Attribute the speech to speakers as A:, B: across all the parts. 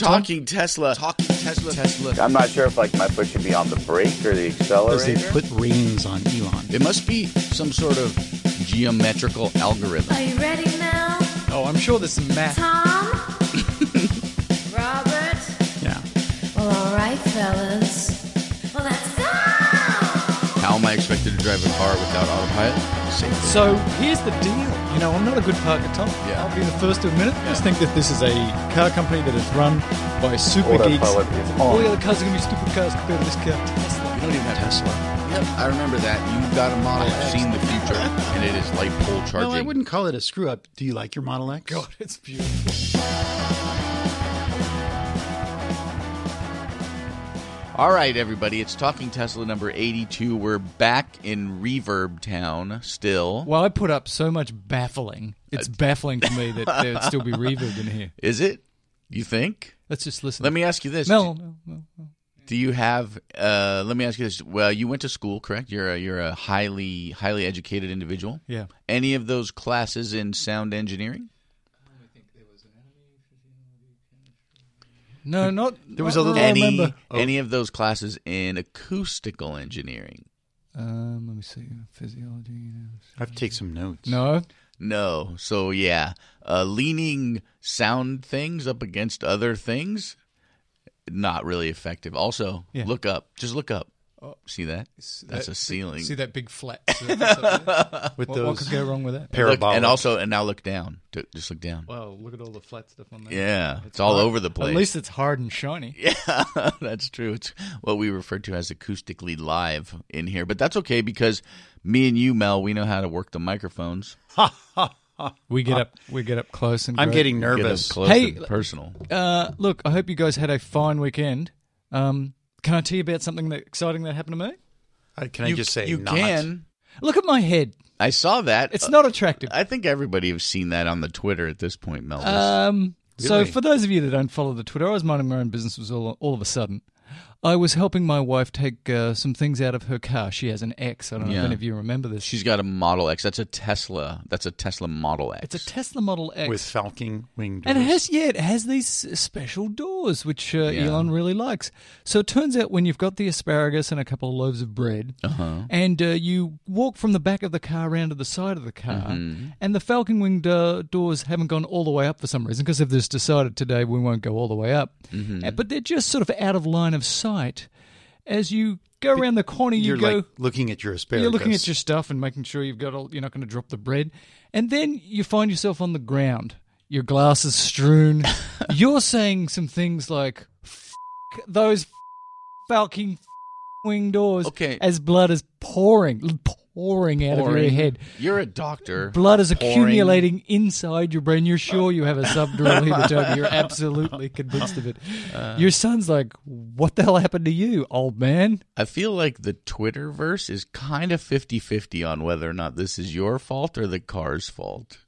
A: Talking Tesla.
B: Talking Tesla.
A: Tesla.
C: I'm not sure if like my foot should be on the brake or the
D: Because
C: accelerator.
D: they put rings on Elon.
B: It must be some sort of geometrical algorithm.
E: Are you ready now,
A: Oh, I'm sure there's some math.
E: Tom? Robert?
D: Yeah.
E: Well, alright, fellas. Well, let's go!
B: How am I expected to drive a car without autopilot? Safety.
A: So here's the deal. You know, I'm not a good Parker Tom.
B: Yeah.
A: I'll be the first to admit it. I just think that this is a car company that is run by super geeks.
C: Autopilot is
A: All Oh, the
C: on.
A: other cars are going to be stupid cars compared to this car.
B: You don't even have
D: Tesla.
B: Yep, I remember that. You've got a model. I've seen the future, and it is light pole charging.
D: No, I wouldn't call it a screw up. Do you like your Model X?
A: God, it's beautiful.
B: All right, everybody, it's Talking Tesla number 82. We're back in Reverb Town still.
F: Well, I put up so much baffling. It's baffling to me that there'd still be reverb in here.
B: Is it? You think?
F: Let's just listen.
B: Let me ask you this.
F: No, no, no.
B: Do you have? Uh, let me ask you this. Well, you went to school, correct? You're a you're a highly highly educated individual.
F: Yeah.
B: Any of those classes in sound engineering?
F: No, not. There
D: was a little- I
B: Any
D: remember.
F: Oh,
B: any of those classes in acoustical engineering?
F: Um, let me see. Physiology.
D: I have to take some notes.
F: No.
B: No. So yeah, uh, leaning sound things up against other things, not really effective. Also,
F: Yeah.
B: look up. Just look up.
D: Oh.
B: See that?
D: uh,
B: That's a ceiling.
F: See that big flat surface up there?
D: With
F: What,
D: those
F: what could go wrong with that?
B: Look,
D: parabolic.
B: and also, and now look down. D- Just look down.
F: Wow, look at all the flat stuff on there.
B: Yeah, it's all over the place.
F: At least it's hard and shiny.
B: Yeah, that's true. It's what we refer to as acoustically live in here, but that's okay because me and you, Mel, we know how to work the microphones.
F: We get up. We get up close and.
D: I'm
F: go-
D: getting
B: Get up
D: nervous.
B: close
F: Hey,
B: and
F: l-
B: personal.
F: Uh, look, I hope you guys had a fine weekend. Um, can I tell you about something that exciting that happened to me?
D: I- Can I
B: You-
D: just say
B: you
D: not?
B: can.
F: Look at my head.
B: I saw that.
F: It's
B: Uh,
F: not attractive.
B: I think everybody has seen that on the Twitter at this point, Mel.
F: Um, So,
D: Really?
F: for those of you that don't follow the Twitter, I was minding my own business. Was all all of a sudden, I was helping my wife take uh, some things out of her car. She has an X. I don't know
B: Yeah.
F: if any of you remember this.
B: She's got a Model X. That's a Tesla. That's a Tesla Model X.
F: it's a Tesla Model X
D: With falcon winged.
F: And it has, yeah, it has these special doors, which uh,
B: Yeah.
F: Elon really likes. So it turns out when you've got the asparagus and a couple of loaves of bread,
D: Uh-huh.
F: and uh, you walk from the back of the car around to the side of the car,
D: Mm-hmm.
F: and the falcon winged uh, doors haven't gone all the way up for some reason, because they've just decided today we won't go all the way up.
D: Mm-hmm.
F: Uh, but they're just sort of out of line of sight as you go around the corner. You
D: You're
F: go.
D: like looking at your asparagus.
F: You're looking at your stuff and making sure you've got all, you're not going to drop the bread, and then you find yourself on the ground, your glasses strewn. you're saying some things like F- "those f- falcon f- wing doors,"
B: Okay.
F: as blood is pouring, pouring out of your
B: Pouring.
F: head.
B: You're a doctor.
F: Blood is
B: Pouring.
F: accumulating inside your brain. You're sure you have a subdural hematoma. You're absolutely convinced of it.
B: Uh.
F: your son's like, "What the hell happened to you, old man?"
B: I feel like the Twitterverse is kind of 50-50 on whether or not this is your fault or the car's fault.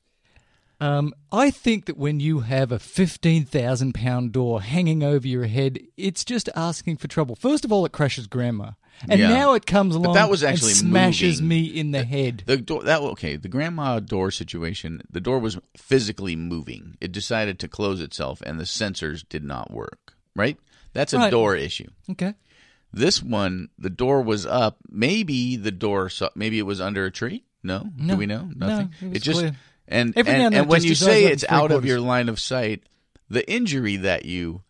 F: Um, I think that when you have a 15,000 pound door hanging over your head, it's just asking for trouble. First of all, it crashes grandma. And
B: Yeah.
F: now it comes along
B: that was
F: and
B: actually
F: smashes
B: moving.
F: me in the head.
B: The door that okay, the grandma door situation, the door was physically moving. It decided to close itself and the sensors did not work, right? That's a
F: Right.
B: door issue.
F: Okay.
B: This one, the door was up. Maybe the door saw, maybe it was under a tree? No?
F: No.
B: Do we know?
F: No,
B: Nothing.
F: it was
B: just
F: clear.
B: and
F: Every now
B: and,
F: and then
B: and
F: it
B: when
F: just
B: you
F: dissolves
B: say
F: up in
B: it's
F: three
B: out of
F: quarters.
B: your line of sight, the injury that you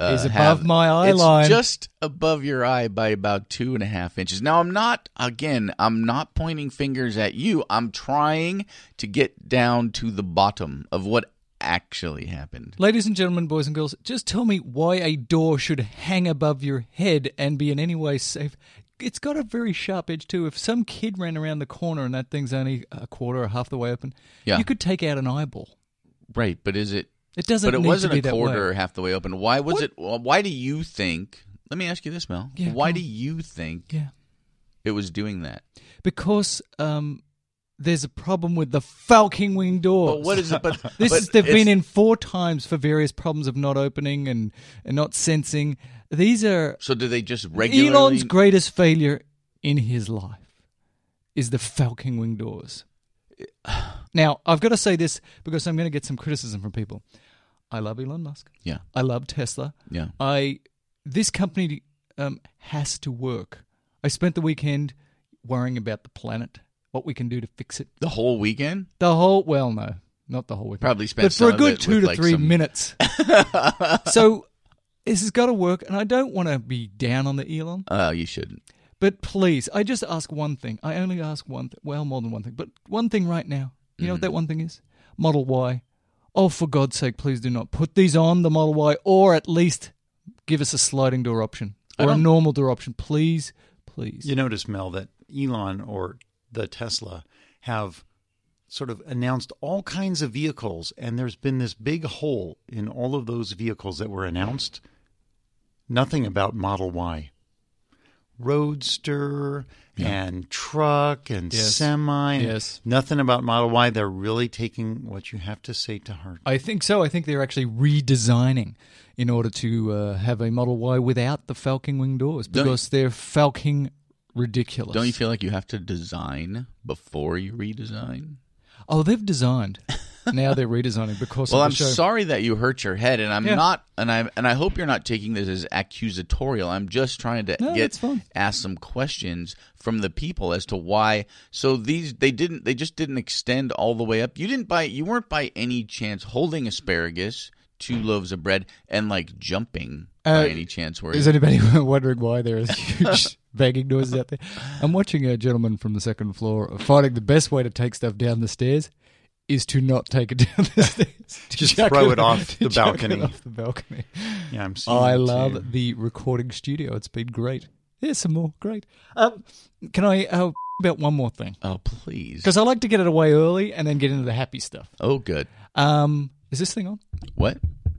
B: uh,
F: Is above
B: have,
F: my eye
B: it's
F: line.
B: just above your eye by about two and a half inches. Now, I'm not, again, I'm not pointing fingers at you. I'm trying to get down to the bottom of what actually happened.
F: Ladies and gentlemen, boys and girls, just tell me why a door should hang above your head and be in any way safe. It's got a very sharp edge too. If some kid ran around the corner and that thing's only a quarter or half the way open,
B: Yeah.
F: you could take out an eyeball.
B: Right, but is it?
F: It doesn't.
B: but it
F: need
B: wasn't
F: to be
B: a
F: that
B: quarter
F: way.
B: or half the way open. Why was
F: What?
B: it? well, Why do you think? Let me ask you this, Mel.
F: Yeah,
B: why
F: go
B: do
F: on.
B: you think
F: Yeah.
B: it was doing that?
F: because um, there's a problem with the falcon wing doors.
B: But what is it? But
F: this?
B: but
F: is, they've
B: it's-
F: been in four times for various problems of not opening and, and not sensing. These are
B: So do they just regularly?
F: Elon's greatest failure in his life is the falcon wing doors. Now I've got to say this because I'm going to get some criticism from people. I love Elon Musk.
B: Yeah.
F: I love Tesla.
B: Yeah.
F: I this company um, has to work. I spent the weekend worrying about the planet, what we can do to fix it.
B: The whole weekend?
F: The whole well, no, not the whole weekend.
B: Probably spent
F: but for
B: some
F: a
B: of
F: good
B: it
F: two
B: with,
F: to
B: like,
F: three
B: some-
F: minutes. so this has got to work, and I don't want to be down on the Elon.
B: Oh, you shouldn't.
F: But please, I just ask one thing. I only ask one thing. Well, more than one thing, but one thing right now. You know what that one thing is? Model Y. Oh, for God's sake, please do not put these on the Model Y, or at least give us a sliding door option or a
B: don't-
F: normal door option. Please, please.
D: You notice, Mel, that Elon or the Tesla have sort of announced all kinds of vehicles, and there's been this big hole in all of those vehicles that were announced. Nothing about Model Y. Roadster and truck and
F: Yes.
D: semi. and
F: Yes.
D: Nothing about Model Y. They're really taking what you have to say to heart.
F: I think so. I think they're actually redesigning in order to uh, have a Model Y without the Falcon wing doors
B: Don't-
F: because they're Falcon ridiculous.
B: Don't you feel like you have to design before you redesign?
F: oh, they've designed. now they're redesigning because
B: Well,
F: of the
B: I'm
F: show.
B: sorry that you hurt your head, and I'm
F: Yeah.
B: not, and I and I hope you're not taking this as accusatorial. I'm just trying to
F: No, that's
B: get
F: fine.
B: ask some questions from the people as to why. So these they didn't they just didn't extend all the way up. You didn't buy you weren't by any chance holding asparagus, two loaves of bread, and like jumping
F: Uh,
B: by any chance. Were
F: Is
B: you?
F: anybody wondering why there is huge banging noises out there? I'm watching a gentleman from the second floor finding the best way to take stuff down the stairs is to not take it down the stairs. To
D: Just
F: chuck
D: throw it off
F: to
D: the
F: chuck
D: balcony.
F: It off the balcony.
D: Yeah, I'm seeing
F: Oh, I
D: that,
F: love
D: too.
F: the recording studio. It's been great. There's some more. Great. Um, can I uh, about one more thing?
B: oh please!
F: Because I like to get it away early and then get into the happy stuff.
B: Oh good.
F: Um, is this thing on?
B: What?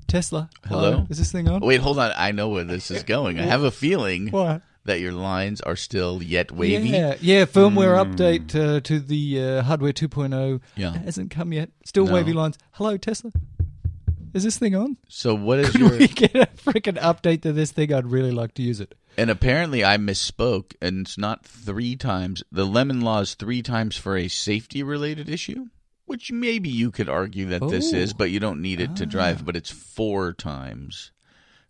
F: Tesla.
B: Hello?
F: Is this thing on?
B: Wait, hold on. I know where this is going. I have a feeling
F: What?
B: that your lines are still yet wavy. Hmm.
F: Yeah, yeah. Firmware update uh, to the uh, hardware 2.0
B: Yeah.
F: hasn't come yet. Still
B: No.
F: wavy lines. Hello, Tesla. Is this thing on?
B: So what is your
F: Could we get a freaking update to this thing? I'd really like to use it.
B: And apparently, I misspoke, and it's not three times. The lemon law is three times for a safety related issue, which maybe you could argue that this is,
F: Oh.
B: but you don't need it to
F: Ah.
B: drive. But it's four times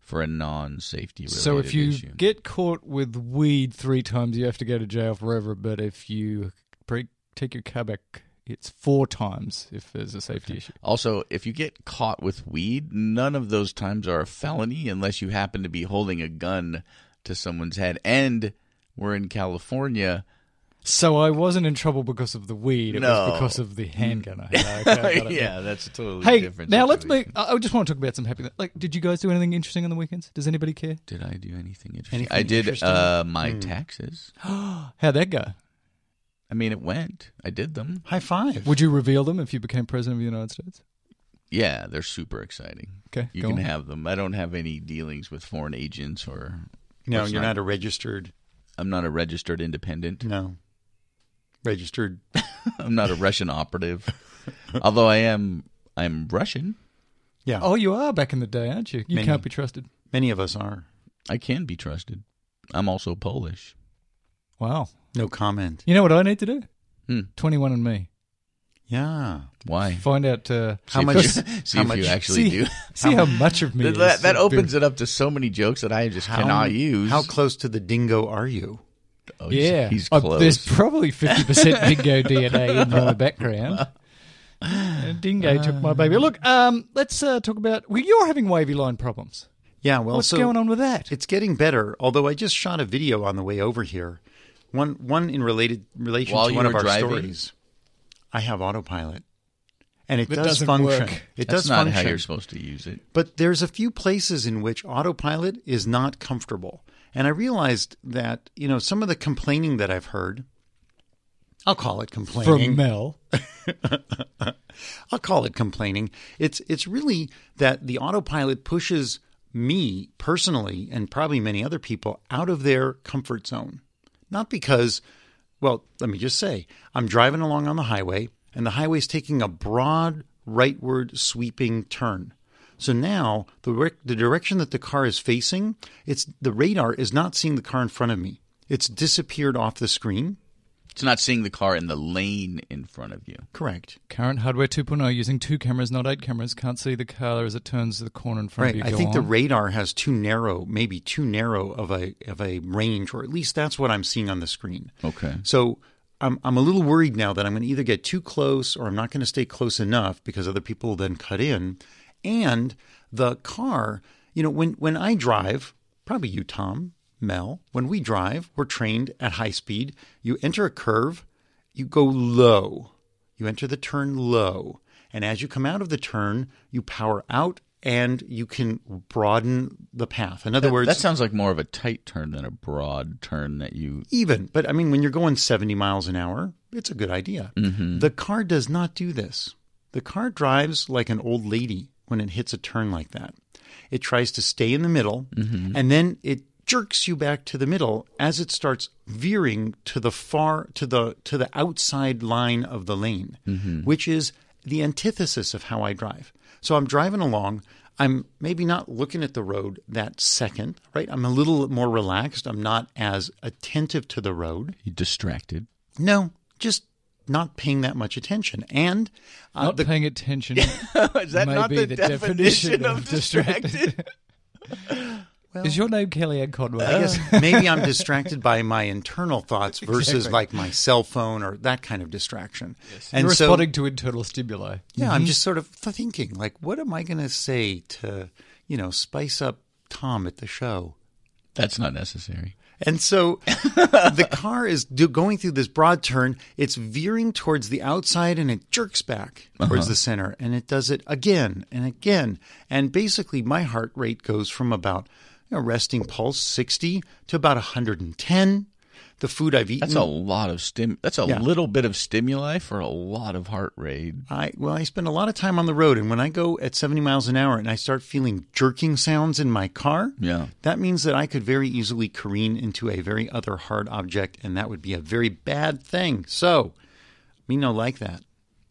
B: for a non safety related
F: So if you
B: issue.
F: get caught with weed three times, you have to go to jail forever. But if you break, take your car back, it's four times if there's a safety issue.
B: also, if you get caught with weed, none of those times are a felony unless you happen to be holding a gun to someone's head. And we're in California.
F: So I wasn't in trouble because of the weed. It
B: No.
F: was because of the handgun I had. Okay, I got it.
B: yeah, that's a totally
F: Hey,
B: different.
F: now let's make.
B: situation.
F: I I just want to talk about some happy. Like, did you guys do anything interesting on the weekends? Does anybody care?
B: Did I do anything interesting?
D: Anything
B: I did
D: interesting? Hmm.
B: Uh, my taxes.
F: How'd that go?
B: I mean, it went. I did them.
D: High five.
F: Would you reveal them if you became president of the United States?
B: Yeah, they're super exciting.
F: Okay,
B: you
F: go
B: can
F: on.
B: have them. I don't have any dealings with foreign agents, or
D: no,
B: That's
D: you're
B: not-
D: not a registered.
B: I'm not a registered independent.
D: No. Registered.
B: I'm not a Russian operative, although I am. I'm Russian.
D: Yeah.
F: Oh, you are back in the day, aren't you? You
D: Many.
F: can't be trusted.
D: Many of us are.
B: I can be trusted. I'm also Polish.
F: Wow.
D: No comment.
F: You know what I need to do?
B: Hmm.
F: Twenty-one and me.
D: Yeah.
B: Why?
F: Find out uh,
D: How
B: See
D: much?
B: if you- see
D: how
B: if
D: much?
B: you actually
F: see,
B: do.
F: See how much of me
B: That,
F: is
B: that, that
F: uh,
B: opens
F: do-
B: it up to so many jokes that I just
D: how-
B: cannot use.
D: How close to the dingo are you?
B: Oh, he's-
F: Yeah,
B: he's
F: Uh,
B: close.
F: there's probably fifty percent dingo DNA in my background. Uh, dingo took my
B: Uh.
F: baby. Look, um, let's uh, talk about. Well, you're having wavy line problems.
D: Yeah. Well,
F: What's
D: so
F: going on with that?
D: It's getting better. Although I just shot a video on the way over here. One one in related relation
B: While
D: to
B: you
D: one of
B: were
D: our
B: driving?
D: stories. I have autopilot, and it
F: That
D: does
F: doesn't
D: function.
F: work.
D: It
B: That's
D: does
B: not
D: function.
B: how you're supposed to use it.
D: But there's a few places in which autopilot is not comfortable. And I realized that, you know, some of the complaining that I've heard, I'll call it complaining.
F: From Mel.
D: I'll call it complaining. It's it's really that the autopilot pushes me personally and probably many other people out of their comfort zone. Not because well, let me just say, I'm driving along on the highway and the highway's taking a broad rightward sweeping turn. So now the rec- the direction that the car is facing, it's the radar is not seeing the car in front of me. It's disappeared off the screen.
B: It's not seeing the car in the lane in front of you.
D: Correct.
F: Current hardware 2.0 using two cameras, not eight cameras, can't see the car as it turns the corner in front
D: Right.
F: of you.
D: I
F: Go
D: think the
F: on.
D: radar has too narrow, maybe too narrow of a of a range, or at least that's what I'm seeing on the screen.
B: Okay.
D: So I'm I'm a little worried now that I'm going to either get too close or I'm not going to stay close enough because other people will then cut in. And the car, you know, when when I drive, probably you, Tom, Mel, when we drive, we're trained at high speed. You enter a curve, you go low. You enter the turn low. And as you come out of the turn, you power out and you can broaden the path. In other
B: That-
D: words,
B: that sounds like more of a tight turn than a broad turn that you.
D: even. But I mean, when you're going 70 miles an hour, it's a good idea. The car does not do this. The car drives like an old lady when it hits a turn like that. It tries to stay in the middle and then it jerks you back to the middle as it starts veering to the far to the to the outside line of the lane, which is the antithesis of how I drive. So I'm driving along. I'm maybe not looking at the road that second, right? I'm a little more relaxed. I'm not as attentive to the road.
B: you distracted.
D: No, just not paying that much attention. And uh,
F: Not
D: the,
F: paying attention.
B: Is that
F: May
B: not
F: be
B: the,
F: the
B: definition,
F: definition
B: of,
F: of
B: distracted?
F: Is your name Kellyanne Conway?
D: I guess maybe I'm distracted by my internal thoughts versus like my cell phone or that kind of distraction. And
F: You're
D: so,
F: responding to internal stimuli.
D: yeah, I'm just sort of th- thinking, like, what am I going to say to, you know, spice up Tom at the show?
B: That's not necessary.
D: And so the car is do- going through this broad turn. It's veering towards the outside and it jerks back towards
B: Uh-huh.
D: the center. And it does it again and again. And basically, my heart rate goes from about you know, resting pulse 60 to about 110. The food I've eaten.
B: That's a lot of stim. That's a
D: Yeah.
B: little bit of stimuli for a lot of heart rate.
D: I well, I spend a lot of time on the road, and when I go at seventy miles an hour and I start feeling jerking sounds in my car,
B: Yeah.
D: that means that I could very easily careen into a very other hard object, and that would be a very bad thing. So, me no like that.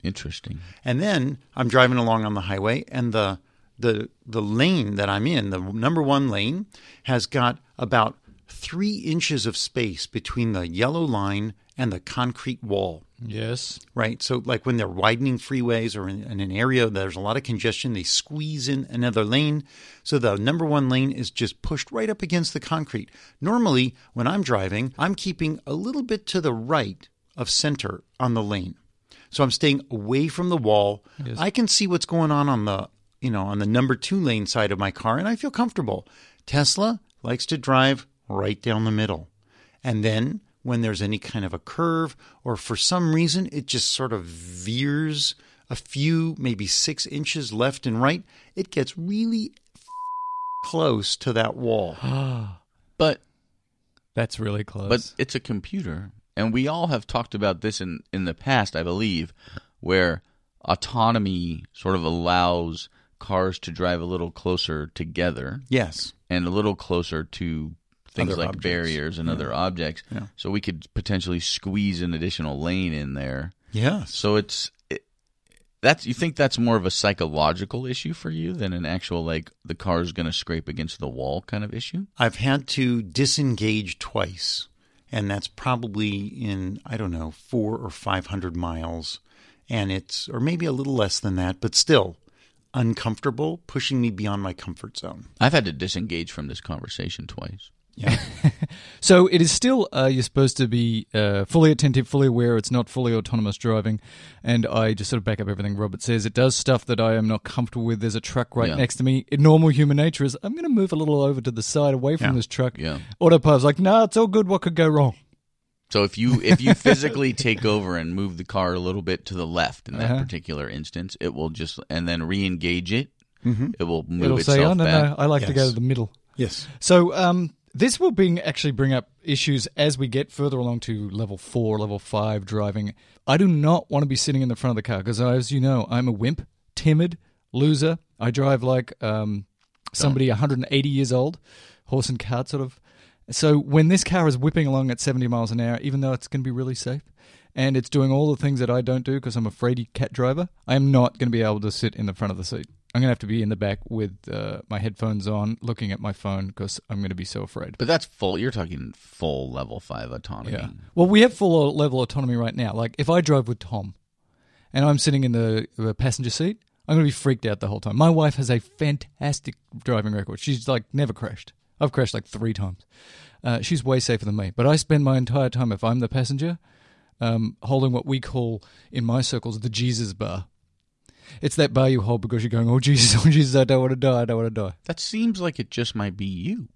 B: Interesting.
D: And then I'm driving along on the highway, and the the the lane that I'm in, the number one lane, has got about three inches of space between the yellow line and the concrete wall
F: Yes.
D: right? So, like when they're widening freeways or in, in an area there's a lot of congestion, they squeeze in another lane. So, the number one lane is just pushed right up against the concrete. Normally, when I'm driving, I'm keeping a little bit to the right of center on the lane. So, I'm staying away from the wall. I can see what's going on on the you know, on the number two lane side of my car, and I feel comfortable. Tesla likes to drive right down the middle. And then when there's any kind of a curve, or for some reason it just sort of veers a few, maybe six inches left and right, it gets really close to that wall.
B: But
F: That's really close.
B: but it's a computer, and we all have talked about this in in the past, I believe, where autonomy sort of allows cars to drive a little closer together
D: Yes.
B: and a little closer to things
D: Other
B: like
D: objects.
B: barriers and other objects.
D: Yeah.
B: So we could potentially squeeze an additional lane in there.
D: Yes.
B: So it's it, that's you think that's more of a psychological issue for you than an actual like the car's going to scrape against the wall kind of issue.
D: I've had to disengage twice, and that's probably in, I don't know, four or 500 miles. And it's, or maybe a little less than that, but still uncomfortable, pushing me beyond my comfort zone.
B: I've had to disengage from this conversation twice.
F: so it is still uh, you're supposed to be uh, fully attentive, fully aware. It's not fully autonomous driving, and I just sort of back up everything Robert says. It does stuff that I am not comfortable with. There's a truck right
B: Yeah.
F: next to me. In normal human nature is I'm going to move a little over to the side, away from
D: Yeah.
F: this truck.
B: Yeah.
F: Autopilot's like, nah, it's all good. What could go wrong?
B: So if you if you physically take over and move the car a little bit to the left in that
F: Uh-huh.
B: particular instance, it will just and then re-engage it. It will move
F: Mm-hmm. It'll
B: itself
F: say, oh no,
B: back.
F: no, I like to go
D: Yes.
F: to the middle.
D: Yes.
F: So um, this will bring actually bring up issues as we get further along to level four, level five driving. I do not want to be sitting in the front of the car because, as you know, I'm a wimp, timid, loser. I drive like um, somebody 180 years old, horse and cart sort of. So when this car is whipping along at 70 miles an hour, even though it's going to be really safe, and it's doing all the things that I don't do because I'm a fraidy cat driver, I am not going to be able to sit in the front of the seat. I'm I'm gonna have to be in the back with uh, my headphones on, looking at my phone because I'm gonna be so afraid.
B: But that's full. You're talking full level five autonomy.
F: Yeah. Mm. Well, we have full o- level autonomy right now. Like if I drove with Tom, and I'm sitting in the, the passenger seat, I'm gonna be freaked out the whole time. My wife has a fantastic driving record. She's like never crashed. I've crashed like three times. Uh, she's way safer than me. But I spend my entire time if I'm the passenger, um, holding what we call in my circles the Jesus bar. It's that bar you hold because you're going, oh Jesus, oh Jesus, I don't want to die, I don't want to die.
B: That seems like it just might be you.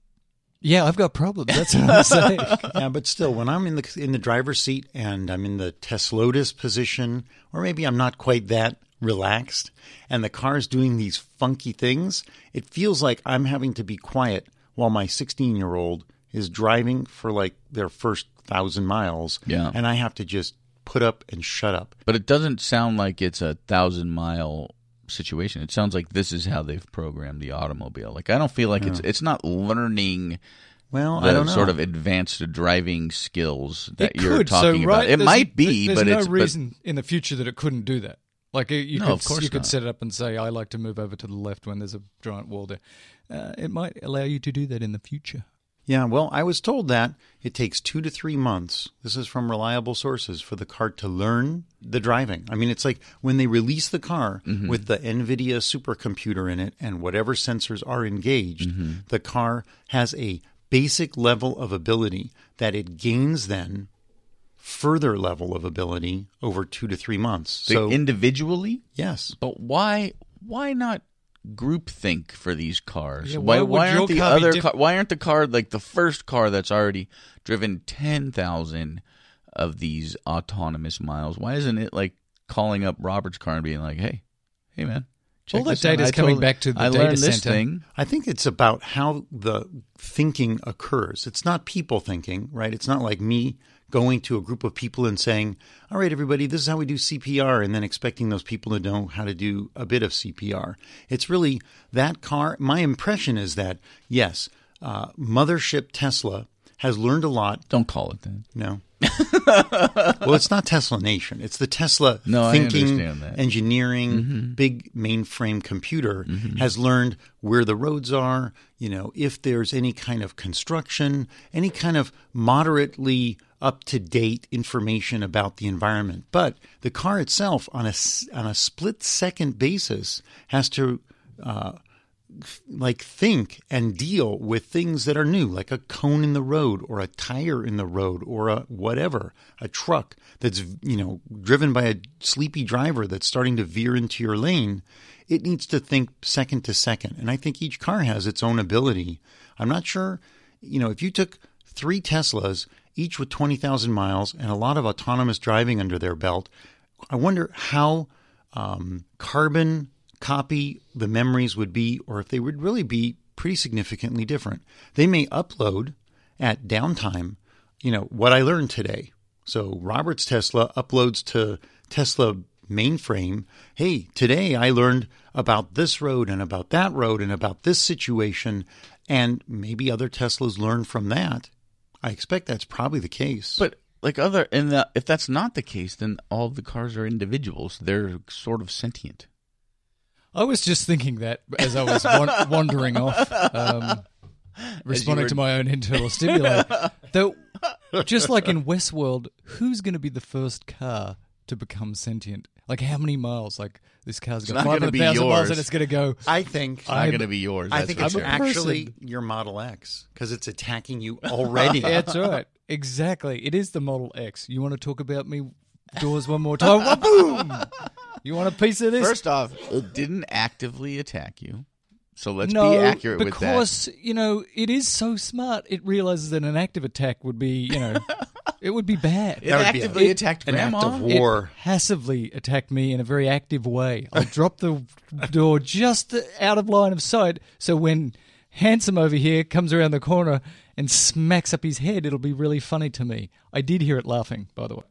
F: Yeah, I've got problems. That's what I'm saying.
D: yeah, but still, when I'm in the in the driver's seat and I'm in the Teslotus position, or maybe I'm not quite that relaxed, and the car's doing these funky things, it feels like I'm having to be quiet while my 16 year old is driving for like their first thousand miles.
B: Yeah.
D: and I have to just put up and shut up.
B: But it doesn't sound like it's a thousand mile situation. It sounds like this is how they've programmed the automobile. Like I don't feel like it's it's not learning
D: Well,
B: the
D: I don't know.
B: sort of advanced driving skills that
F: it
B: you're
F: could.
B: talking
F: so,
B: about.
F: right,
B: it
F: there's-
B: might be,
F: there's
B: but
F: no
B: it's but-
F: reason in the future that it couldn't do that. Like uh, you
B: No,
F: could,
B: of course
F: you could
B: not.
F: set it up and say, "I like to move over to the left when there's a giant wall there." Uh, it might allow you to do that in the future.
D: Yeah, well, I was told that it takes two to three months. This is from reliable sources for the car to learn the driving. I mean, it's like when they release the car with the NVIDIA supercomputer in it and whatever sensors are engaged, the car has a basic level of ability that it gains then further level of ability over two to three months. So,
B: individually.
D: yes.
B: But why why not groupthink for these cars?
F: Yeah,
B: why
F: why would
B: why
F: your
B: aren't the
F: car be
B: other
F: diff-
B: car, why aren't the car like the first car that's already driven ten thousand of these autonomous miles? Why isn't it like calling up Robert's car and being like, hey, hey man, check
F: All that
B: this out.
F: data's
B: I
F: coming
B: totally-
F: back to the
B: I
F: data
B: learned this
F: center."
B: thing.
D: I think it's about how the thinking occurs. It's not people thinking, right? It's not like me going to a group of people and saying, all right, everybody, this is how we do CPR, and then expecting those people to know how to do a bit of CPR. It's really that car. My impression is that, yes, uh, Mothership Tesla has learned a lot.
B: Don't call it that.
D: No. well, it's not Tesla Nation. It's the Tesla
B: No, I
D: thinking,
B: understand that. Mm-hmm.
D: engineering, big mainframe computer has learned where the roads are, you know, if there's any kind of construction, any kind of moderately up to date information about the environment. But the car itself, on a, s- on a split second basis, has to like think and deal with things that are new, like a cone in the road or a tire in the road or a whatever, a truck that's, you know, driven by a sleepy driver that's starting to veer into your lane. It needs to think second to second. And I think each car has its own ability. I'm not sure, you know, if you took three Teslas, each with 20,000 miles and a lot of autonomous driving under their belt, I wonder how um, carbon copy the memories would be, or if they would really be pretty significantly different. They may upload at downtime, you know, what I learned today. So Robert's Tesla uploads to Tesla mainframe. Hey, today I learned about this road and about that road and about this situation. And maybe other Teslas learn from that. I expect that's probably the case.
B: But like other in the if that's not the case, then all the cars are individuals. They're sort of sentient.
F: I was just thinking that as I was wan- wandering off, um, responding
B: were-
F: to my own internal stimuli. Though, just like in Westworld, who's going to be the first car to become sentient? Like how many miles? Like this car's got
B: not gonna
F: five
B: be
F: hundred thousand miles,
B: yours.
F: and it's going to go.
D: I think
B: It's not going to be yours.
D: I
B: that's
D: think
B: for
D: it's
B: sure.
F: I'm a
D: actually
F: person.
D: your Model X because it's attacking you already.
F: Yeah, that's right. Exactly. It is the Model X. You want to talk about me doors one more time? Boom! You want a piece of this?
B: First off, it didn't actively attack you. So let's
F: no,
B: be accurate with that.
F: because you know it is so smart. It realizes that an active attack would be, you know, it would be bad.
B: It
D: That would be a-
B: actively
F: it-
B: attacked
D: an act
B: grandma.
D: of
F: It
D: war.
F: passively attacked me in a very active way. I dropped the door just out of line of sight, so when handsome over here comes around the corner and smacks up his head, it'll be really funny to me. I did hear it laughing, by the way.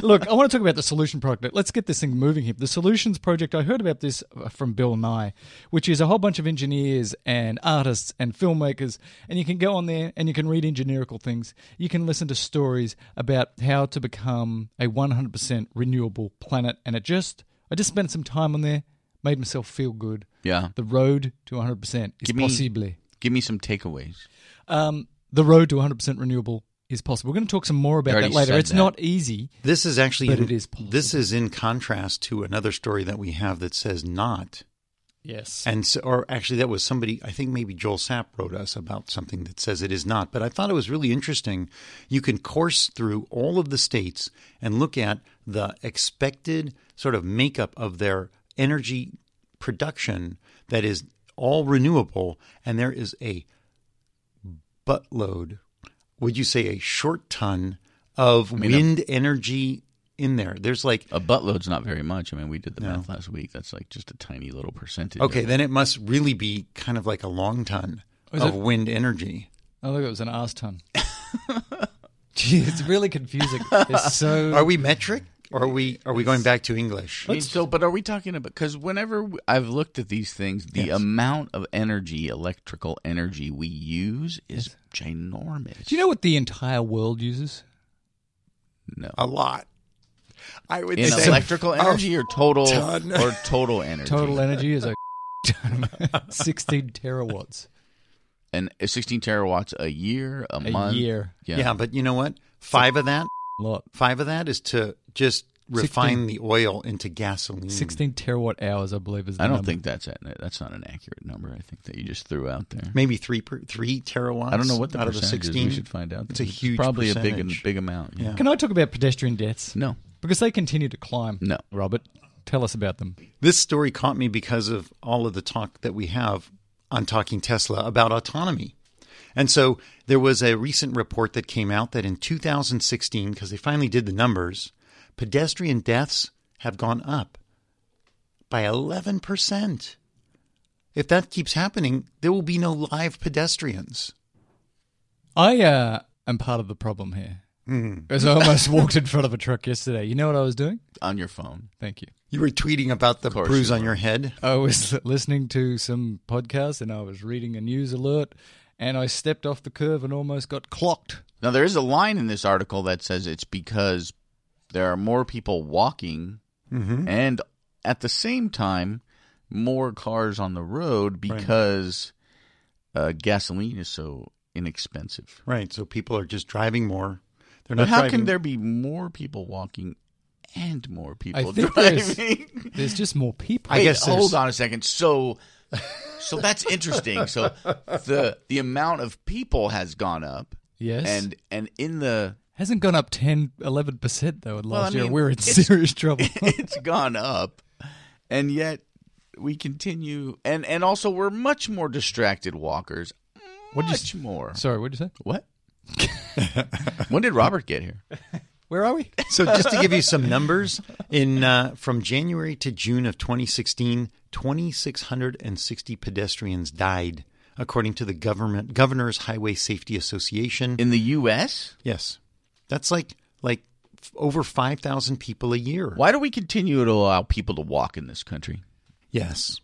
F: Look, I want to talk about the solution project. Let's get this thing moving here. The solutions project. I heard about this uh, from Bill Nye, which is a whole bunch of engineers and artists and filmmakers, and you can go on there and you can read engineerical things. You can listen to stories about how to become a 100% renewable planet, and it just I just spent some time on there, made myself feel good.
B: Yeah.
F: The road to 100% is
B: Give me-
F: possible.
B: Give me some takeaways.
F: Um, the road to 100% renewable is possible. We're going to talk some more about
B: already
F: that later.
B: said
F: It's
B: that.
F: not easy.
D: This is actually
F: But it is possible.
D: this is in contrast to another story that we have that says not.
F: Yes.
D: And so, or actually, that was somebody, I think maybe Joel Sapp wrote us about something that says it is not. But I thought it was really interesting. You can course through all of the states and look at the expected sort of makeup of their energy production that is all renewable. And there is a buttload, would you say a short ton of wind energy in there? There's like
B: A buttload's not very much. I mean, we did the math last week. That's like just a tiny little percentage. of
D: Okay,
B: it.
D: then it must really be kind of like a long ton
B: Oh,
F: Is
D: of
F: it-
D: wind energy.
F: oh, look, it was an ass ton. Gee, it's really confusing. It's so.
D: Are we metric? Or are we are we going back to English?
B: I mean, so, but are we talking about? Because whenever w- I've looked at these things, the amount of energy, electrical energy we use is ginormous.
F: Do you know what the entire world uses?
B: No.
D: A lot. I would
B: In
D: say
B: electrical
D: a
B: energy or total
D: ton.
B: or total energy?
F: Oh, Total energy is a ton. 16 terawatts
B: and 16 terawatts a year, a,
F: a
B: month.
F: year.
D: Yeah. but you know what? Five of that
F: lot.
D: five of that is to just refine the oil into gasoline.
F: 16 terawatt hours, I believe, is the
B: I don't
F: number.
B: think that's a, that's not an accurate number. I think that you just threw out there.
D: Maybe three per, three terawatts.
B: I don't know what the
D: out of the
B: percentage
D: sixteen.
B: is. We should find out.
D: It's a huge
B: probably a big
D: percentage.
B: big amount. Yeah.
F: Can I talk about pedestrian deaths?
B: No.
F: Because they continue to climb.
B: No.
F: Robert, tell us about them.
D: This story caught me because of all of the talk that we have on Talking Tesla about autonomy. And so there was a recent report that came out that in 2016, because they finally did the numbers, pedestrian deaths have gone up by 11%. If that keeps happening, there will be no live pedestrians.
F: I uh, am part of the problem here. Because I almost walked in front of a truck yesterday. You know what I was doing?
B: On your phone.
F: Thank you.
D: You were tweeting about the
B: course
D: bruise
B: you
D: on
B: were.
D: your head.
F: I was li- listening to some podcast and I was reading a news alert and I stepped off the curve and almost got clocked.
B: Now there is a line in this article that says it's because there are more people walking
D: Mm-hmm.
B: and at the same time more cars on the road because uh, gasoline is so inexpensive.
D: Right. So people are just driving more. They're
B: But
D: not
B: how
D: driving.
B: can there be more people walking and more people
F: think there's-
B: driving?
F: There's just more people.
D: I
B: Wait,
D: guess there's-
B: hold on a second. So, so that's interesting. So the the amount of people has gone up,
F: yes.
B: and and in the
F: Hasn't gone up 10, 11% though in last
B: Well, I
F: year.
B: mean,
F: We're in
B: it's-
F: serious trouble.
B: it's gone up, and yet we continue, and and also we're much more distracted walkers.
F: What'd you
B: much more.
F: Sorry, what did you say?
B: what? when did Robert get here?
F: Where are we?
D: So just to give you some numbers, in uh, from January to June of 2016, 2,660 pedestrians died, according to the government Governors Highway Safety Association.
B: In the U.S.
D: yes, that's like like f- over 5,000 people a year.
B: Why do we continue to allow people to walk in this country?
D: Yes.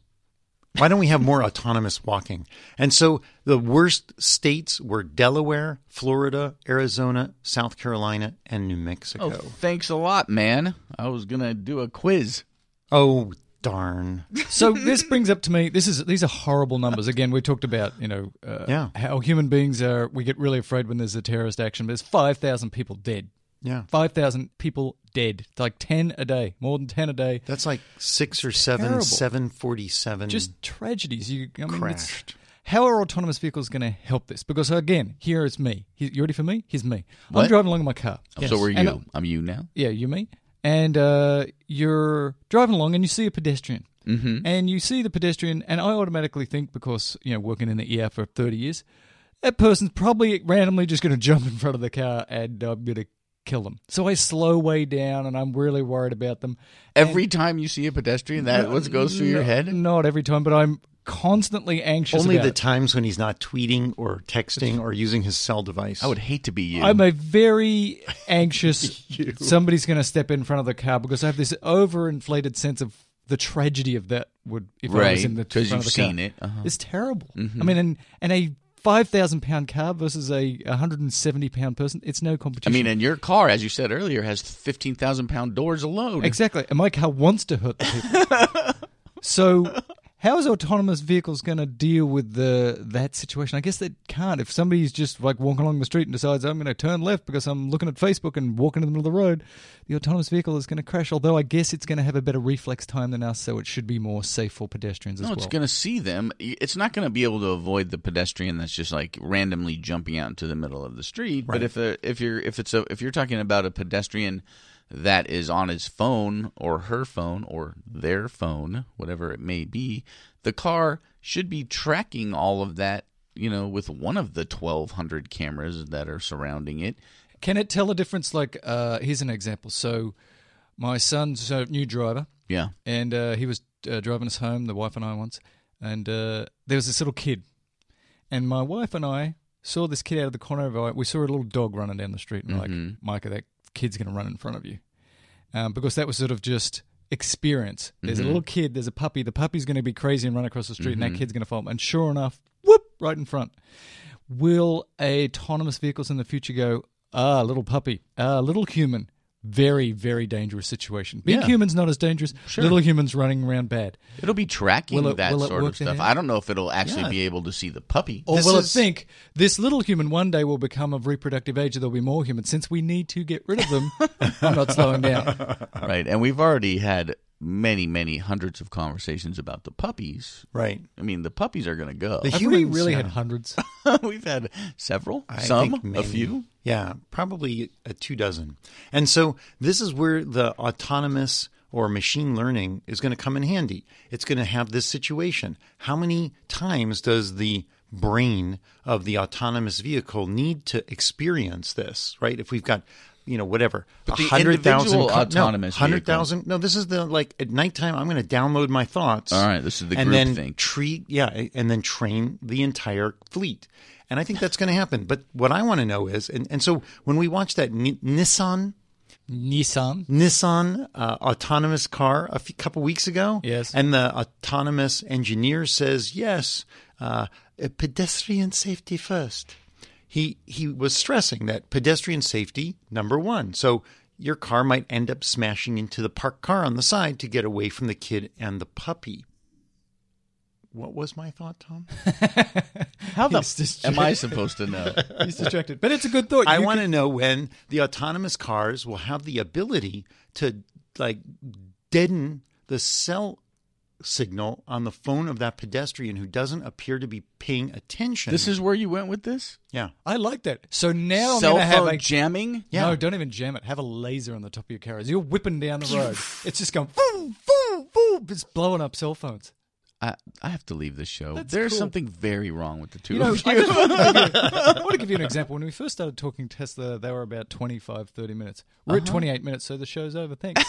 D: Why don't we have more autonomous walking? And so the worst states were Delaware, Florida, Arizona, South Carolina, and New Mexico.
B: Oh, thanks a lot, man. I was gonna do a quiz.
D: oh darn.
F: So this brings up to me. This is these are horrible numbers. Again, we talked about you know uh,
D: Yeah.
F: how human beings are. We get really afraid when there's a terrorist action. But there's five thousand people dead.
D: Yeah.
F: Five thousand people dead. It's like ten a day. More than ten a day.
D: That's like six or seven,
F: terrible.
D: 747.
F: Just tragedies. You I mean, it's-
D: Mm. Crashed.
F: how are autonomous vehicles going to help this? Because again, here is me. He- You ready for me? Here's me.
B: What?
F: I'm driving along in my car.
D: Oh.
B: So are
F: And
B: you. I'm you now.
F: yeah, you me, and uh, you're driving along and you see a pedestrian, mm-hmm. and you see the pedestrian, and I automatically think because you know working in the ER for thirty years, that person's probably randomly just going to jump in front of the car and I'm going to kill them. So I slow way down, and I'm really worried about them.
B: Every time you see a pedestrian, that what goes through your head.
F: Not every time, but I'm constantly anxious.
D: Only
F: about
D: the
F: it.
D: times when he's not tweeting or texting or using his cell device.
B: I would hate to be you.
F: I'm a very anxious. somebody's going to step in front of the car because I have this overinflated sense of the tragedy of that would if I
B: Right,
F: was in the
B: 'cause
F: front of
B: you've
F: the car.
B: seen it, uh-huh.
F: It's terrible. I mean, and and a five thousand pound car versus a hundred and seventy pound person, it's no
B: I
F: competition.
B: mean, and your car, as you said earlier, has fifteen thousand pound doors alone.
F: exactly. And my car wants to hurt the people. so How is autonomous vehicles going to deal with the that situation? I guess they can't. If somebody's just like walking along the street and decides I'm going to turn left because I'm looking at Facebook and walking in the middle of the road, the autonomous vehicle is going to crash. Although I guess it's going to have a better reflex time than us, so it should be more safe for pedestrians as
B: No,
F: well.
B: it's going to see them. Y- It's not going to be able to avoid the pedestrian that's just like randomly jumping out into the middle of the street. But if a, if you're if it's a if you're talking about a pedestrian that is on his phone or her phone or their phone, whatever it may be, the car should be tracking all of that. You know, with one of the twelve hundred cameras that are surrounding it.
F: Can it tell a difference? Like, uh, here's an example. So, my son's a new driver,
B: Yeah.
F: and uh, he was uh, driving us home, the wife and I once, and uh, there was this little kid, and my wife and I saw this kid out of the corner of our. We saw a little dog running down the street, and we're like, Micah, that kid's going to run in front of you, um, because that was sort of just experience. There's a little kid, there's a puppy. The puppy's going to be crazy and run across the street, and that kid's going to follow. him. And sure enough, whoop, right in front. Will autonomous vehicles in the future go, ah, little puppy, ah, little human? Very, very dangerous situation. Big
B: Yeah.
F: human's not as dangerous. Little humans running around bad.
B: It'll be tracking
F: Will it-
B: that
F: will it
B: sort of
F: work in
B: stuff.
F: it?
B: I don't know if it'll actually
D: Yeah.
B: be able to see the puppy.
F: Or
D: This
F: will
D: is-
F: it think this little human one day will become of reproductive age? There'll be more humans since we need to get rid of them. I'm not slowing down.
B: Right. And we've already had many, many hundreds of conversations about the puppies.
D: Right.
B: I mean, the puppies are going to go.
D: The
F: Have we
D: Humans,
F: really
D: yeah.
F: had hundreds?
B: we've had several,
D: I think
B: some, a
D: many.
B: few.
D: Yeah, probably a two dozen. And so this is where the autonomous or machine learning is going to come in handy. It's going to have this situation. How many times does the brain of the autonomous vehicle need to experience this, right? If we've got you know whatever
B: But the
D: 100,000
B: individual
D: co-
B: autonomous
D: no, 100,000 no this is the like at nighttime I'm going to download my thoughts
B: All right, this is the
D: and
B: group
D: then
B: think.
D: treat yeah and then train the entire fleet and i think that's going to happen but what i want to know is and, and so when we watch that Ni- nissan
F: Nissan.
D: nissan uh, autonomous car a few, couple weeks ago
F: Yes.
D: and the autonomous engineer says yes uh, pedestrian safety first he he was stressing that pedestrian safety number one so your car might end up smashing into the parked car on the side to get away from the kid and the puppy what was my thought, Tom?
B: How the
F: He's just-
B: am I supposed to know?
F: He's distracted, but it's a good thought.
D: I
F: You
D: want
F: could-
D: to know when the autonomous cars will have the ability to like deaden the cell signal on the phone of that pedestrian who doesn't appear to be paying attention.
B: this is where you went with this?
D: yeah.
F: I like that. So now I'm
B: Cell
F: going to have
B: phone
F: a.
B: jamming?
D: Yeah.
F: No, don't even jam it. Have a laser on the top of your car as you're whipping down the road. It's just going boom, boom, boom. It's blowing up cell phones.
B: I, I have to leave this show.
F: That's
B: There's
F: cool.
B: something very wrong with the two
F: You know,
B: of
F: I,
B: you.
F: just want to give you- I want to give you an example. When we first started talking Tesla, they were about 25, 30 minutes. We're at 28 minutes, so the show's over. Thanks.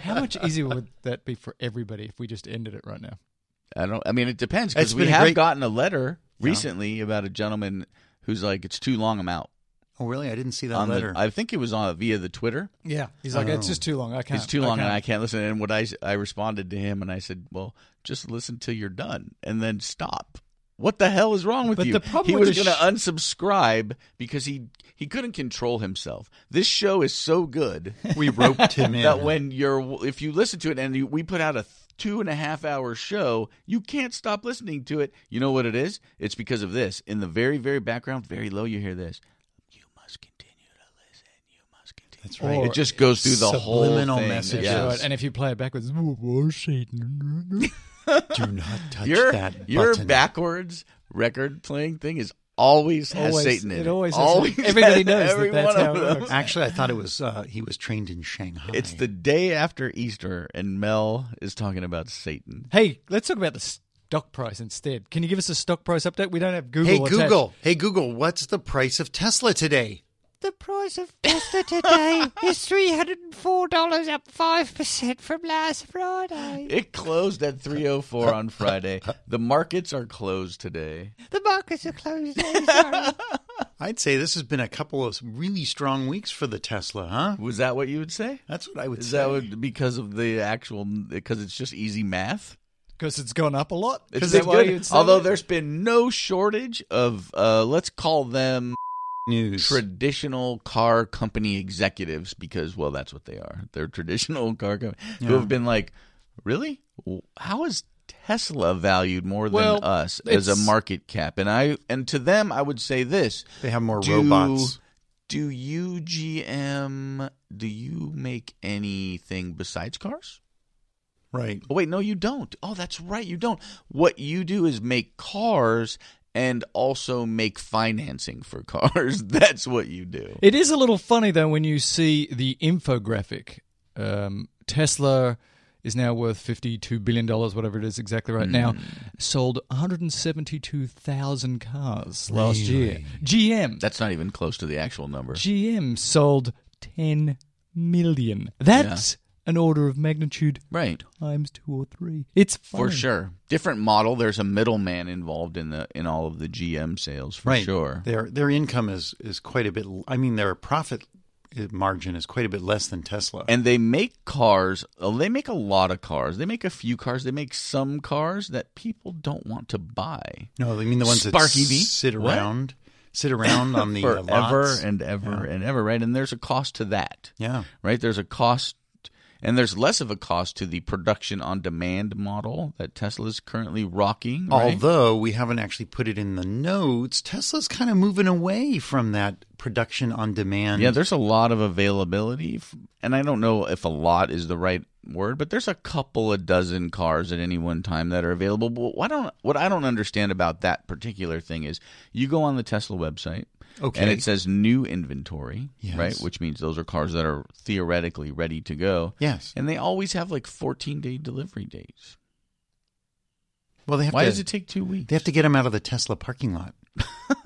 F: How much easier would that be for everybody if we just ended it right now?
B: I don't. I mean, it depends because
D: It's
B: we
D: been a
B: have
D: great-
B: gotten a letter recently about a gentleman who's like, "It's too long. I'm out."
D: Oh, really? I didn't see that
B: On
D: letter.
B: the, I think it was on via the Twitter.
F: Yeah. He's like, it's just too long. I can't.
B: Oh. It's too long and I can't listen. And what I I responded to him and I said, "Well, just listen till you're done and then stop." What the hell is wrong with
F: But
B: you?
F: the problem
B: he
F: with
B: was
F: the
B: going to
F: sh-
B: unsubscribe because he he couldn't control himself. This show is so good
D: we roped him in.
B: that when you're if you listen to it and you, we put out a th- two and a half hour show, you can't stop listening to it. You know what it is? It's because of this. In the very very background, very low, you hear this. You must continue to listen. You must continue. That's
F: right.
B: It just goes through the
D: Subliminal
B: whole thing.
D: messages.
B: Yeah.
F: Right. And if you play it backwards,
D: Do not touch
B: your
D: that
B: your
D: button.
B: backwards record playing thing is always has
F: Always.
B: Satan in it.
F: It always has Satan. Everybody knows that
B: every
F: that's
B: one
F: how
B: of
F: it
B: them.
F: works.
D: Actually, I thought it was uh, he was trained in Shanghai.
B: It's the day after Easter, and Mel is talking about Satan.
F: hey, let's talk about the stock price instead. Can you give us a stock price update? We don't have Google.
D: Hey
F: attached.
D: Google, hey Google, what's the price of Tesla today?
G: The price of pasta today is $304, up 5% from last Friday.
B: It closed at 3:04 on Friday. The markets are closed today.
G: The markets are closed. I'm sorry.
D: I'd say this has been a couple of really strong weeks for the Tesla, huh?
B: Was that what you would say?
D: That's what I would
B: Is
D: say.
B: that what, because of the actual? Because it's just easy math.
F: Because it's gone up a lot.
B: It's
F: Is
B: been
F: that why
B: good.
F: you'd say
B: Although
F: that?
B: there's been no shortage of uh, let's call them
D: news.
B: traditional car company executives because well that's what they are they're traditional car company who have been like really how is Tesla valued more than
F: Well,
B: us as a
F: it's-
B: market cap? And I and to them, I would say this:
D: They have more
B: Do-
D: robots.
B: Do you GM? Do you make anything besides cars?
D: Right.
B: Oh, wait, no, you don't. Oh, that's right, you don't. What you do is make cars and also make financing for cars. that's what you do.
F: It is a little funny though when you see the infographic. Um, Tesla is now worth fifty-two billion dollars, whatever it is exactly right now.
B: Hmm.
F: Sold one hundred and seventy-two thousand cars last year. GM,
B: That's not even close to the actual number.
F: GM sold ten million. That's an order of magnitude
B: right.
F: times two or three. It's
B: For
F: funny.
B: sure. Different model. There's a middleman involved in the in all of the GM sales for
D: right.
B: sure.
D: Their their income is is quite a bit. I mean, their profit eh, margin is quite a bit less than Tesla.
B: And they make cars. oh, They make a lot of cars. They make a few cars. They make some cars that people don't want to buy
D: no, I mean the ones that
B: Sparky V?
D: sit
B: What?
D: around, sit around on the uh,
B: forever
D: lots.
B: and ever and ever. Right. And there's a cost to that.
D: yeah,
B: Right. There's a cost. And there's less of a cost to the production on demand model that Tesla is currently rocking. right?
D: Although we haven't actually put it in the notes, Tesla's kind of moving away from that production on demand.
B: Yeah, there's a lot of availability, f- and I don't know if a lot is the right word, but there's a couple of dozen cars at any one time that are available. But what I don't what I don't understand about that particular thing is you go on the Tesla website, and
D: Okay.
B: it says new inventory,
D: Yes.
B: right? Which means those are cars that are theoretically ready to go.
D: Yes.
B: and they always have like 14 day delivery days.
D: Well, they have
B: Why
D: to,
B: does it take two weeks?
D: They have to get them out of the Tesla parking lot.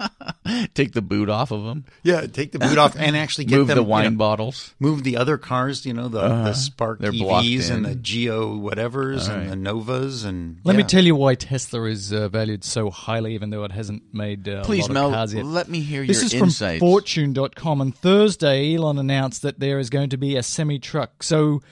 B: take the boot off of them,
D: Yeah, take the boot off and actually get
B: move
D: them
B: the wine
D: you know,
B: bottles.
D: move the other cars, you know, the, the Spark
B: Uh-huh. they're blocked
D: EVs and
B: in.
D: the Geo whatevers
B: All right.
D: and the Novas and
F: Let me
D: yeah.
F: tell you why Tesla is uh, valued so highly, even though it hasn't made uh,
B: Please,
F: a lot
B: Mel,
F: of cars yet.
B: let me hear
F: This
B: your
F: is
B: insights.
F: from fortune.com. On Thursday, Elon announced that there is going to be a semi truck. So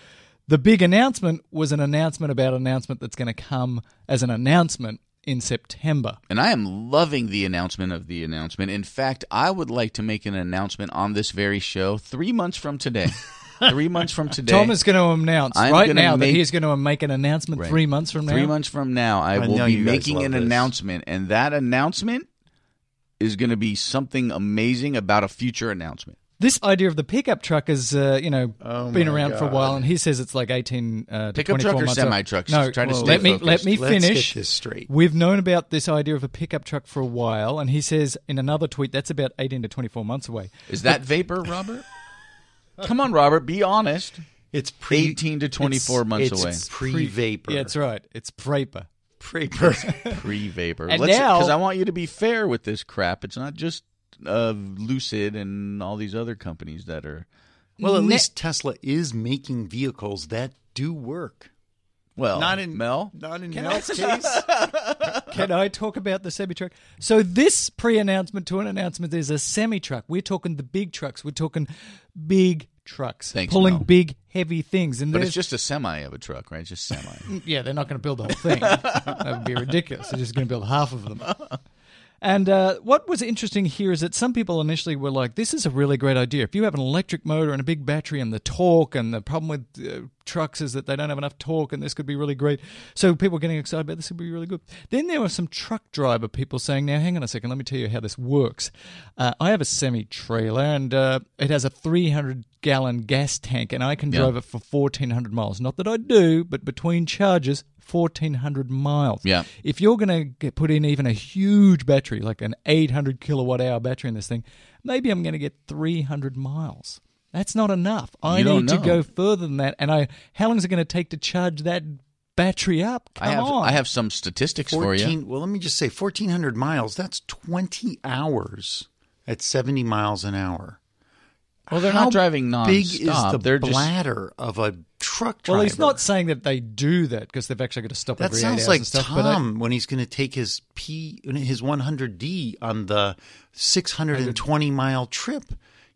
F: the big announcement was an announcement about an announcement that's going to come as an announcement in September.
B: And I am loving the announcement of the announcement. In fact, I would like to make an announcement on this very show three months from today. three months from today.
F: Tom is going to announce
B: I'm
F: right
B: gonna
F: now that
B: make-
F: he is going to make an announcement
B: Right.
F: three months from now.
B: Three months from now, I,
D: I
B: will
D: know
B: be
D: you guys
B: making
D: love
B: an
D: this.
B: announcement, and that announcement is going to be something amazing about a future announcement.
F: This idea of the pickup truck has, uh, you know,
D: Oh
F: been around for a while, and he says it's like eighteen uh, to
B: Pickup
F: 24
B: truck or
F: months out.
B: semi-truck? Just
F: No,
B: try to
F: well,
B: stay
F: let me let
B: focused.
F: me
D: Let's
F: finish
D: get this straight.
F: We've known about this idea of a pickup truck for a while, and he says in another tweet that's about eighteen to twenty-four months away.
B: Is that vapor, Robert? Come on, Robert, be honest.
D: It's pre
B: 18 to 24 months away.
D: It's pre vapor.
F: Yeah, that's right. It's Praper.
D: pre vapor.
B: Pre vapor.
F: And now-
B: I want you to be fair with this crap. It's not just uh, Lucid and all these other companies that are.
D: well, at
F: Ne-
D: least Tesla is making vehicles that do work.
B: Well,
D: not in
B: Oh, Mel.
D: Not in Mel's case.
F: Can I talk about the semi truck? So this pre-announcement to an announcement is a semi truck. We're talking the big trucks. We're talking big trucks
B: Thanks,
F: pulling
B: Mel.
F: big heavy things. And
B: But
F: there's
B: it's just a semi of a truck, right? It's just semi.
F: yeah, they're not going to build the whole thing. that would be ridiculous. They're just going to build half of them. And uh, what was interesting here is that some people initially were like, "This is a really great idea." If you have an electric motor and a big battery and the torque, and the problem with uh, trucks is that they don't have enough torque, and this could be really great. So people were getting excited about this could be really good. Then there were some truck driver people saying, "Now, hang on a second, let me tell you how this works. Uh, I have a semi trailer, and uh, it has a 300 gallon gas tank, and I can drive it for 1,400 miles. Not that I do, but between charges, 1400 miles.
B: Yeah.
F: If you're going to get put in even a huge battery, like an 800 kilowatt hour battery in this thing, maybe I'm going to get 300 miles. That's not enough. I
B: You don't
F: need to
B: know.
F: go further than that. And I, how long is it going to take to charge that battery up? Come
B: I have
F: on.
B: I have some statistics for you.
D: Fourteen. Well, let me just say, fourteen hundred miles. That's twenty hours at seventy miles an hour.
B: Well, they're not
D: How
B: driving
D: Big is
B: nonstop.
D: the
B: They're just-
D: bladder of a truck driver.
F: well, he's not saying that they do that because they've actually got to stop
D: That
F: every eight
D: sounds
F: hours
D: like
F: and stuff. but I-
D: Tom when he's going to take his P his 100D on the 620 mile trip.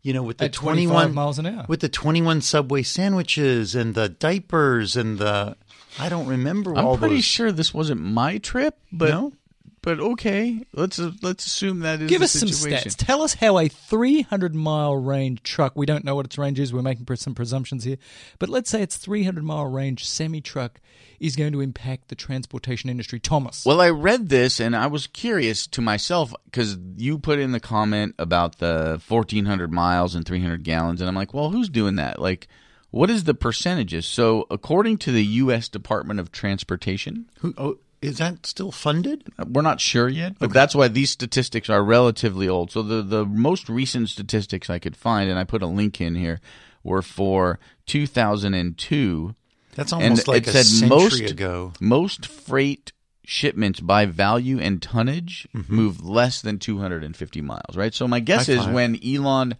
D: You know, with the
F: At 25
D: 21
F: miles an hour.
D: with the 21 Subway sandwiches and the diapers and the I don't remember all
B: I'm pretty
D: those.
B: sure this wasn't my trip, but
D: No?
B: but okay. Let's let's assume that is
F: Give
B: the
F: us some
B: situation.
F: stats. Tell us how a 300 mile range truck, we don't know what its range is, we're making some presumptions here, but let's say its 300 mile range semi truck is going to impact the transportation industry. Thomas.
B: Well, I read this and I was curious to myself because you put in the comment about the 1,400 miles and 300 gallons. And I'm like, well, who's doing that? Like, what is the percentages? So, according to the U.S. Department of Transportation,
D: Who, oh, is that still funded?
B: we're not sure yet, but that's why these statistics are relatively old. So, the, the most recent statistics I could find, and I put a link in here, were for 2002
D: That's almost like a century ago.
B: most freight shipments by value and tonnage move less than 250 miles, right? So my guess
D: Mm-hmm. High
B: is
D: five.
B: when Elon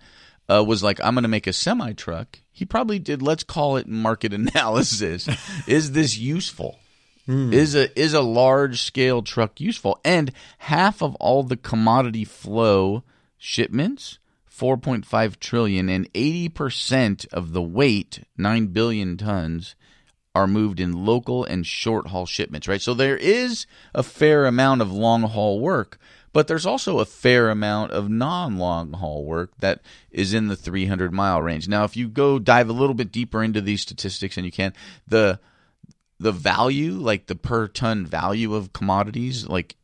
B: uh, was like, "I'm going to make a semi truck," he probably did. Let's call it market analysis. is this useful? Is a is a large scale truck useful? And half of all the commodity flow shipments. 4.5 trillion and 80% of the weight 9 billion tons are moved in local and short haul shipments, right? So there is a fair amount of long haul work, but there's also a fair amount of non long haul work that is in the 300 mile range. Now, if you go dive a little bit deeper into these statistics, and you can, the the value, like the per ton value of commodities, like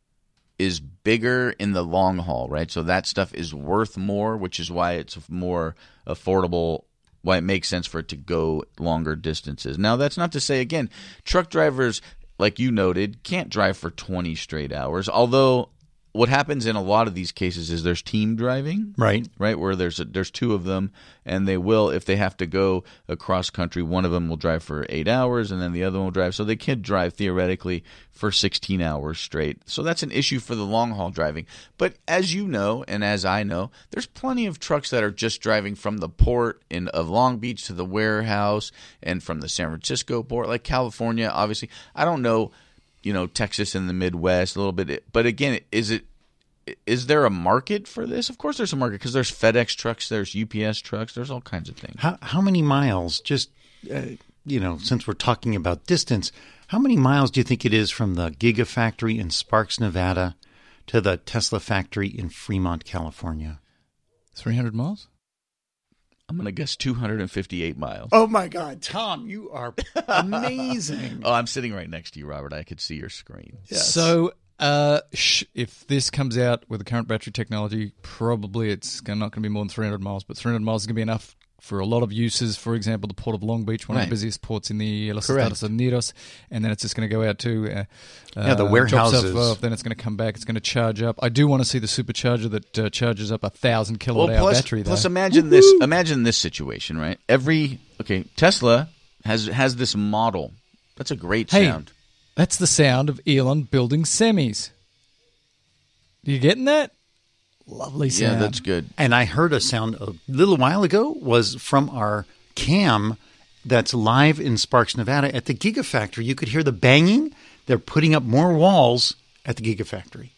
B: is bigger in the long haul, right? So that stuff is worth more, which is why it's more affordable, why it makes sense for it to go longer distances. Now, that's not to say, again, truck drivers, like you noted, can't drive for 20 straight hours, although. What happens in a lot of these cases is there's team driving,
D: Right.
B: right where there's a, there's two of them and they will if they have to go across country one of them will drive for 8 hours and then the other one will drive so they can drive theoretically for 16 hours straight so that's an issue for the long haul driving but as you know and as I know there's plenty of trucks that are just driving from the port in of Long Beach to the warehouse and from the San Francisco port like California obviously I don't know you know Texas and the Midwest a little bit but again is it is there a market for this? Of course, there's a market because there's FedEx trucks, there's UPS trucks, there's all kinds of things.
D: How, how many miles, just, uh, you know, since we're talking about distance, how many miles do you think it is from the Gigafactory in Sparks, Nevada to the Tesla factory in Fremont, California?
F: 300 miles?
B: I'm gonna guess 258 miles.
D: Oh my God, Tom, you are amazing.
B: Oh, I'm sitting right next to you, Robert. I could see your screen.
F: So, uh, sh- if this comes out with the current battery technology, probably it's gonna- not going to be more than 300 miles, but 300 miles is going to be enough for a lot of uses. For example, the port of Long Beach, one of
B: Right.
F: the busiest ports in the Los
B: Correct.
F: Estados Unidos, and then it's just going to go out to uh,
D: Yeah, the
F: uh,
D: warehouses.
F: Job South, then it's going to come back. It's going to charge up. I do want to see the supercharger that uh, charges up a thousand kilowatt hour
B: plus,
F: battery. Though.
B: plus imagine this. Imagine this situation, right? Every okay, Tesla has has this model. That's a great
F: Hey.
B: sound.
F: That's the sound of Elon building semis. You getting that? Lovely sound.
B: Yeah, that's good.
D: And I heard a sound a little while ago was from our cam that's live in Sparks, Nevada at the Gigafactory. You could hear the banging. They're putting up more walls at the Gigafactory.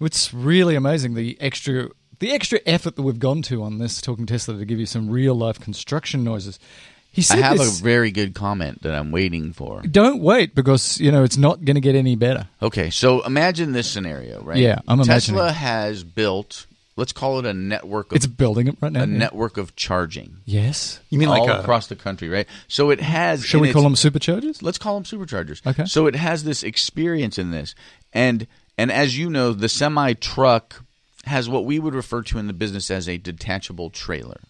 F: It's really amazing the extra the extra effort that we've gone to on this talking Tesla to give you some real life construction noises. He
B: I
F: said
B: have
F: this,
B: a very good comment that I'm waiting for.
F: don't wait because you know it's not going to get any better.
B: Okay, so imagine this scenario, right?
F: Yeah, I'm imagining.
B: Tesla has built. Let's call it a network of
F: It's building it right now.
B: a network of charging.
F: yes.
D: You mean like
B: all
D: a,
B: across the country, right? So it has.
F: uh, Should
B: in
F: we
B: its-
F: call them superchargers?
B: Let's call them superchargers.
F: Okay.
B: So it has this experience in this, and and as you know, the semi truck has what we would refer to in the business as a detachable trailer.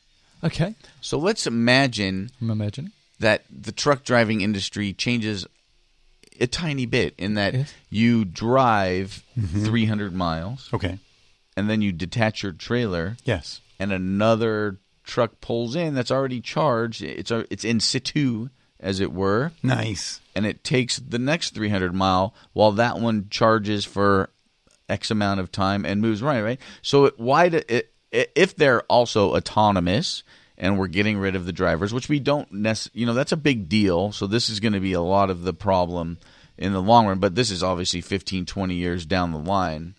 F: Okay.
B: So let's imagine
F: I'm imagining.
B: that the truck driving industry changes a tiny bit in that
F: Yes. Mm-hmm.
B: you drive 300 miles
D: Okay.
B: and then you detach your trailer
D: Yes.
B: and another truck pulls in that's already charged. It's a, it's in situ, as it were,
D: Nice.
B: and it takes the next 300 mile while that one charges for X amount of time and moves right. Right. So it, why do, it, i- if they're also autonomous and we're getting rid of the drivers, which we don't necessarily, you know, that's a big deal. So this is going to be a lot of the problem in the long run. But this is obviously 15, 20 years down the line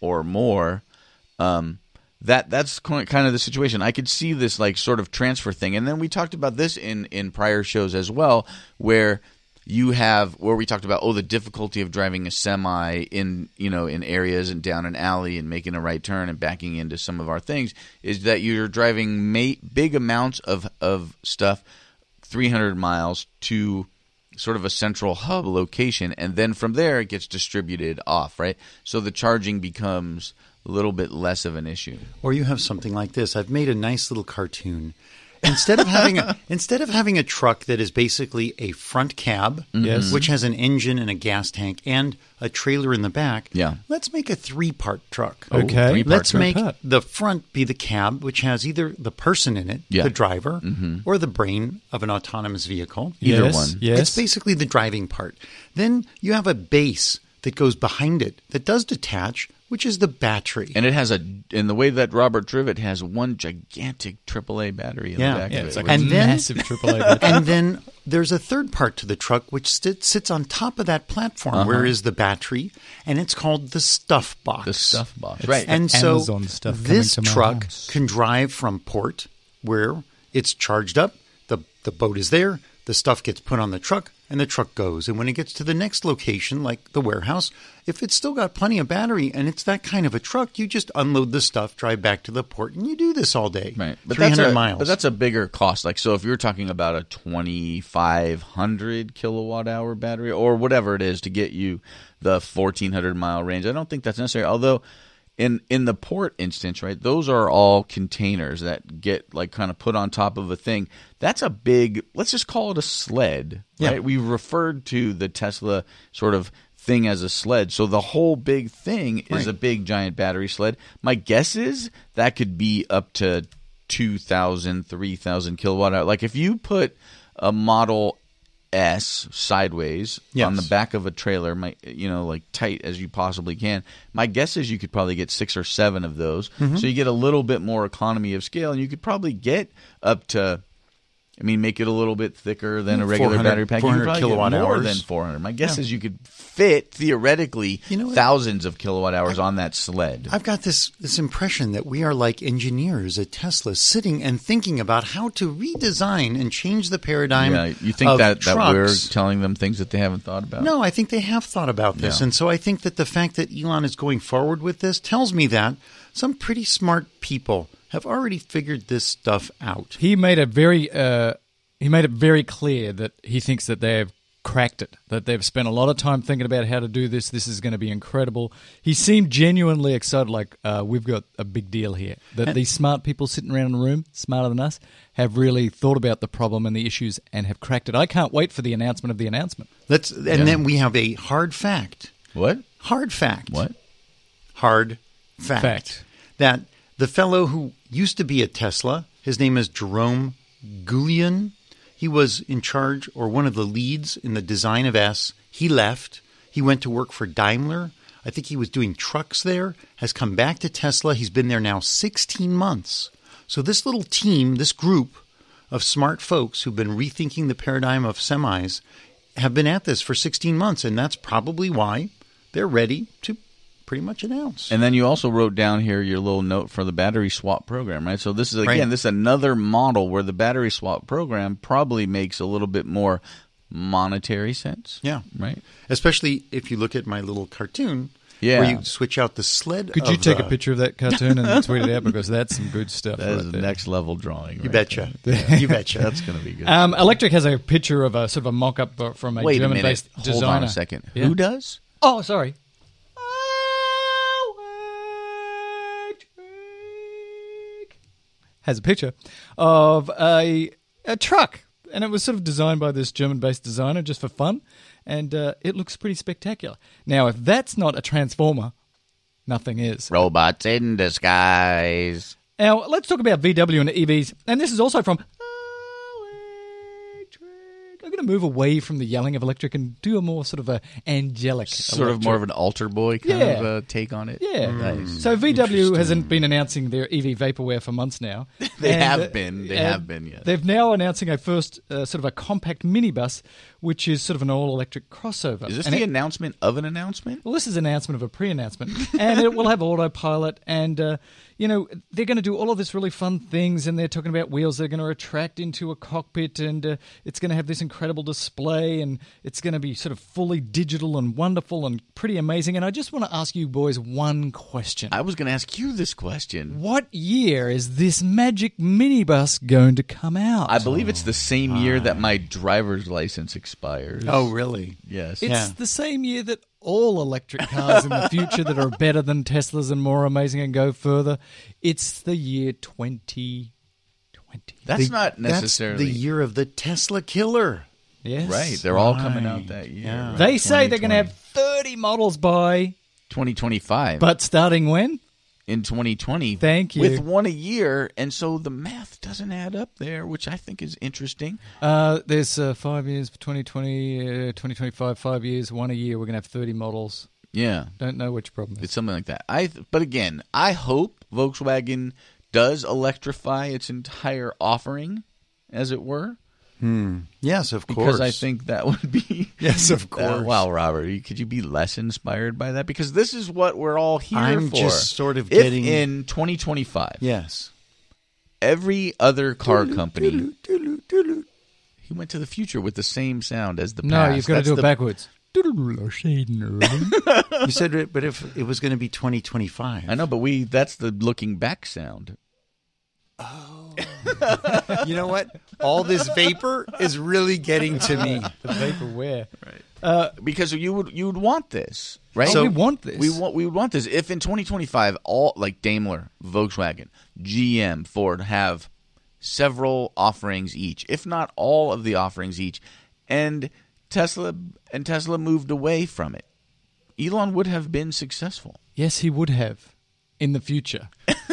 B: or more um, that that's ki- kind of the situation. I could see this like sort of transfer thing, and then we talked about this in in prior shows as well, where you have where we talked about oh the difficulty of driving a semi in you know in areas and down an alley and making a right turn and backing into some of our things is that you're driving ma- big amounts of of stuff 300 miles to sort of a central hub location and then from there it gets distributed off right so the charging becomes a little bit less of an issue
D: Or you have something like this. I've made a nice little cartoon. Instead of having a, instead of having a truck that is basically a front cab,
B: Mm-hmm.
A: Yes.
D: which has an engine and a gas tank and a trailer in the back,
B: Yeah.
D: let's make a three-part truck.
B: Oh,
A: Okay.
B: three-part
D: let's
B: truck.
D: make
A: Pat.
D: the front be the cab, which has either the person in it,
B: Yeah. Mm-hmm.
D: the driver, or the brain of an autonomous vehicle.
B: Either
A: yes,
B: one.
A: Yes.
D: It's basically the driving part. Then you have a base that goes behind it that does detach, which is the battery.
B: and it has a and the way that Robert Trivet has one gigantic AAA battery in
D: Yeah.
B: the back
A: yeah,
B: of it.
A: it's like
D: And
A: a
D: then-
A: massive AAA battery.
D: and then there's a third part to the truck which sit, sits on top of that platform where is the battery and it's called the stuff box
B: Uh-huh. the stuff box,
A: It's
B: right?
A: the
D: and so
A: Amazon stuff coming
D: this
A: to my
D: truck
A: house.
D: can drive from port where it's charged up the the boat is there the stuff gets put on the truck and the truck goes and when it gets to the next location like the warehouse if it's still got plenty of battery and it's that kind of a truck you just unload the stuff drive back to the port and you do this all day
B: Right, but that's
D: 300
B: a,
D: miles
B: But that's a bigger cost. Like, so if you're talking about a 2,500 kilowatt hour battery or whatever it is to get you the 1,400 mile range, I don't think that's necessary. Although, in in the port instance, right, those are all containers that get like kind of put on top of a thing. That's a big. Let's just call it a sled.
D: Yeah.
B: Right, we referred to the Tesla sort of thing as a sled. So the whole big thing is a big giant battery sled. My guess is that could be up to 2,000, 3,000 kilowatt hour. Like if you put a Model S sideways on
D: Yes.
B: the back of a trailer, my you know, like tight as you possibly can. My guess is you could probably get six or seven of those.
D: Mm-hmm.
B: So you get a little bit more economy of scale and you could probably get up to I mean, make it a little bit thicker than a regular
D: 400
B: battery pack. You could
D: 400
B: probably get
D: Mm, kilowatt
B: more
D: hours.
B: than 400. My guess is you could fit theoretically
D: You know what?
B: thousands of kilowatt hours on that sled.
D: I've got this this impression that we are like engineers at Tesla, sitting and thinking about how to redesign and change the paradigm.
B: yeah, you think
D: of
B: that, that we're
D: trucks.
B: telling them things that they haven't thought about?
D: No, I think they have thought about this,
B: Yeah.
D: and so I think that the fact that Elon is going forward with this tells me that some pretty smart people have already figured this stuff out.
F: He made it very uh, he made it very clear that he thinks that they have cracked it, that they've spent a lot of time thinking about how to do this. This is going to be incredible. He seemed genuinely excited, like uh, we've got a big deal here.
B: Uh,
F: That these smart people sitting around in the room, smarter than us, have really thought about the problem and the issues and have cracked it. I can't wait for the announcement of the announcement.
D: Let's, and then we have a hard fact.
B: What?
D: Hard fact.
B: What?
D: hard fact,
F: Fact.
D: that the fellow who used to be at Tesla, his name is Jerome Goulian. He was in charge or one of the leads in the design of S. He left. He went to work for Daimler. I think he was doing trucks there, has come back to Tesla. He's been there now 16 months. So, this little team, this group of smart folks who've been rethinking the paradigm of semis, have been at this for 16 months. And that's probably why they're ready to pretty much announce.
B: And then you also wrote down here your little note for the battery swap program, right? So this is again,
D: Right.
B: this is another model where the battery swap program probably makes a little bit more monetary sense.
D: yeah.
B: Right.
D: Especially if you look at my little cartoon
B: Yeah.
D: where you switch out the sled.
F: Could you
D: of uh,
F: take
D: the-
F: a picture of that cartoon and tweet it out because that's some good stuff.
B: That is
F: right
B: the
F: there.
B: next level drawing.
D: You betcha. you betcha.
B: That's going to be good.
F: Um, Electric has a picture of a sort of a mock-up uh, from a
B: Wait a minute.
F: German-based
B: Hold
F: designer.
B: on a second.
F: Yeah.
B: Who does?
F: Oh, sorry. Has a picture of a a truck, and it was sort of designed by this German-based designer just for fun, and uh, it looks pretty spectacular. Now, if that's not a transformer, nothing is.
B: Robots in disguise.
F: Now, let's talk about VW and EVs. And this is also from. I'm going to move away from the yelling of electric and do a more sort of a angelic.
B: Sort of more of an altar boy kind
F: Yeah.
B: of uh, take on it.
F: Yeah. Mm. So VW hasn't been announcing their EV vaporware for months now.
B: They
F: And,
B: have
F: uh,
B: been. They
F: and
B: have been, yes.
F: They've now announcing a first uh, sort of a compact minibus, which is sort of an all-electric crossover.
B: Is this
F: And
B: the
F: it-
B: announcement of an announcement?
F: well, this is an announcement of a pre-announcement, and it will have autopilot, and uh, you know they're going to do all of this really fun things, and they're talking about wheels they're going to attract into a cockpit, and uh, it's going to have this incredible incredible display, and it's going to be sort of fully digital and wonderful and pretty amazing. And I just want to ask you boys one question.
B: I was going to ask you this question.
F: what year is this magic minibus going to come out?
B: I believe it's the same year
F: Oh.
B: that my driver's license expires.
D: Oh, really?
B: yes.
F: It's
D: Yeah.
F: the same year that all electric cars in the future that are better than Teslas and more amazing and go further. It's the year 2020.
B: that's
D: The-
B: not necessarily
D: That's the year of the Tesla killer.
F: Yes.
B: right. They're all coming out that year.
D: Yeah.
B: right?
F: They say they're going to have 30 models by,
B: 2025.
F: but starting when?
B: in 2020.
F: Thank you.
B: With one a year, and so the math doesn't add up there, which I think is interesting.
F: Uh, there's uh, five years, 2020, uh, 2025, five years, one a year. We're going to have 30 models.
B: Yeah,
F: Don't know which problem is.
B: it's something like that. I th- but again, I hope Volkswagen does electrify its entire offering, as it were,
D: Yes, of course.
B: because I think that would be.
D: Yes, of
B: Uh,
D: course.
B: wow, Robert, you- could you be less inspired by that? Because this is what we're all here
D: I'm
B: for.
D: just sort of
B: If
D: getting-
B: in 2025,
D: Yes.
B: every other car company. He went to the future with the same sound as the
F: No,
B: past.
F: you've got to
B: That's
F: do it
B: the-
F: backwards.
D: You said it, but if it was going to be 2025.
B: I know, but we—that's the looking back sound.
D: You know what? All this vapor is really getting to me.
F: the vaporware.
B: because you would you would want this, right?
F: Oh, So- we want this.
B: We want we would want this. If in 2025, all like Daimler, Volkswagen, GM, Ford have several offerings each, if not all of the offerings each, and Tesla and Tesla moved away from it, Elon would have been successful.
F: Yes, he would have in the future.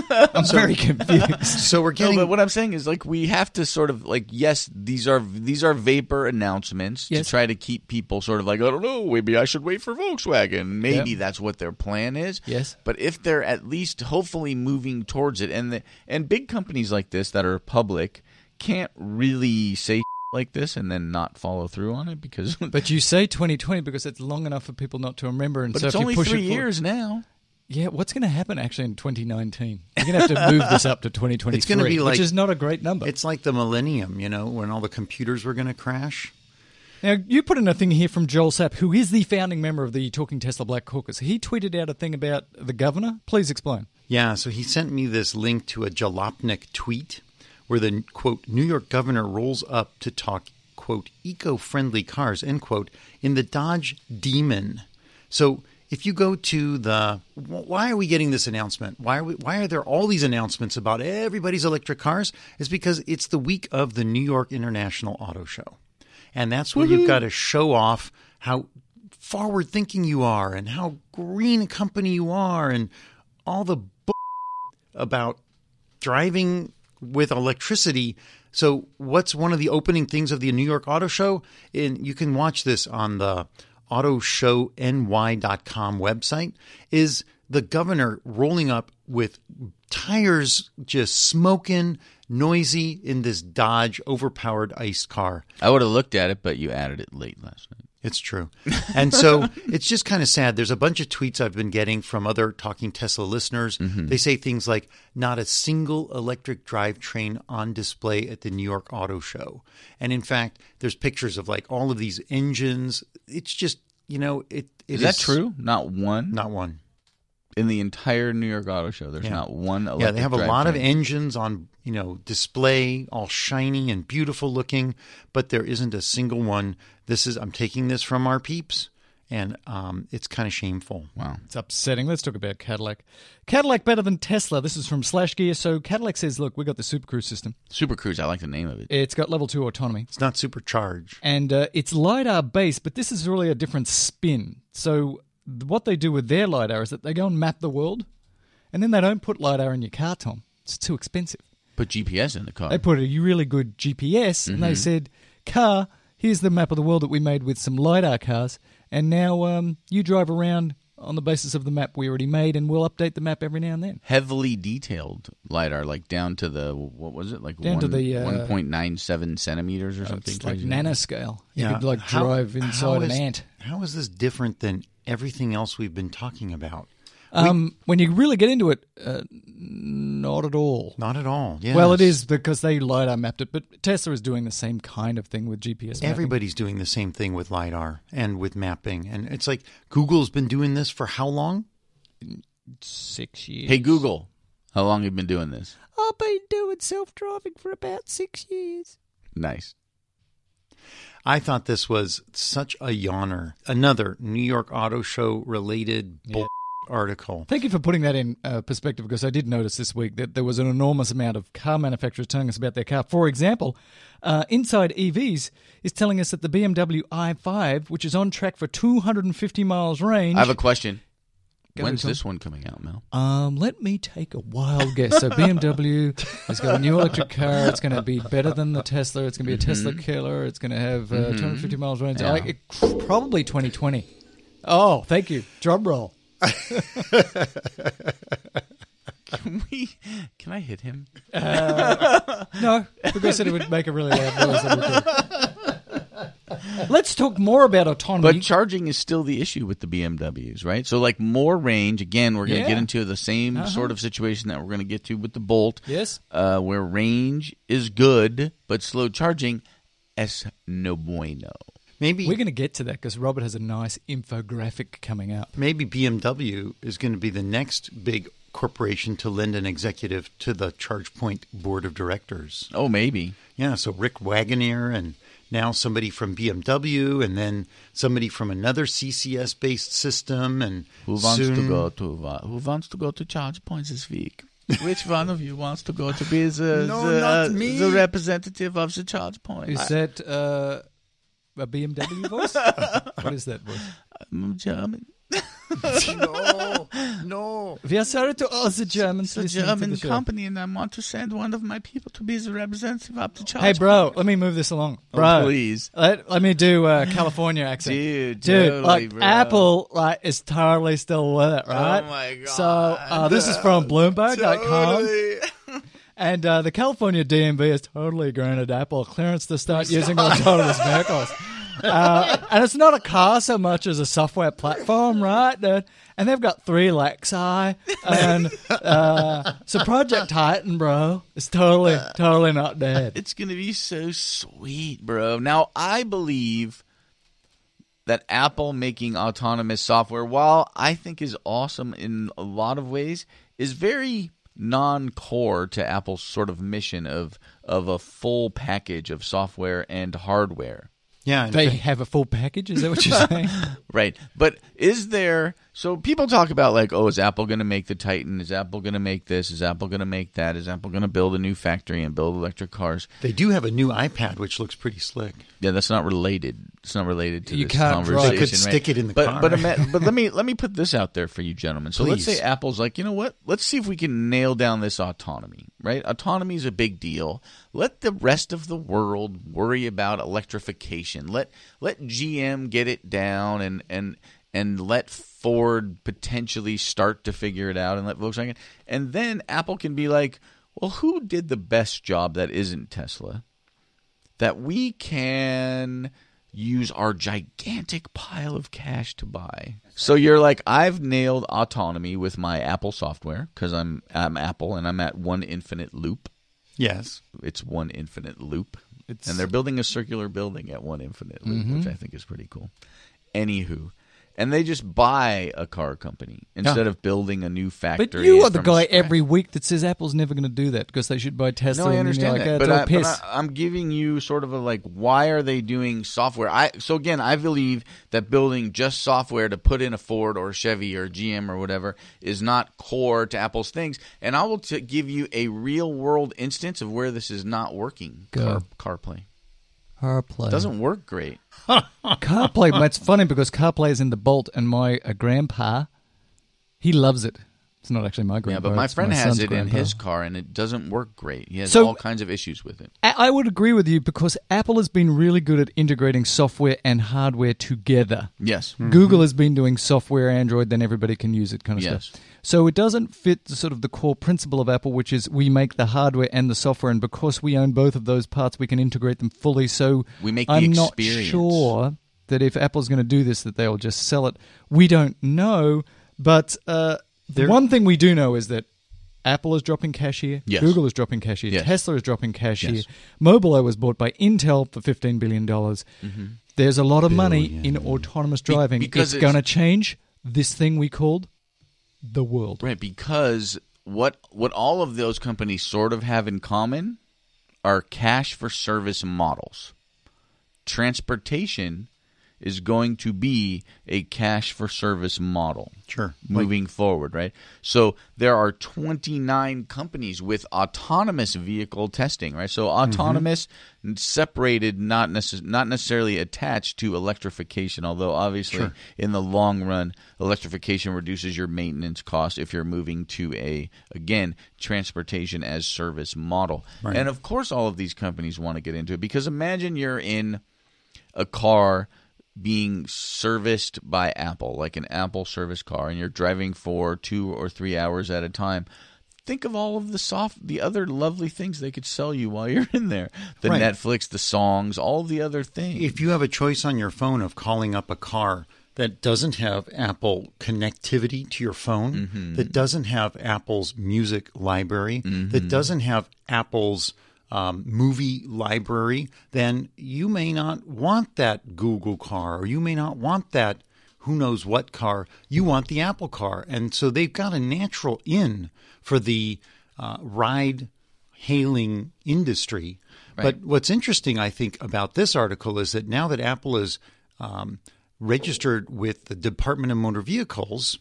F: I'm very confused.
D: So we're
B: No,
D: getting.
B: but what I'm saying is, like, we have to sort of like, yes, these are these are vapor announcements
F: Yes.
B: to try to keep people sort of like, I don't know, maybe I should wait for Volkswagen. Maybe
F: Yep.
B: that's what their plan is.
F: Yes.
B: but if they're at least hopefully moving towards it, and the, and big companies like this that are public can't really say like this and then not follow through on it because. But,
F: But you say 2020 because it's long enough for people not to remember. And so
B: it's
F: if
B: only
F: you push
B: three
F: it forward-
B: years now.
F: Yeah, what's going to happen actually in 2019? You're going to have to move this up to 2023,
D: It's gonna be like-
F: which is not a great number.
D: It's like the millennium, you know, when all the computers were going to crash.
F: Now, you put in a thing here from Joel Sapp, who is the founding member of the Talking Tesla Black Caucus. He tweeted out a thing about the governor. Please explain.
D: Yeah, so he sent me this link to a Jalopnik tweet where the quote New York governor rolls up to talk quote eco-friendly cars end quote in the Dodge Demon. So if you go to the wh- why are we getting this announcement? Why are we, why are there all these announcements about everybody's electric cars? It's because it's the week of the New York International Auto Show. And that's where you've got to show off how forward thinking you are and how green a company you are and all the b- about driving with electricity. So, what's one of the opening things of the New York Auto Show? And you can watch this on the autoshowny.com website is the governor rolling up with tires just smoking, noisy in this Dodge overpowered ICE car.
B: I would have looked at it, but you added it late last night.
D: It's true. And so it's just kind of sad. There's a bunch of tweets I've been getting from other Talking Tesla listeners.
B: Mm-hmm.
D: They say things like, not a single electric drivetrain on display at the New York Auto Show. And in fact, there's pictures of like all of these engines. It's just, you know, it, it
B: Is that true? Not one
D: Not one.
B: in the entire New York Auto Show. There's
D: Yeah.
B: not one.
D: Yeah, they have a lot of
B: drivetrain.
D: engines on, you know, display, all shiny and beautiful looking, but there isn't a single one. This is I'm taking this from our peeps, and um, it's kind of shameful.
B: Wow.
F: It's upsetting. Let's talk about Cadillac. Cadillac better than Tesla. This is from Slash Gear. So Cadillac says, look, we got the Super Cruise system.
B: Super Cruise, I like the name of it.
F: It's got level two autonomy.
D: It's not supercharged.
F: and uh, it's lidar based, but this is really a different spin. So th- what they do with their lidar is that they go and map the world, and then they don't put lidar in your car, Tom. It's too expensive.
B: Put GPS in the car.
F: They put a really good GPS, and they said, "Car, here's the map of the world that we made with some lidar cars, and now um, you drive around." On the basis of the map we already made, and we'll update the map every now and then.
B: Heavily detailed lidar, like down to the what was it, like
F: Down
B: one,
F: to the, uh,
B: one point nine seven centimeters or something
F: It's like
B: crazy.
F: nanoscale. You
D: Yeah.
F: could like
D: How-
F: drive
D: how
F: inside an
D: is-
F: ant.
D: How is this different than everything else we've been talking about?
F: Um, when you really get into it, uh, not at all.
D: Not at all. Yes.
F: Well, it is because they lidar mapped it, but Tesla is doing the same kind of thing with GPS. mapping.
D: Everybody's doing the same thing with LiDAR and with mapping. And it's like Google's been doing this for how long?
F: six years.
B: Hey Google, how long have you been doing this?
F: I've been doing self-driving for about six years.
B: Nice.
D: I thought this was such a yawner. Another New York Auto Show related bull article.
F: Thank you for putting that in uh, perspective because I did notice this week that there was an enormous amount of car manufacturers telling us about their car. For example, uh, Inside EVs is telling us that the BMW i5, which is on track for 250 miles range,
B: I have a question.
F: Go
B: When's
F: ahead, Tom.
B: this one coming out, Mel?
F: Um, let me take a wild guess. So BMW has got a new electric car. It's going to be better than the Tesla. It's going to be a Tesla killer. It's going to have uh, 250 miles range. I, it, probably 2020. Oh, thank you. Drum roll.
B: Can we? Can I hit him?
F: No, because I said it would make a really loud noise. that would do. Let's talk more about autonomy.
B: But charging is still the issue with the BMWs, right? So, like more range. Again, we're going to
F: Yeah.
B: get into the same sort of situation that we're going to get to with the Bolt.
F: Yes.
B: uh, where range is good, but slow charging es no bueno.
D: Maybe
F: We're going to get to that because Robert has a nice infographic coming up.
D: maybe BMW is going to be the next big corporation to lend an executive to the ChargePoint board of directors.
B: Oh, maybe.
D: Yeah, so Rick Wagoner and now somebody from BMW and then somebody from another CCS based system and
B: Who wants to
D: soon-
B: go to wa- Who wants to go to charge points this week? Which one of you wants to go to be the
D: No,
B: the,
D: not
B: uh,
D: me.
B: the representative of the charge points?
F: Is that uh, a BMW voice? what is that voice?
B: I'm German.
D: No, no.
F: We are sorry to all the Germans
B: It's a
F: listening to
B: German
F: the show.
B: company, and I want to send one of my people to be the representative of the charge.
F: Hey, bro, let me move this along, bro.
B: Oh, please.
F: let, let me do uh, California accent,
B: Dude,
F: Dude,
B: totally,
F: like
B: bro. Oh
F: Apple, like is totally still with it, right?
B: my God.
F: So uh, this is from Bloomberg.com, and uh, the California DMV has totally granted Apple clearance to start using autonomous vehicles. Uh, and it's not a car so much as a software platform, right? dude? And they've got three Lexi, and uh, so Project Titan, bro, is totally, totally not dead.
B: It's going to be so sweet, bro. Now, I believe that Apple making autonomous software, while I think is awesome in a lot of ways, is very non-core to Apple's sort of mission of of a full package of software and hardware.
D: Yeah, in
F: They
D: fact-
F: have a full package. Is that what you're saying?
B: Right. But is there so people talk about like, oh, is Apple gonna make the Titan? Is Apple gonna make this? Is Apple gonna make that? Is Apple gonna build a new factory and build electric cars?
D: they do have a new iPad which looks pretty slick.
B: Yeah, that's not related. It's not related to
F: You
B: this
F: can't drive.
B: conversation.
D: They could
B: right?
D: stick it in the
B: but,
D: car.
B: But, ima- but let me let me put this out there for you, gentlemen. So let's
D: Please.
B: say Apple's like, you know what? Let's see if we can nail down this autonomy. Right? Autonomy is a big deal. Let the rest of the world worry about electrification. Let let GM get it down, and and and let Ford potentially start to figure it out, and let Volkswagen, and then Apple can be like, well, who did the best job that isn't Tesla? that we can use our gigantic pile of cash to buy. So you're like, I've nailed autonomy with my Apple software because I'm I'm Apple and I'm at one infinite loop.
D: Yes.
B: It's one infinite loop, and they're building a circular building at one infinite loop,
F: Mm-hmm.
B: which I think is pretty cool. Anywho. And they just buy a car company instead of building a new factory.
F: but you are the
B: from
F: guy
B: scratch.
F: every week that says Apple's never going to do that because they should buy Tesla.
B: No, I
F: and then you're
B: understand
F: like,
B: that,
F: "Uh,
B: but,
F: it's all
B: I, but
F: piss.
B: I, am giving you sort of a like, why are they doing software? I so again, I believe that building just software to put in a Ford or a Chevy or GM or whatever is not core to Apple's things. And I will t- give you a real world instance of where this is not working.
F: Go.
B: Car, CarPlay
F: CarPlay.
B: doesn't work great.
F: CarPlay. well, it's funny because CarPlay is in the Bolt, and my uh, grandpa, he loves it. It's not actually my
B: Yeah,
F: grandpa.
B: but my
F: it's
B: friend has
F: son's
B: it in
F: grandpa.
B: his car, and it doesn't work great. He has
F: So-
B: all kinds of issues with it.
F: I I would agree with you because Apple has been really good at integrating software and hardware together.
B: Yes.
F: Mm-hmm. Google has been doing software Android, then everybody can use it kind of
B: Yes.
F: stuff. So it doesn't fit the sort of the core principle of Apple, which is we make the hardware and the software, and because we own both of those parts, we can integrate them fully. So
B: We make the
F: I'm not
B: experience.
F: sure that if Apple's going to do this, that they will just sell it. We don't know, but uh,
D: There-
F: One thing we do know is that Apple is dropping cash here.
B: Yes.
F: Google is dropping cash here.
B: Yes.
F: Tesla is dropping cash here.
B: Yes.
F: Mobileye was bought by Intel for $15 billion.
B: Mm-hmm.
F: There's a lot of money in autonomous driving.
B: because
F: it's
B: it's-
F: going to change this thing we called the world.
B: Right, because what what all of those companies sort of have in common are cash for service models. Transportation is going to be a cash for service model.
D: Sure.
B: Moving forward, right? So there are 29 companies with autonomous vehicle testing, right? So autonomous n separated not necess- not necessarily attached to electrification, although obviously in the long run electrification reduces your maintenance cost if you're moving to a again transportation as service model. And of course all of these companies want to get into it because imagine you're in a car being serviced by Apple, like an Apple service car, and you're driving for two or three hours at a time. Think of all of the soft, the other lovely things they could sell you while you're in there: the
D: Right.
B: Netflix, the songs, all the other things.
D: If you have a choice on your phone of calling up a car that doesn't have Apple connectivity to your phone, that doesn't have Apple's music library, that doesn't have Apple's um, movie library, then you may not want that Google car or you may not want that who knows what car. You want the Apple car. And so they've got a natural in for the uh, ride hailing industry. But what's interesting, I think, about this article is that now that Apple is um, registered with the Department of Motor Vehicles,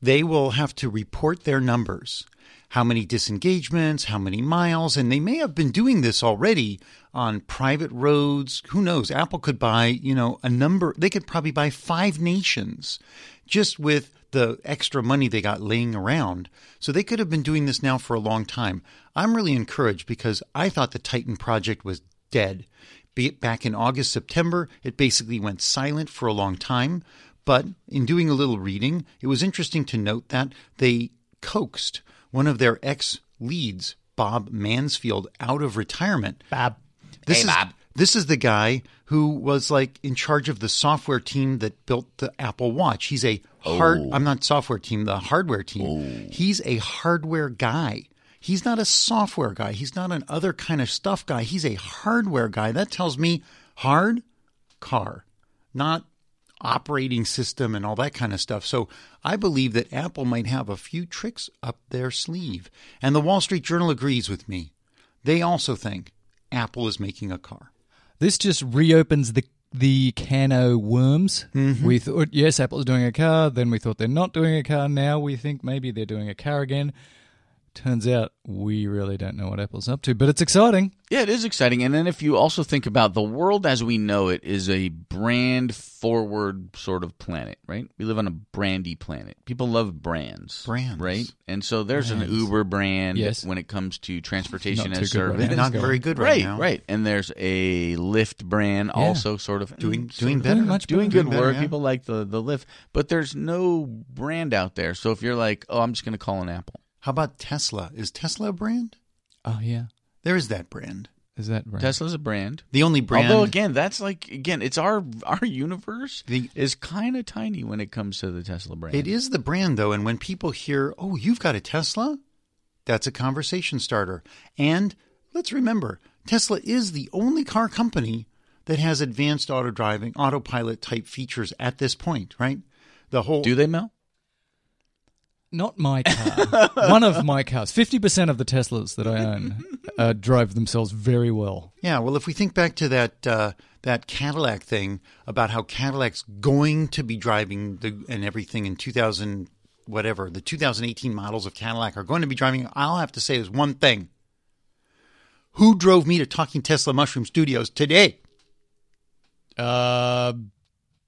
D: they will have to report their numbers how many disengagements, how many miles, and they may have been doing this already on private roads. Who knows? Apple could buy, you know, a number, they could probably buy five nations just with the extra money they got laying around. So they could have been doing this now for a long time. I'm really encouraged because I thought the Titan project was dead. Be it back in August, September, it basically went silent for a long time. But in doing a little reading, it was interesting to note that they coaxed one of their ex leads, Bob Mansfield, out of retirement. Bob. This is, This is the guy who was like in charge of the software team that built the Apple Watch. He's a hard, I'm not software team, the hardware team. He's a hardware guy. He's not a software guy. He's not an other kind of stuff guy. He's a hardware guy. That tells me hard car, not operating system and all that kind of stuff. So I believe that Apple might have a few tricks up their sleeve. And the Wall Street Journal agrees with me. They also think Apple is making a car.
F: This just reopens the the can of worms. We thought yes, Apple's doing a car. Then we thought they're not doing a car. Now we think maybe they're doing a car again. Turns out we really don't know what Apple's up to, but it's exciting.
B: Yeah, it is exciting. And then if you also think about the world as we know it is a brand forward sort of planet, right? We live on a brandy planet. People love brands.
D: Brands.
B: Right? And so there's an Uber brand
F: Yes.
B: when it comes to transportation
F: Not
B: as
F: too good right
B: service.
F: now.
D: Not
F: go.
D: very good right,
B: Right,
D: now.
B: right. And there's a Lyft brand also sort of
D: Doing
B: mm,
D: doing
B: sort of
D: better.
F: much
B: doing
F: better.
B: good
D: Doing better,
B: work.
D: yeah.
B: People like the the Lyft, but there's no brand out there. So if you're like, "Oh, I'm just going to call an Apple."
D: How about Tesla? Is Tesla a brand?
F: Oh yeah,
D: There is that brand.
F: is that right?
B: Tesla's a brand.
D: The only brand
B: Although again, that's like again, it's our our universe
D: The-
B: is kind of tiny when it comes to the Tesla brand.
D: It is the brand, though. And when people hear, oh, you've got a Tesla, that's a conversation starter. And let's remember, Tesla is the only car company that has advanced auto driving, autopilot type features at this point, right? The whole.
B: Do they Mel?
F: Not my car. One of my cars. Fifty percent of the Teslas that I own uh, drive themselves very well.
D: Yeah, well, if we think back to that uh, that Cadillac thing about how Cadillac's going to be driving the, and everything in 2000 whatever the 2018 models of Cadillac are going to be driving, I'll have to say is one thing: who drove me to Talking Tesla Mushroom Studios today?
F: Uh,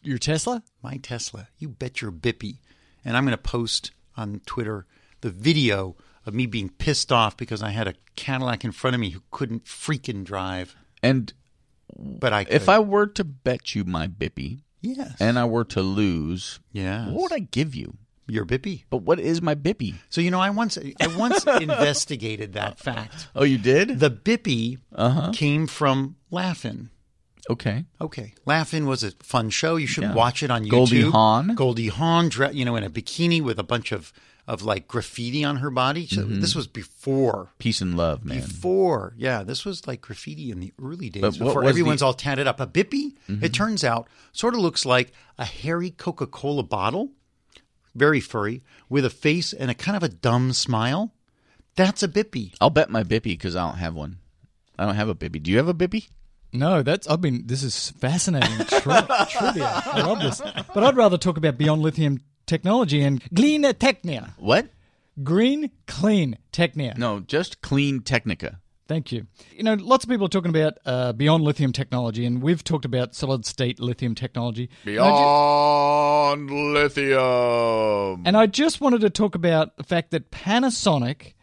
F: your Tesla?
D: My Tesla, you bet your bippy, and I'm going to post on Twitter the video of me being pissed off because I had a Cadillac in front of me who couldn't freaking drive,
B: And
D: but I could.
B: if I were to bet you my bippy
D: yes
B: and I were to lose,
D: yes
B: what would I give you?
D: your bippy.
B: But what is my bippy?
D: So you know, I once I once investigated that fact.
B: Oh, you did?
D: The Bippy
B: Uh-huh.
D: came from Laugh-In.
B: okay.
D: Okay, Laugh-In was a fun show. You should
B: Yeah.
D: watch it on YouTube.
B: Goldie Hawn.
D: Goldie Hawn, dre- you know, in a bikini with a bunch of of like graffiti on her body. So
B: Mm-hmm.
D: This was before.
B: Peace and love, man.
D: Before, yeah, this was like graffiti in the early days.
B: But what
D: before
B: was
D: everyone's
B: the- Mm-hmm.
D: all tatted up. A bippy, it turns out, sort of looks like a hairy Coca Cola bottle, very furry, with a face and a kind of a dumb smile. That's a bippy.
B: I'll bet my bippy because I don't have one. I don't have a bippy. Do you have a bippy?
F: No, that's I've been. This is fascinating tri- trivia. I love this, but I'd rather talk about beyond lithium technology and green technia,
B: What?
F: green clean technia.
B: No, just clean Technica.
F: Thank you. You know, lots of people are talking about uh, beyond lithium technology, and we've talked about solid state lithium technology. And I ju-
B: Beyond lithium.
F: And I just wanted to talk about the fact that Panasonic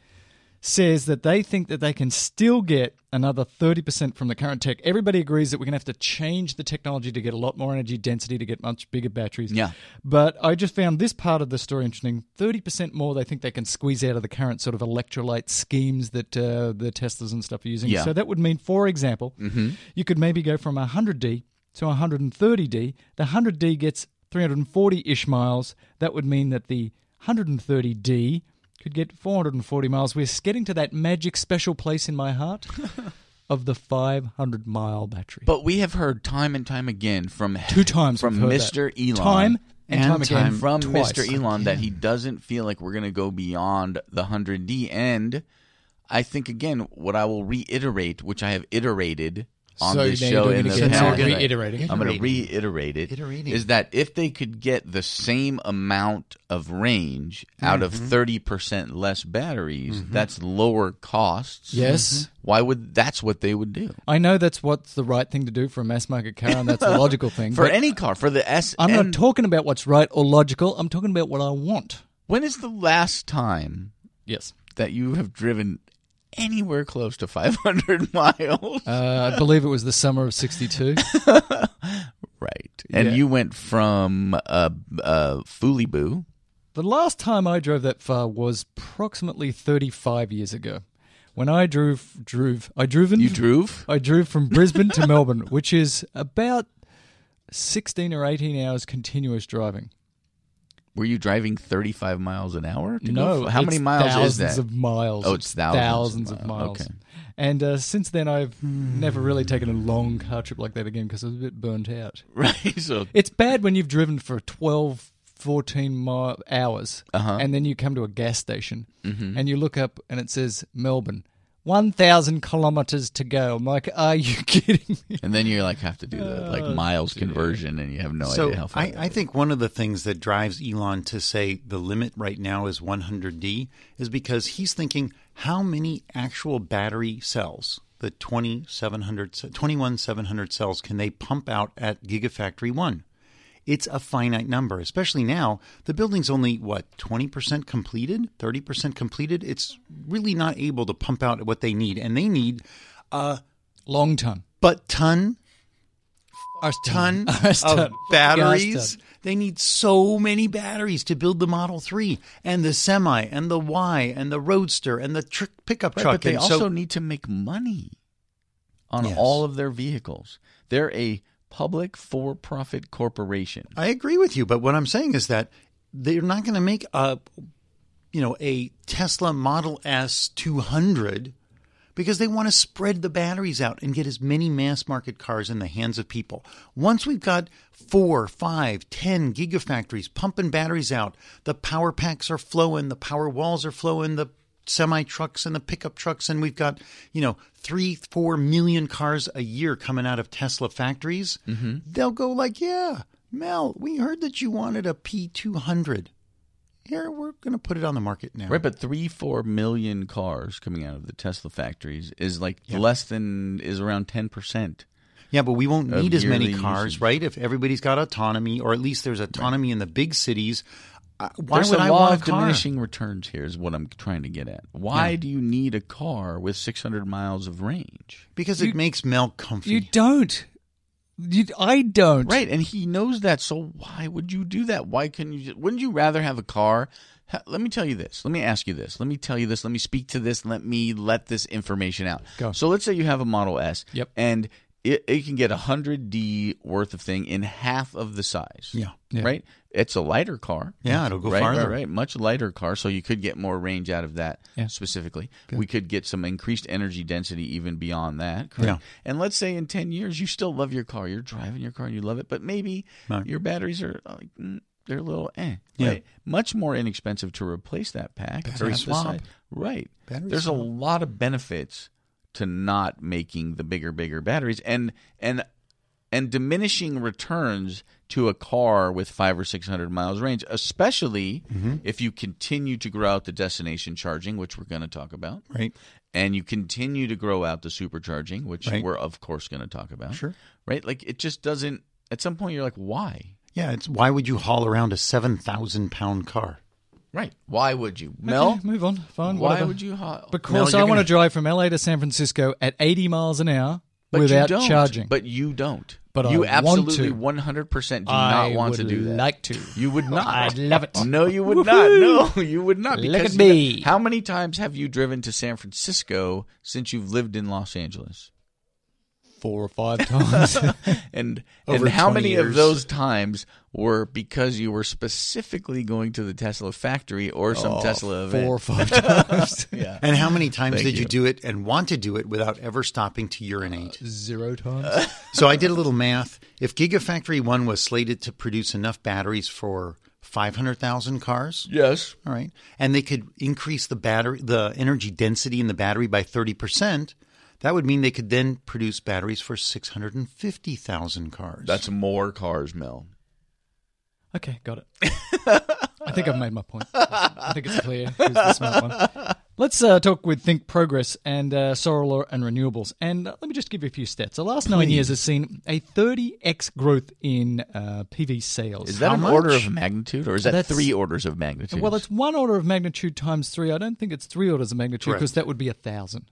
F: says that they think that they can still get another 30% from the current tech. Everybody agrees that we're going to have to change the technology to get a lot more energy density to get much bigger batteries.
B: Yeah.
F: But I just found this part of the story interesting. 30% more they think they can squeeze out of the current sort of electrolyte schemes that uh, the Teslas and stuff are using.
B: Yeah. Mm-hmm.
F: So that would mean, for example, you could maybe go from 100D to 130D. The 100D gets 340 ish miles. That would mean that the 130D could get 440 miles. We're getting to that magic special place in my heart of the 500 mile battery.
B: But we have heard time and time again from
F: Two times
B: from
F: we've heard
B: Mr.
F: that.
B: Elon
F: Time and time again.
B: from
F: Twice.
B: Mr. Elon that he doesn't feel like we're going to go beyond the 100D and I think again what I will reiterate which I have iterated on
F: So
B: this
F: now you're
B: show
F: doing
B: in
F: it
B: the
F: again.
D: So you're
B: past.
F: reiterating it.
B: I'm going to reiterate it
D: Iterating.
B: is that if they could get the same amount of range out
D: Mm-hmm.
B: of 30% less batteries that's lower costs
F: Yes.
B: why would that's what they would do
F: I know that's what's the right thing to do for a mass market car, and that's the logical thing.
B: for
F: but
B: any car for the S
F: I'm
B: N-
F: not talking about what's right or logical. I'm talking about what I want.
B: When is the last time
F: Yes.
B: that you have driven anywhere close to 500 miles?
F: Uh, I believe it was the summer of 62.
B: right. And
F: yeah.
B: you went from uh, uh, Fuliboo.
F: The last time I drove that far was approximately 35 years ago. When I drove, drove, I driven,
B: You drove?
F: I drove from Brisbane to Melbourne, which is about 16 or 18 hours continuous driving.
B: Were you driving 35 miles an hour? to go
F: No,
B: f- how many
F: it's
B: miles
F: thousands
B: is that?
F: of miles.
B: Oh, it's thousands of
F: of
B: miles.
F: miles.
B: Okay.
F: And uh, since then, I've never really taken a long car trip like that again because I was a bit burnt out.
B: right. So
F: It's bad when you've driven for 12, 14 mi- hours
B: Uh-huh.
F: and then you come to a gas station
B: Mm-hmm.
F: and you look up and it says Melbourne. 1,000 kilometres to go. I'm like, are you kidding me?
B: and then you like have to do the like miles conversion and you have no
D: so
B: idea how far.
D: I, I think one of the things that drives Elon to say the limit right now is 100D is because he's thinking how many actual battery cells, the 2700, 21700 cells, can they pump out at Gigafactory 1? It's a finite number, especially now. The building's only, what, 20% completed, 30% completed? It's really not able to pump out what they need. And they need
F: Long time.
D: but ton
F: A
D: ton
F: Gas
D: of
F: ton. Gas
D: batteries.
F: ton.
D: They need so many batteries to build the Model 3 and the semi and the Y and the Roadster and the tr- pickup
B: Right,
D: truck.
B: but they
D: and
B: also
D: so,
B: need to make money on
D: Yes.
B: all of their vehicles. They're a public for-profit corporation.
D: I agree with you, but what I'm saying is that they're not going to make a you know a Tesla Model S 200 because they want to spread the batteries out and get as many mass market cars in the hands of people. Once we've got four, five, ten gigafactories pumping batteries out, the power packs are flowing, the power walls are flowing, the semi trucks and the pickup trucks, and we've got, you know, three, four million cars a year coming out of Tesla factories. They'll go like, yeah, Mel, we heard that you wanted a P200. Here, we're going to put it on the market now.
B: Right, but three, four million cars coming out of the Tesla factories is like less than is around ten percent.
D: Yeah, but we won't
B: of
D: need as many
B: yearly
D: cars,
B: usage.
D: right? If everybody's got autonomy, or at least there's autonomy in the big cities, uh, why
B: There's
D: would
B: a
D: I
B: law
D: want a
B: of
D: car?
B: diminishing returns here is what I'm trying to get at. Why do you need a car with six hundred miles of range?
D: Because it makes Mel comfy.
F: You don't. You, I don't.
B: Right, and he knows that. So why would you do that? Why couldn't you? Just, wouldn't you rather have a car? Ha- Let me tell you this. Let me ask you this. Let me tell you this. Let me speak to this. Let me let this information out.
F: Go.
B: So let's say you have a Model S.
F: Yep.
B: And it, it can get a hundred D worth of thing in half of the size.
D: Yeah.
F: Yeah.
B: Right. It's a lighter car.
D: Yeah, it'll go
B: right,
D: farther.
B: Right, right. Much lighter car, so you could get more range out of that
F: Yeah.
B: specifically. We could get some increased energy density even beyond that.
D: Yeah.
B: And let's say in 10 years, you still love your car. You're driving your car and you love it, but maybe
D: Right.
B: your batteries are uh, like, mm, they're a little eh.
D: Yeah.
B: Right? Much more inexpensive to replace that pack.
D: Battery
B: Half the
D: swap.
B: size. Right.
D: Battery
B: There's a
D: swap.
B: lot of benefits to not making the bigger, bigger batteries. And, and, and diminishing returns to a car with five or six hundred miles range, especially if you continue to grow out the destination charging, which we're going to talk about,
D: Right.
B: and you continue to grow out the supercharging, which
D: Right.
B: we're of course going to talk about.
D: Sure.
B: right? Like it just doesn't. At some point, you're like, why?
D: Yeah. It's why would you haul around a seven thousand pound car?
B: Right? Why would you, Mel?
F: Okay, move on. Fine.
B: why
F: whatever.
B: would you? Ha-
F: Because
D: No,
F: I
D: you're
F: want to
D: gonna-
F: drive from LA to San Francisco at 80 miles an hour
B: But
F: without
B: you don't.
F: charging.
B: But you don't.
F: But
B: you
F: I want
B: absolutely
F: to.
B: 100% do
F: I
B: not want
F: would
B: to do that.
F: like to.
B: You would not.
F: I'd love it.
B: No, you would not. No, you would not.
F: Look
B: because
F: at
B: you-
F: me.
B: how many times have you driven to San Francisco since you've lived in Los Angeles?
F: four or five times.
B: And
D: Over
B: and how
D: 20
B: many of
D: years.
B: those times were because you were specifically going to the Tesla factory or some Tesla event?
F: four or five times.
D: And how many times did you.
B: you.
D: do it and want to do it without ever stopping to urinate?
F: Zero times.
D: so I did a little math. If Gigafactory 1 was slated to produce enough batteries for 500,000 cars,
B: Yes.
D: all right, and they could increase the battery the energy density in the battery by 30%, that would mean they could then produce batteries for 650,000 cars.
B: That's more cars, Mel.
F: Okay, got it. I think I've made my point. I think it's clear who's the smart one. Let's uh, talk with Think Progress and uh, solar and renewables. And uh, let me just give you a few stats. The last nine years has seen a 30x growth in uh, PV sales.
B: Is that
D: How
B: an
D: much?
B: order of magnitude, or is that
F: That's-
B: three orders of magnitude?
F: well, it's one order of magnitude times three. I don't think it's three orders of magnitude
D: Correct.
F: because that would be a thousand.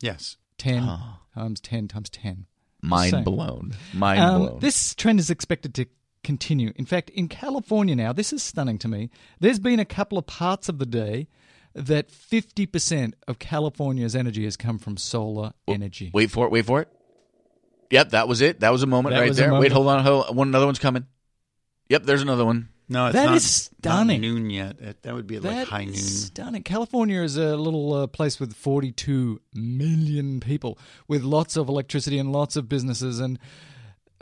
D: yes.
F: Ten times ten times ten.
B: mind
F: insane.
B: blown. Ah. Mind
F: Um,
B: blown.
F: this trend is expected to continue. In fact, in California now, this is stunning to me. There's been a couple of parts of the day that 50% of California's energy has come from solar energy.
B: Wait for it. Wait for it. Yep, that was it. That was a moment
F: That
B: right
F: was a
B: there. Wait,
F: moment.
B: hold on. Hold, one another one's coming. Yep, there's another one.
D: No, it's
F: That
D: not,
F: is stunning.
D: Not noon yet. That- That would be
F: That
D: like high
F: is
D: noon.
F: stunning. California is a little uh, place with 42 million people, with lots of electricity and lots of businesses, and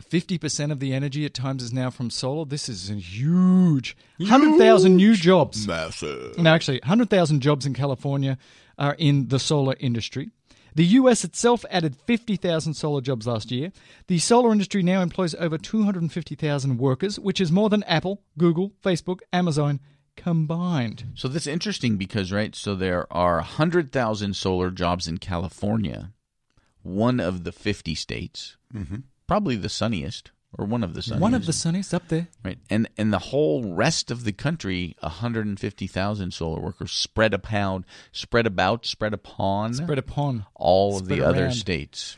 F: 50% of the energy at times is now from solar. This is a huge. 100,000 new jobs.
B: Massive.
F: No, actually, 100,000 jobs in California are in the solar industry. The US itself added 50,000 solar jobs last year. The solar industry now employs over 250,000 workers, which is more than Apple, Google, Facebook, Amazon combined.
B: So that's interesting because right, so there are hundred thousand solar jobs in California, one of the fifty states, probably the sunniest or Mm-hmm. one of the sunniest.
F: One of the sunniest up there.
B: Right. And and the whole rest of the country, 150,000 solar workers spread a pound, spread about, spread upon
F: Spread upon.
B: all of
F: spread
B: the other
F: around.
B: states.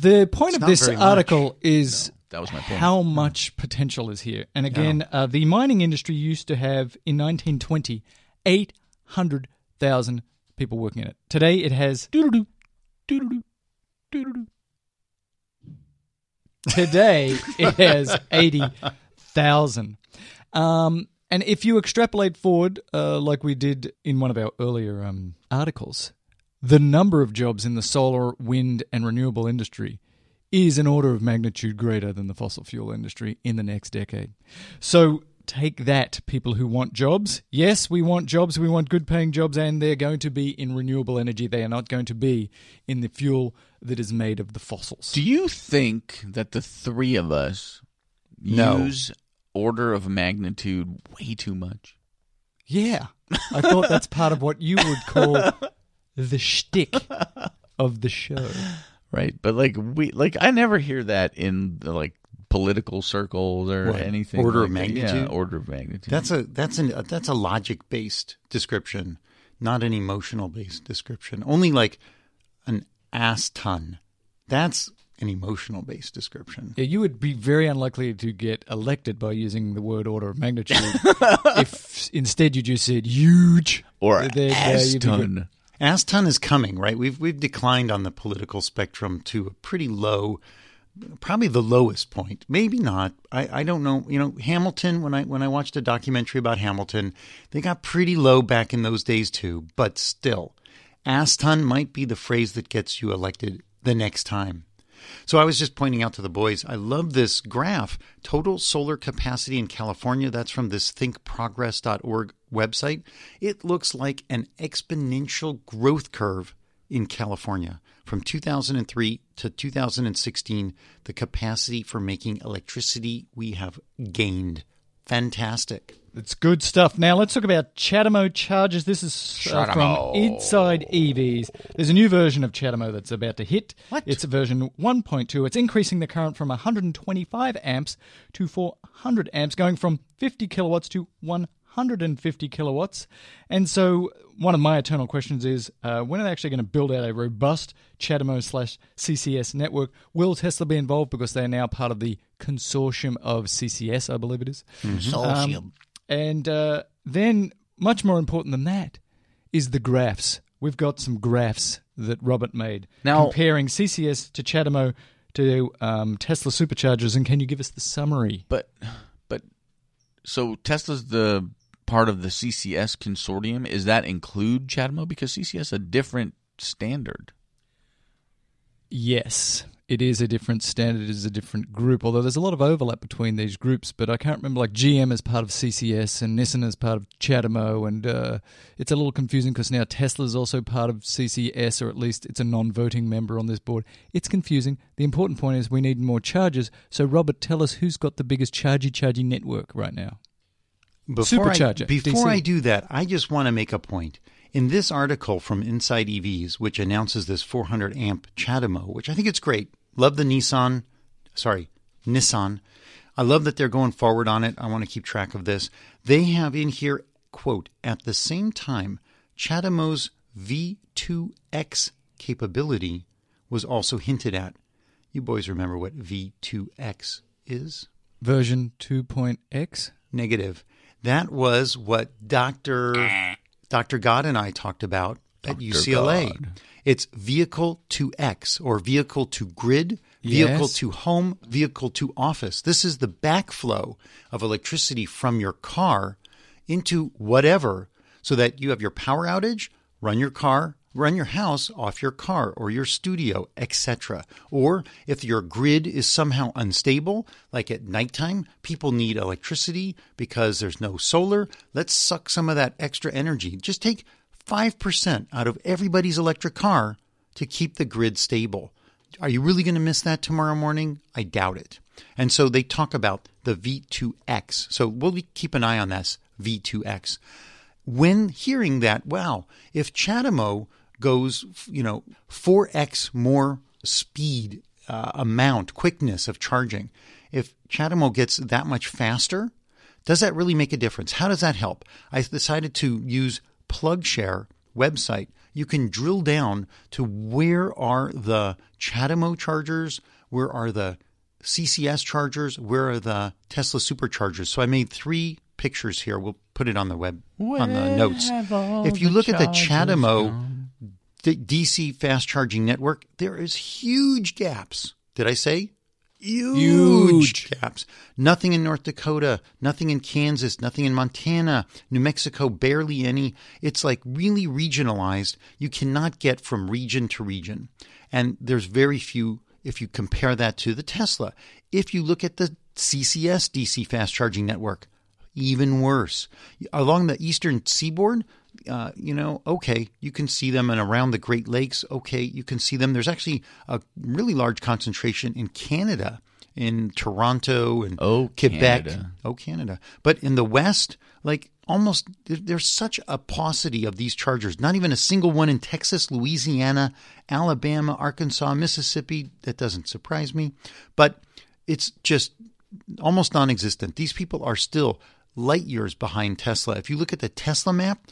F: The point
D: It's
F: of
D: not
F: this
D: very much.
F: article is
B: That was my point.
F: how much potential is here. And again, uh, the mining industry used to have in 1920 800,000 people working in it. Today it has doodle-doo, doodle-doo, doodle-doo. Today it has 80,000. Um, and if you extrapolate forward, uh, like we did in one of our earlier um, articles, the number of jobs in the solar, wind, and renewable industry is an order of magnitude greater than the fossil fuel industry in the next decade. So take that, people who want jobs. Yes, we want jobs, we want good paying jobs, and they're going to be in renewable energy. They are not going to be in the fuel that is made of the fossils.
B: Do you think that the three of us
D: No.
B: use order of magnitude way too much?
F: Yeah. I thought that's part of what you would call the shtick of the show.
B: Right. But like we like I never hear that in the like political circles or
D: What?
B: anything. like
D: Order of
B: that. Yeah,
D: magnitude?
B: order of magnitude.
D: That's a that's an that's a logic based description, not an emotional based description. Only like an ass ton. That's an emotional based description.
F: Yeah, you would be very unlikely to get elected by using the word order of magnitude if instead you just said huge
B: or
F: Then, uh, you'd be
B: ass
F: good.
B: ton.
D: Ass ton is coming, right? We've we've declined on the political spectrum to a pretty low probably the lowest point. Maybe not. I, I don't know. You know, Hamilton. When I when I watched a documentary about Hamilton, they got pretty low back in those days too. But still, ass ton might be the phrase that gets you elected the next time. So I was just pointing out to the boys, I love this graph. Total solar capacity in California, that's from this thinkprogress.org website. It looks like an exponential growth curve in California. From 2003 to 2016, the capacity for making electricity we have gained. Fantastic.
F: It's good stuff. Now let's talk about Chatamo charges. This is uh, from Inside EVs. There's a new version of Chatamo that's about to hit.
D: What?
F: It's version 1.2. It's increasing the current from 125 amps to 400 amps, going from 50 kilowatts to 150 kilowatts. And so one of my eternal questions is, uh, when are they actually going to build out a robust Chatamo slash CCS network? Will Tesla be involved because they are now part of the consortium of CCS, I believe it is. Um, and uh, then, much more important than that, is the graphs. We've got some graphs that Robert made
B: Now-
F: comparing CCS to Chatamo to um, Tesla superchargers. And can you give us the summary?
B: But but so Tesla's the part of the CCS consortium. Is that include Chatamo? Because CCS is a different standard.
F: Yes, it is a different standard. It is a different group. Although there's a lot of overlap between these groups, but I can't remember. Like GM is part of CCS and Nissan is part of Chatamo, and uh, it's a little confusing because now Tesla is also part of CCS, or at least it's a non-voting member on this board. It's confusing. The important point is we need more chargers. So Robert, tell us who's got the biggest chargy chargy network right now.
D: Before I,
F: Supercharger,
D: before
F: DC.
D: I do that, I just want to make a point. In this article from Inside EVs, which announces this 400 amp Chatamo, which I think it's great. Love the Nissan, sorry, Nissan. I love that they're going forward on it. I want to keep track of this. They have in here, quote, at the same time, Chatamo's V2X capability was also hinted at. You boys remember what V2X is?
F: Version 2.x.
D: negative. That was what Dr. Dr. God and I talked about at UCLA. It's vehicle to X or vehicle to grid, vehicle
F: Yes.
D: to home, vehicle to office. This is the backflow of electricity from your car into whatever so that you have your power outage, run your car, run your house off your car or your studio, etc. Or if your grid is somehow unstable, like at nighttime, people need electricity because there's no solar, let's suck some of that extra energy. Just take 5% out of everybody's electric car to keep the grid stable. Are you really going to miss that tomorrow morning? I doubt it. And so they talk about the V2X. So we'll be- keep an eye on this V2X. When hearing that, wow, if Chatamo goes, you know, 4x more speed, uh, amount, quickness of charging, if Chatamo gets that much faster, does that really make a difference? How does that help? I decided to use PlugShare website. You can drill down to where are the Chatamo chargers, where are the CCS chargers, where are the Tesla superchargers. So I made three pictures here. We'll put it on the web on the notes. If you look at the Chatamo D- DC fast charging network, there is huge gaps. Did I say huge gaps. Nothing in North Dakota, nothing in Kansas, nothing in Montana, New Mexico, barely any. It's like really regionalized. You cannot get from region to region. And there's very few if you compare that to the Tesla. If you look at the CCS DC fast charging network, even worse. Along the eastern seaboard, uh, you know, okay, you can see them, and around the Great Lakes, okay, you can see them. There's actually a really large concentration in Canada, in Toronto and
B: Oh,
D: Quebec.
B: Canada.
D: Oh, Canada. But in the West, like almost there- there's such a paucity of these chargers. Not even a single one in Texas, Louisiana, Alabama, Arkansas, Mississippi. That doesn't surprise me. But it's just almost non existent. These people are still light years behind Tesla. If you look at the Tesla map,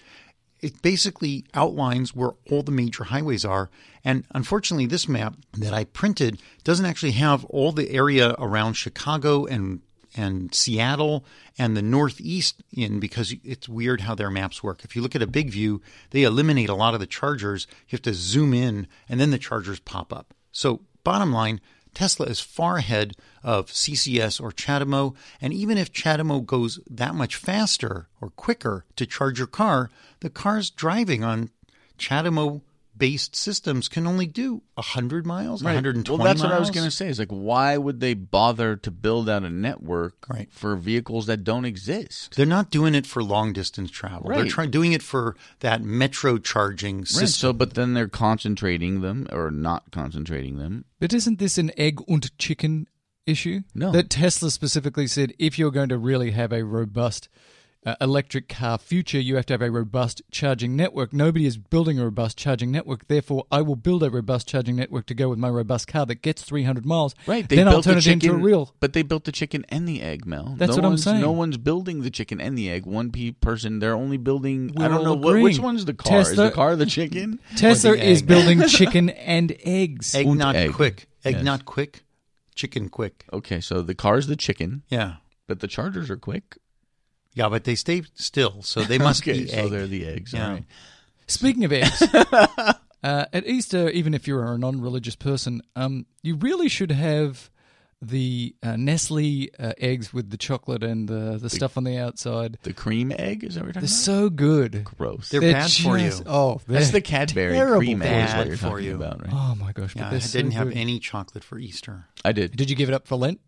D: it basically outlines where all the major highways are. And unfortunately, this map that I printed doesn't actually have all the area around Chicago and and Seattle and the Northeast in because it's weird how their maps work. If you look at a big view, they eliminate a lot of the chargers. You have to zoom in and then the chargers pop up. So, bottom line, Tesla is far ahead of CCS or CHAdeMO. And even if CHAdeMO goes that much faster or quicker to charge your car, the car's driving on CHAdeMO based systems can only do 100 miles, 120
B: Well, that's
D: miles.
B: what I was going to say. Is like, why would they bother to build out a network
D: Right.
B: for vehicles that don't exist?
D: They're not doing it for long distance travel. They're
B: Right.
D: trying doing it for that metro charging
B: Right,
D: system.
B: So, but then they're concentrating them or not concentrating them.
F: But isn't this an egg and chicken issue?
B: No.
F: That Tesla specifically said if you're going to really have a robust uh, electric car future, you have to have a robust charging network. Nobody is building a robust charging network. Therefore, I will build a robust charging network to go with my robust car that gets 300 miles.
B: Right.
F: Then I'll
B: built the
F: turn it into a
B: chicken-
F: real.
B: But they built the chicken and the egg, Mel.
F: That's
B: no
F: what I'm
B: one's,
F: saying.
B: No one's building the chicken and the egg. One pe- person. They're only building.
F: We're
B: I don't know
F: all
B: what, which
F: agreeing.
B: one's the car. Is the
F: Tesla-
B: car the chicken?
F: Tesla is
D: egg.
F: building chicken and eggs.
D: egg
B: Und
D: not
B: egg.
D: quick. Egg
B: Yes.
D: not quick. Chicken quick.
B: Okay, so the car's the chicken,
D: Yeah.
B: but the chargers are quick.
D: Yeah, but they stay still, so they must
B: okay,
D: be
B: so
D: egg.
B: they're the eggs.
D: Yeah.
B: All right.
F: Speaking of eggs, uh, at Easter, even if you're a non-religious person, um, you really should have the uh, Nestle uh, eggs with the chocolate and the the stuff on the outside.
B: The cream egg is that what we're talking
F: They're
B: about?
F: so good.
B: gross.
D: They're bad for you.
F: Oh,
B: That's the
F: they're
B: Cadbury
F: terrible
B: cream egg is what
D: bad
B: you're
D: for
B: talking
D: you.
B: about, right?
F: Oh my gosh! But
D: Yeah, I
F: they're so
D: didn't have
F: good.
D: any chocolate for Easter.
B: I did.
F: Did you give it up for Lent?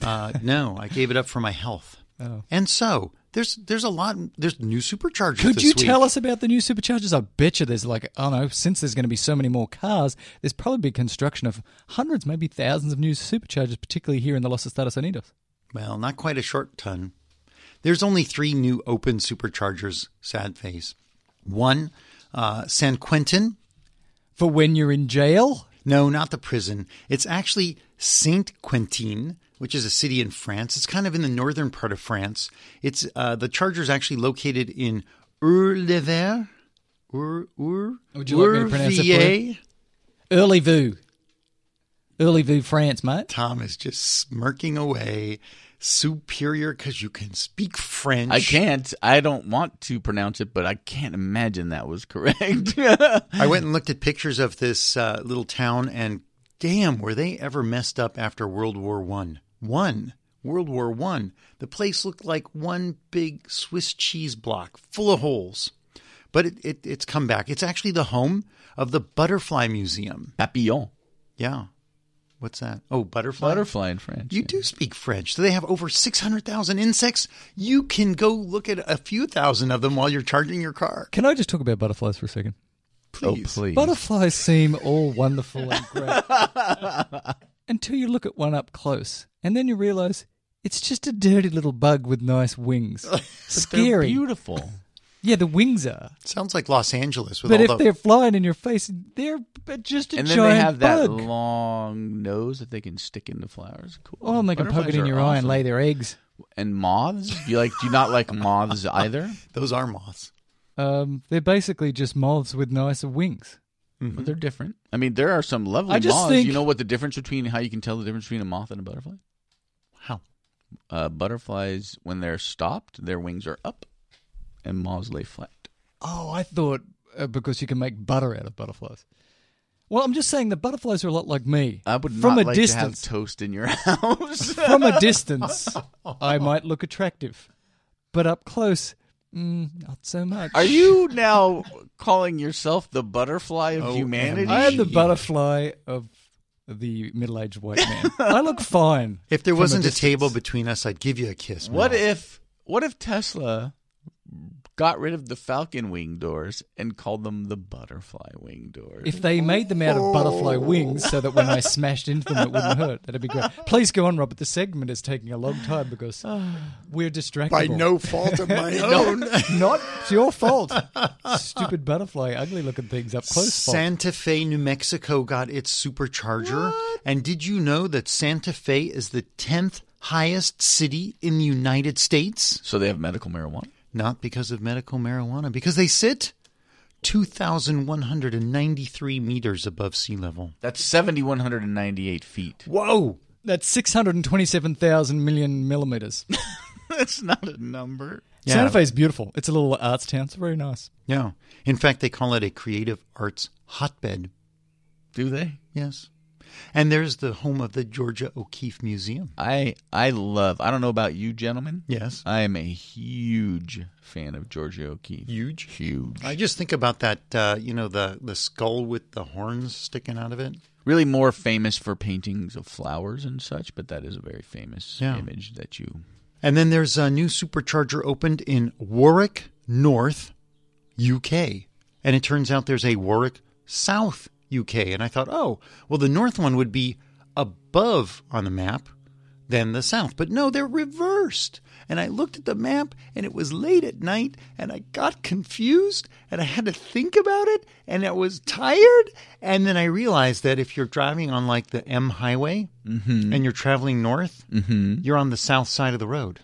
D: Uh, no, I gave it up for my health.
F: Oh.
D: And so there's there's a lot there's new superchargers.
F: Could
D: this
F: you
D: week.
F: tell us about the new superchargers? I bet you there's like, I don't know, since there's going to be so many more cars, there's probably be construction of hundreds, maybe thousands of new superchargers, particularly here in the Los Estados Unidos.
D: Well, not quite a short ton. There's only three new open superchargers. Sad face. One, uh, San Quentin.
F: For when you're in jail?
D: No, not the prison. It's actually Saint Quentin, which is a city in France. It's kind of in the northern part of France. It's uh, the charger's actually located in Ur-le-Vert. Ur, Ur,
F: Would you like me to pronounce it for you?
D: Ur-Villiers.
F: Early Vu. Early Vu France, mate.
D: Tom is just smirking away, superior because you can speak French.
B: I can't. I don't want to pronounce it, but I can't imagine that was correct.
D: I went and looked at pictures of this uh, little town, and damn, were they ever messed up after World War One? One World War One. The place looked like one big Swiss cheese block full of holes. But it, it, it's come back. It's actually the home of the Butterfly Museum.
B: Papillon,
D: Yeah. What's that? Oh, butterfly.
B: butterfly in French.
D: You
B: yeah.
D: do speak French. So they have over 600,000 insects. You can go look at a few thousand of them while you're charging your car.
F: Can I just talk about butterflies for a second?
B: Oh,
D: Please.
B: please.
F: Butterflies seem all wonderful and great until you look at one up close, and then you realize it's just a dirty little bug with nice wings.
B: They're
F: Scary.
B: beautiful.
F: Yeah, the wings are.
D: Sounds like Los Angeles with
F: But
D: all
F: if
D: the
F: they're flying in your face, they're b- just a
B: and then
F: giant
B: they have that
F: bug.
B: long nose that they can stick into flowers. Cool.
F: oh, and they can poke it
B: Butterflies
F: in
B: are
F: your eye and
B: awesome.
F: lay their eggs.
B: And moths? You like? Do you not like moths either?
D: those are moths.
F: Um, they're basically just moths with nicer wings.
B: But they're different. I mean, there are some lovely
F: Mm-hmm. I just
B: moths.
F: think-
B: You know what the difference between how you can tell the difference between a moth and a butterfly?
D: How?
B: Uh, butterflies, when they're stopped, their wings are up, and moths lay flat.
F: Oh, I thought uh, because you can make butter out of butterflies. Well, I'm just saying the butterflies are a lot like me.
B: I would
F: from
B: not
F: a
B: like
F: distance.
B: to have toast in your house.
F: from a distance, I might look attractive, but up close, mm, not so much.
B: Are you now calling yourself the butterfly of
D: Oh,
B: humanity?
F: I am the
D: Gee.
F: butterfly of the middle-aged white man. I look fine.
D: If there
F: from
D: wasn't a,
F: distance.
D: table between us, I'd give you a kiss.
B: What
D: Mel.
B: if what if Tesla got rid of the falcon wing doors and called them the butterfly wing doors?
F: If they made them out of butterfly wings so that when I smashed into them, it wouldn't hurt, that'd be great. Please go on, Robert. The segment is taking a long time because we're distracted.
D: by no fault of my own?
F: Not it's your fault. Stupid butterfly, ugly looking things up close. fault.
D: Santa Fe, New Mexico got its supercharger. And did you know that Santa Fe is the 10th highest city in the United States?
B: so they have medical marijuana.
D: Not because of medical marijuana, because they sit 2,193 meters above sea level.
B: That's seventy one hundred and ninety eight feet.
D: Whoa!
F: That's six hundred and twenty-seven thousand million millimeters.
B: That's not a number.
D: Yeah.
F: Santa Fe is beautiful. It's a little arts town. It's very nice.
D: Yeah. In fact, they call it a creative arts hotbed.
B: Do they?
D: Yes. And there's the home of the Georgia O'Keeffe Museum.
B: I I love. I don't know about you, gentlemen.
D: Yes.
B: I am a huge fan of Georgia O'Keeffe.
D: Huge.
B: Huge.
D: I just think about that, uh, you know, the, the skull with the horns sticking out of it.
B: really more famous for paintings of flowers and such, but that is a very famous
D: Yeah.
B: image that you.
D: And then there's a new supercharger opened in Warwick North, UK. And it turns out there's a Warwick South, UK. And I thought, oh, well, the North one would be above on the map than the South. But no, they're reversed. And I looked at the map and it was late at night and I got confused and I had to think about it and I was tired. And then I realized that if you're driving on like the M highway and you're traveling north, you're on the south side of the road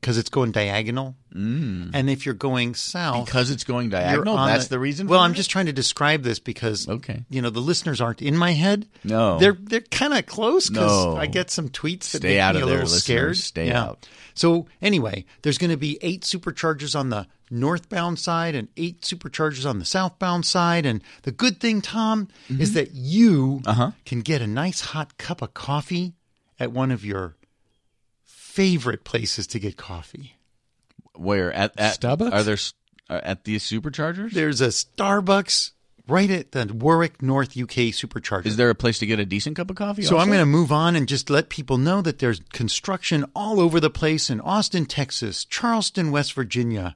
D: because it's going diagonal. Mm. And if you're going south,
B: Because it's going
D: you're
B: diagonal,
D: on
B: that's the, reason.
D: Well,
B: for
D: I'm
B: it?
D: just trying to describe this because
B: Okay.
D: you know the listeners aren't in my head.
B: No.
D: they're they're kind of close because
B: No.
D: I get some tweets that
B: Stay
D: make
B: out
D: me
B: of
D: a
B: there,
D: little
B: listeners.
D: scared.
B: Stay out.
D: So anyway, there's going to be eight superchargers on the northbound side and eight superchargers on the southbound side. And the good thing, Tom,
B: Mm-hmm.
D: is that you
B: Uh-huh.
D: can get a nice hot cup of coffee at one of your favorite places to get coffee.
B: where at, at
F: Starbucks?
B: Are there s- are at the superchargers?
D: There's a Starbucks right at the Warwick North UK supercharger.
B: Is there a place to get a decent cup of coffee?
D: so I'm going to move on and just let people know that there's construction all over the place in Austin, Texas, Charleston, West Virginia,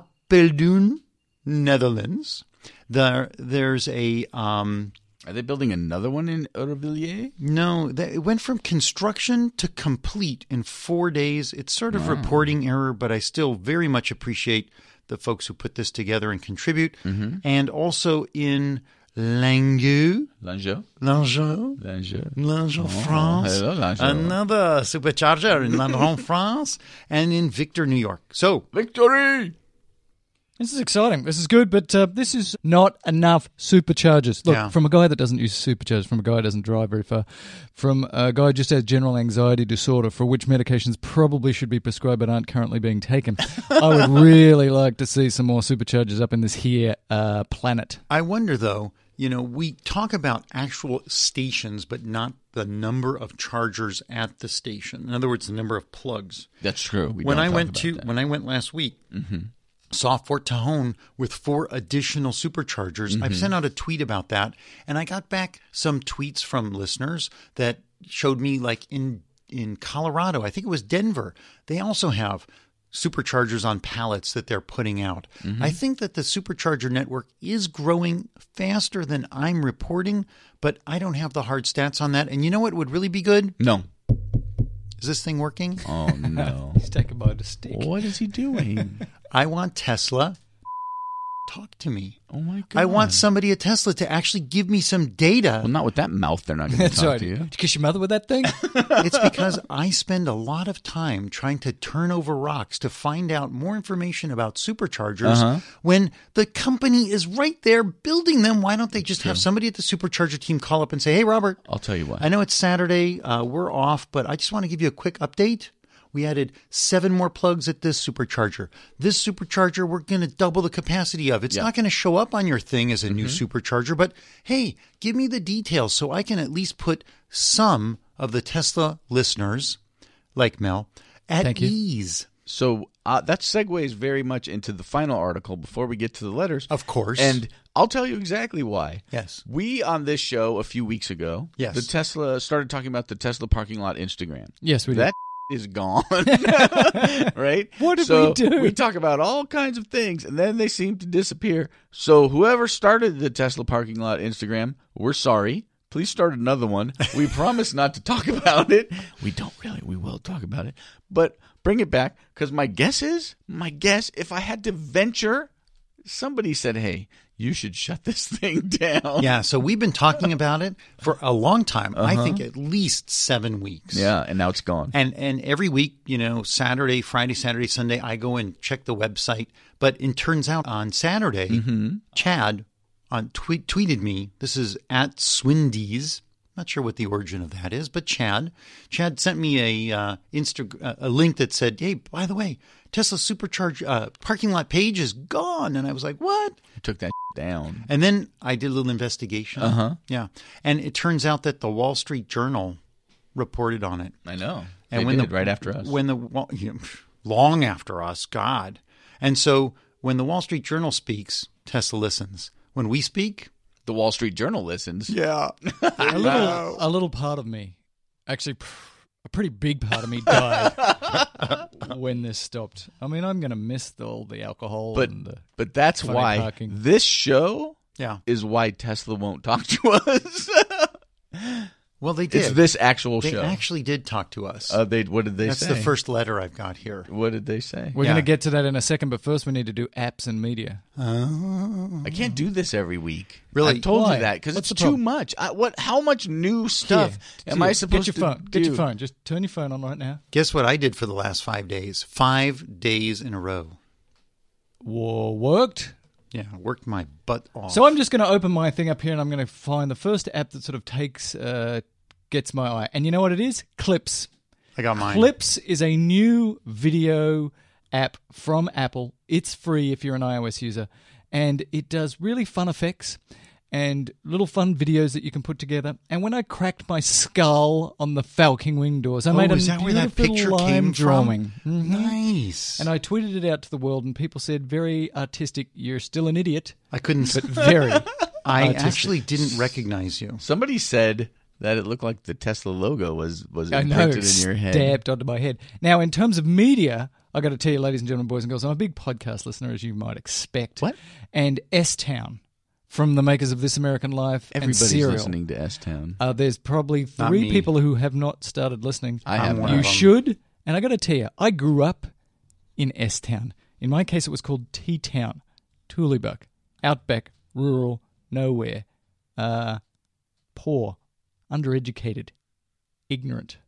D: Apeldoorn, Netherlands. There, there's a um,
B: to. Are they building another one in Aurevilliers?
D: no. That, it went from construction to complete in four days. It's sort of reporting error, but I still very much appreciate the folks who put this together and contribute.
B: Mm-hmm.
D: And also in Langueux,
B: Langeau?
D: Langeau,
B: Langeau.
D: Langeau,
B: Oh,
D: France.
B: hello, Langeau.
D: Another supercharger in Langeau, France, and in Victor, New York. So,
B: Victory!
F: This is exciting. This is good, but uh, this is not enough superchargers. Look,
D: Yeah.
F: from a guy that doesn't use superchargers, from a guy who doesn't drive very far, from a guy who just has general anxiety disorder for which medications probably should be prescribed but aren't currently being taken, I would really like to see some more superchargers up in this here uh, planet.
D: I wonder though, you know, we talk about actual stations, but not the number of chargers at the station. In other words, the number of plugs.
B: That's true. We
D: when
B: don't
D: I
B: talk
D: went
B: about
D: to
B: that. Mm-hmm.
D: when I went last week, saw Fort Tahoe with four additional superchargers.
B: Mm-hmm.
D: I've sent out a tweet about that, and I got back some tweets from listeners that showed me like in in Colorado, I think it was Denver, they also have superchargers on pallets that they're putting out.
B: Mm-hmm.
D: I think that the supercharger network is growing faster than I'm reporting, but I don't have the hard stats on that. And you know what would really be good?
B: No.
D: Is this thing working?
B: Oh, no.
F: He's taken by the stick.
B: what is he doing?
D: I want Tesla talk to me.
B: Oh, my God.
D: I want somebody at Tesla to actually give me some
B: Well,
D: data.
B: not with that mouth. They're not going to
F: That's
B: talk
F: right.
B: to
F: Did
B: you.
F: you kiss your mother with that thing?
D: it's because I spend a lot of time trying to turn over rocks to find out more information about superchargers when the company is right there building them. Why don't they just have somebody at the supercharger team call up and say, "Hey Robert,
B: I'll tell you what.
D: I know it's Saturday. Uh, we're off, but I just want to give you a quick update. We added seven more plugs at this supercharger. This supercharger, we're going to double the capacity of. It's not going to show up on your thing as a new supercharger, but hey, give me the details so I can at least put some of the Tesla listeners, like Mel, at
F: Thank you.
D: ease.
B: So uh, that segues very much into the final article before we get to the letters.
D: Of course.
B: And I'll tell you exactly why.
D: Yes.
B: We on this show a few weeks ago,
D: Yes.
B: the Tesla started talking about the Tesla parking lot Instagram.
F: yes, we did.
B: That is gone. right?
F: What did
B: So
F: we do?
B: We talk about all kinds of things and then they seem to disappear. So whoever started the Tesla parking lot Instagram, we're sorry. Please start another one. We promise not to talk about it. We don't really. We will talk about it. But bring it back cuz my guess is, my guess if I had to venture, somebody said, "Hey, you should shut this thing down."
D: Yeah, so we've been talking about it for a long time. I think at least seven weeks.
B: Yeah, and now it's gone.
D: And and every week, you know, Saturday, Friday, Saturday, Sunday, I go and check the website. But it turns out on Saturday, Chad on tweet, tweeted me. This is at Swindy's. Not sure what the origin of that is, but Chad, Chad sent me a uh, Insta uh, a link that said, "Hey, by the way, Tesla Supercharge uh, parking lot page is gone." And I was like, "What?"
B: I took that down.
D: And then I did a little investigation. Uh huh. Yeah. And it turns out that the Wall Street Journal reported on it.
B: I know.
D: And
B: they
D: when
B: did
D: the
B: right after us.
D: when the Wall- you know, long after us, God. And so when the Wall Street Journal speaks, Tesla listens. When we speak,
B: the Wall Street Journal listens.
D: yeah,
F: a little, a little part of me, actually, pr- a pretty big part of me died when this stopped. I mean, I'm going to miss the, all the alcohol.
B: But
F: and the,
B: but that's
F: Funny
B: why
F: talking.
B: this show
D: yeah.
B: is why Tesla won't talk to us.
D: Well, they did.
B: it's this actual
D: they
B: show.
D: actually did talk to us.
B: uh, they what did they
D: That's
B: say?
D: the first letter I've got here.
B: What did they say?
F: we're
D: yeah.
F: going to get to that in a second. But first, we need to do apps and media.
D: Uh,
B: I can't do this every week.
D: Really?
B: I told
F: Why?
B: you that because
F: What's
B: it's
F: the
B: too
F: problem?
B: much. I, what? How much new stuff
F: Here,
B: am
F: here,
B: I supposed
F: get
B: to
F: your phone.
B: do?
F: Get your phone. Just turn your phone on right now.
D: Guess what I did for the last five days? Five days in a row.
F: Whoa, worked.
D: Yeah, I worked my butt off.
F: So I'm just going to open my thing up here, and I'm going to find the first app that sort of takes uh, gets my eye. And you know what it is? Clips.
D: I got mine.
F: Clips is a new video app from Apple. It's free if you're an iOS user, and it does really fun effects and little fun videos that you can put together. And when I cracked my skull on the Falcon Wing doors, I
D: Oh,
F: made a
D: is that
F: beautiful
D: where that picture
F: lime
D: came
F: drawing. Mm-hmm.
D: from? Nice.
F: And I tweeted it out to the world, and people said, "Very artistic. You're still an idiot,
D: I couldn't.
F: but very."
D: I
F: artistic.
D: actually didn't recognize you.
B: Somebody said that it looked like the Tesla logo was was
F: I know,
B: imprinted in your head.
F: stabbed onto my head. Now, in terms of media, I got to tell you, ladies and gentlemen, boys and girls, I'm a big podcast listener, as you might expect.
B: What?
F: And S Town, from the makers of This American Life
B: Everybody's
F: and Serial.
B: listening to S Town.
F: Uh, there's probably
D: Not
F: three
D: me.
F: people who have not started listening.
B: I
D: I'm
B: have
D: one
B: not.
F: you
D: of them.
F: should. And I got to tell you, I grew up in S Town. In my case, it was called T Town, Tooleybuck, outback, rural, nowhere, uh, poor, undereducated, ignorant.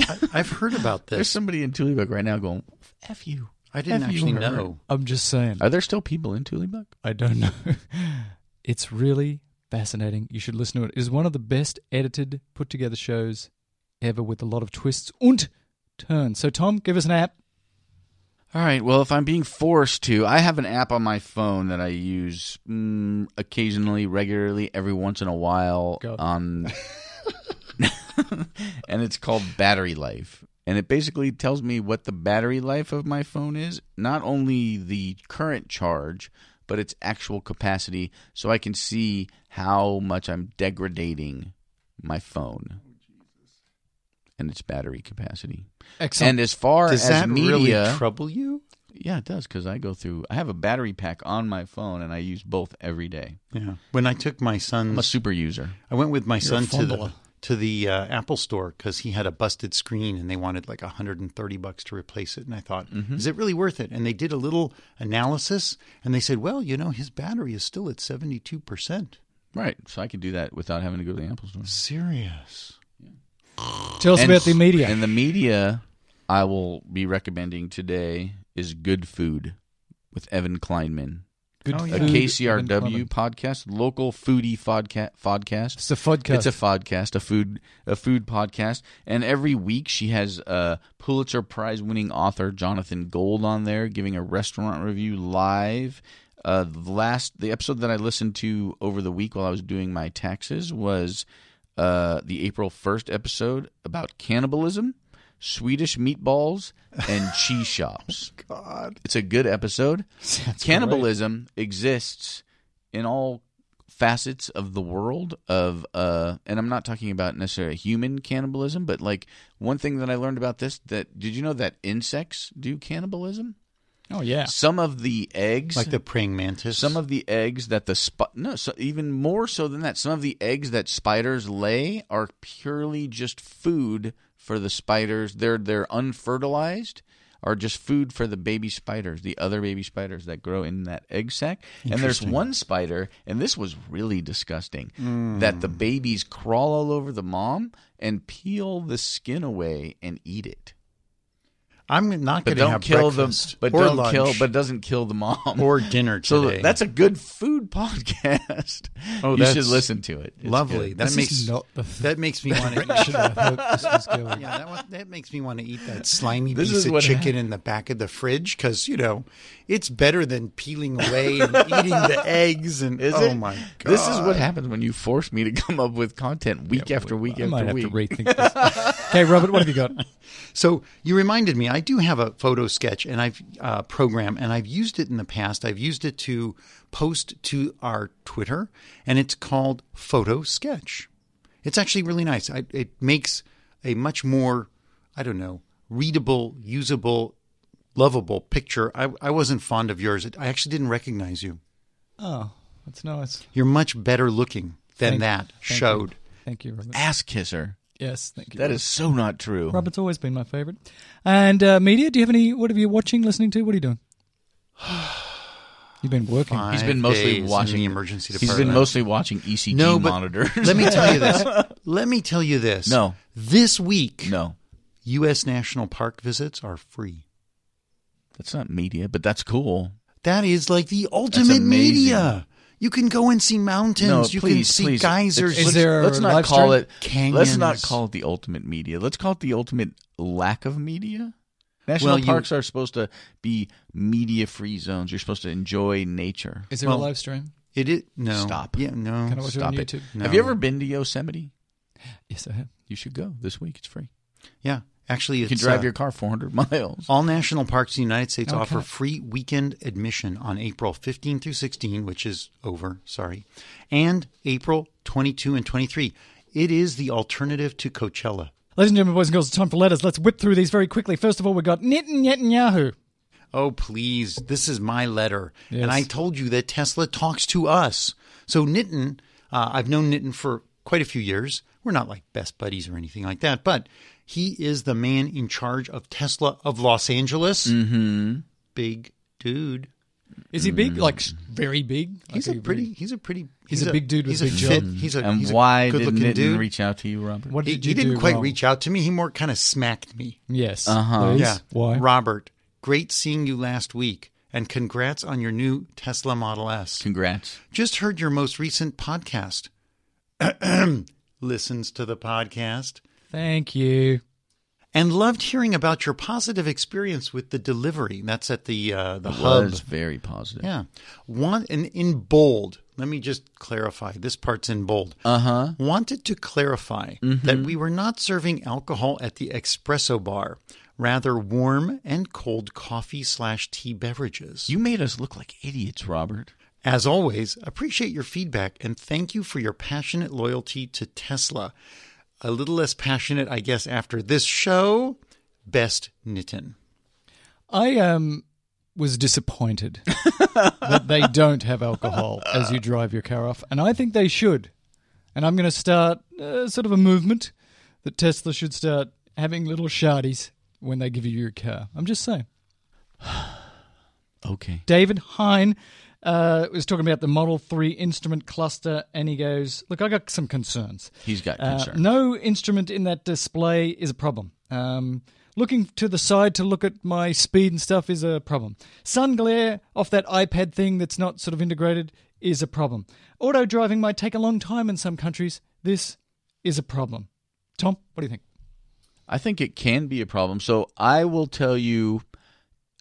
D: I, I've heard about
B: There's
D: this.
B: somebody in Tullybuck right now going, "F you."
D: I didn't
B: Have you
D: actually
B: heard?
D: know.
F: I'm just saying.
B: Are there still people in Tullybuck?
F: I don't know. It's really fascinating. You should listen to it. It is one of the best edited, put together shows ever with a lot of twists and turns. So, Tom, give us an app.
B: All right. Well, if I'm being forced to, I have an app on my phone that I use mm, occasionally, regularly, every once in a while.
F: Go.
B: On, and it's called Battery Life, and it basically tells me what the battery life of my phone is, not only the current charge, but its actual capacity, so I can see how much I'm degrading my phone and its battery capacity.
F: Excellent.
B: And as far
D: Does
B: as
D: that
B: media,
D: really trouble you?
B: yeah, it does because I go through. I have a battery pack on my phone, and I use both every day.
D: Yeah. When I took my
B: I'm a
F: Mm.
D: son's,
B: super user.
D: I went with my
F: You're a
D: son to the
F: fumbler.
D: to the uh, Apple store because he had a busted screen and they wanted like 130 bucks to replace it. And I thought, is it really worth it? And they did a little analysis and they said, well, you know, his battery is still at 72 percent.
B: Right, so I can do that without having to go to the Apple store.
D: Serious.
F: Tell us
B: And-
F: about the media.
B: And the media I will be recommending today is Good Food with Evan Kleinman,
F: Good
D: Oh, yeah.
B: a
F: food,
B: KCRW
F: Evan Clement.
B: podcast, local foodie podca- podcast.
F: It's a podcast.
B: It's a podcast, a food a food podcast, and every week she has a Pulitzer Prize winning author Jonathan Gold on there giving a restaurant review live. Uh, the last the episode that I listened to over the week while I was doing my taxes was uh, the April first episode about cannibalism, Swedish meatballs, and cheese shops.
D: God.
B: It's a good episode. Cannibalism exists in all facets of the world of uh and I'm not talking about necessarily human cannibalism, but like one thing that I learned about this that did you know that insects do cannibalism?
F: oh, yeah.
B: Some of the eggs
D: Like the praying mantis.
B: some of the eggs that the sp- no so even more so than that some of the eggs that spiders lay are purely just food for the spiders they're they're unfertilized are just food for the baby spiders the other baby spiders that grow in that egg sac and there's one spider and this was really disgusting that the babies crawl all over the mom and peel the skin away and eat it
D: I'm not
B: But
D: going to
B: don't
D: have
B: kill them.
D: breakfast
B: But
D: or
B: don't
D: lunch
B: kill. But doesn't kill the mom
D: or dinner
B: So
D: today.
B: that's a good food podcast.
D: Oh,
B: you should
D: that's
B: listen to it. It's
D: lovely.
B: good.
D: That
F: This
D: makes
F: is not the
D: that makes me want to
F: should have hoped this was going.
D: Yeah, that, one, that makes me want to eat that slimy
B: This is
D: piece of
B: what hap-
D: chicken in the back of the fridge because you know it's better than peeling away and eating the eggs. And
B: Is
D: oh
B: it?
D: my god,
B: This is what happens when you force me to come up with content week after week
F: I might
B: after
F: have
B: week.
F: to rethink this. okay, Robert, what have you got?
D: So you reminded me. I do have a photo sketch and I've uh, program, and I've used it in the past. I've used it to post to our Twitter, and it's called Photo Sketch. It's actually really nice. I, it makes a much more, I don't know, readable, usable, lovable picture. I, I wasn't fond of yours. I actually didn't recognize you.
F: Oh, that's nice.
D: You're much better looking than
F: Thank-
D: that
F: thank you.
D: showed.
F: Thank you, Robert.
B: Ass kisser.
F: Yes, thank you.
B: That is so not true.
F: Robert's always been my favorite. And uh, media, do you have any? What are you watching, listening to? What are you doing? You've been working.
B: He's
D: Five
B: been
D: days
B: mostly
D: in
B: watching
D: the emergency
B: He's
D: department.
B: been mostly watching E ECG
D: No, but
B: monitor.
D: let me tell you this. Let me tell you this.
B: No.
D: This week,
B: no,
D: U.S. national park visits are free.
B: that's not media, but that's cool.
D: That is like the ultimate
B: amazing.
D: media. You can go and see mountains.
B: No,
D: you can
B: please,
D: see
B: please.
D: geysers.
F: Is
B: Let's-
F: there a
B: Let's not
F: live
B: call
F: stream?
B: it. Let's not
D: Canyons.
B: call it the ultimate media. Let's call it the ultimate lack of media. National
D: Well, you-
B: parks are supposed to be media-free zones. You're supposed to enjoy nature.
F: Is there
D: Well,
F: a live stream?
D: It is no.
B: Stop.
D: Yeah, no.
F: Can I watch it on
B: Stop it.
F: YouTube?
D: No.
B: Have you ever been to Yosemite?
F: Yes, I have.
B: You should go this week. It's free.
D: Yeah, actually,
B: You
D: it's,
B: can drive
D: uh,
B: your car 400 miles.
D: All national parks in the United States
F: Oh,
D: offer
F: okay.
D: free weekend admission on April 15 through 16, which is over, sorry, and April 22 and 23. It is the alternative to Coachella.
F: Ladies and gentlemen, boys and girls, it's time for letters. Let's whip through these very quickly. First of all, we've got Netanyahu.
D: Oh, please. This is my letter.
F: Yes.
D: And I told you that Tesla talks to us. So, Nitin, uh, I've known Nitin for quite a few years. We're not like best buddies or anything like that, but he is the man in charge of Tesla of Los Angeles. Mm-hmm. Big dude.
F: Is he big? Like s- very big? Like,
D: Mm. He's
F: are
D: a
F: you
D: pretty. He's a pretty.
F: He's a big dude with
D: He's
F: big
D: a
F: jaw.
D: fit. He's a.
B: and
D: he's a
B: why did
D: good-looking
B: Nitten
D: dude.
B: reach out to you, Robert?
F: What
D: He,
F: did you
D: he didn't
F: do
D: quite
F: wrong?
D: reach out to me. He more kind of smacked me.
F: Yes.
B: Uh-huh.
F: please.
D: Yeah.
F: Why?
D: Robert, great seeing you last week, and congrats on your new Tesla Model S.
B: Congrats.
D: Just heard your most recent podcast. Listens to the podcast
F: Thank you.
D: and loved hearing about your positive experience with the delivery. That's at the uh, the
B: It
D: hub.
B: was very positive.
D: Yeah. Want and in bold. Let me just clarify. This part's in bold. Uh huh.
B: Uh-huh.
D: Wanted to clarify that
B: Mm-hmm.
D: we were not serving alcohol at the espresso bar, rather warm and cold coffee slash tea beverages.
B: You made us look like idiots, Robert.
D: As always, appreciate your feedback and thank you for your passionate loyalty to Tesla. A little less passionate, I guess, after this show. Best Nitin.
F: I um was disappointed that they don't have alcohol as you drive your car off, and I think they should. And I'm going to start uh, sort of a movement that Tesla should start having little shardies when they give you your car. I'm just saying.
B: Okay.
F: David Hine uh, was talking about the Model 3 instrument cluster, and he goes, Look, I got some concerns.
B: He's got
F: Uh,
B: concerns.
F: no instrument in that display is a problem. Um, looking to the side to look at my speed and stuff is a problem. Sun glare off that iPad thing that's not sort of integrated is a problem. Auto driving might take a long time in some countries. This is a problem. Tom, what do you think?
B: I think it can be a problem. So I will tell you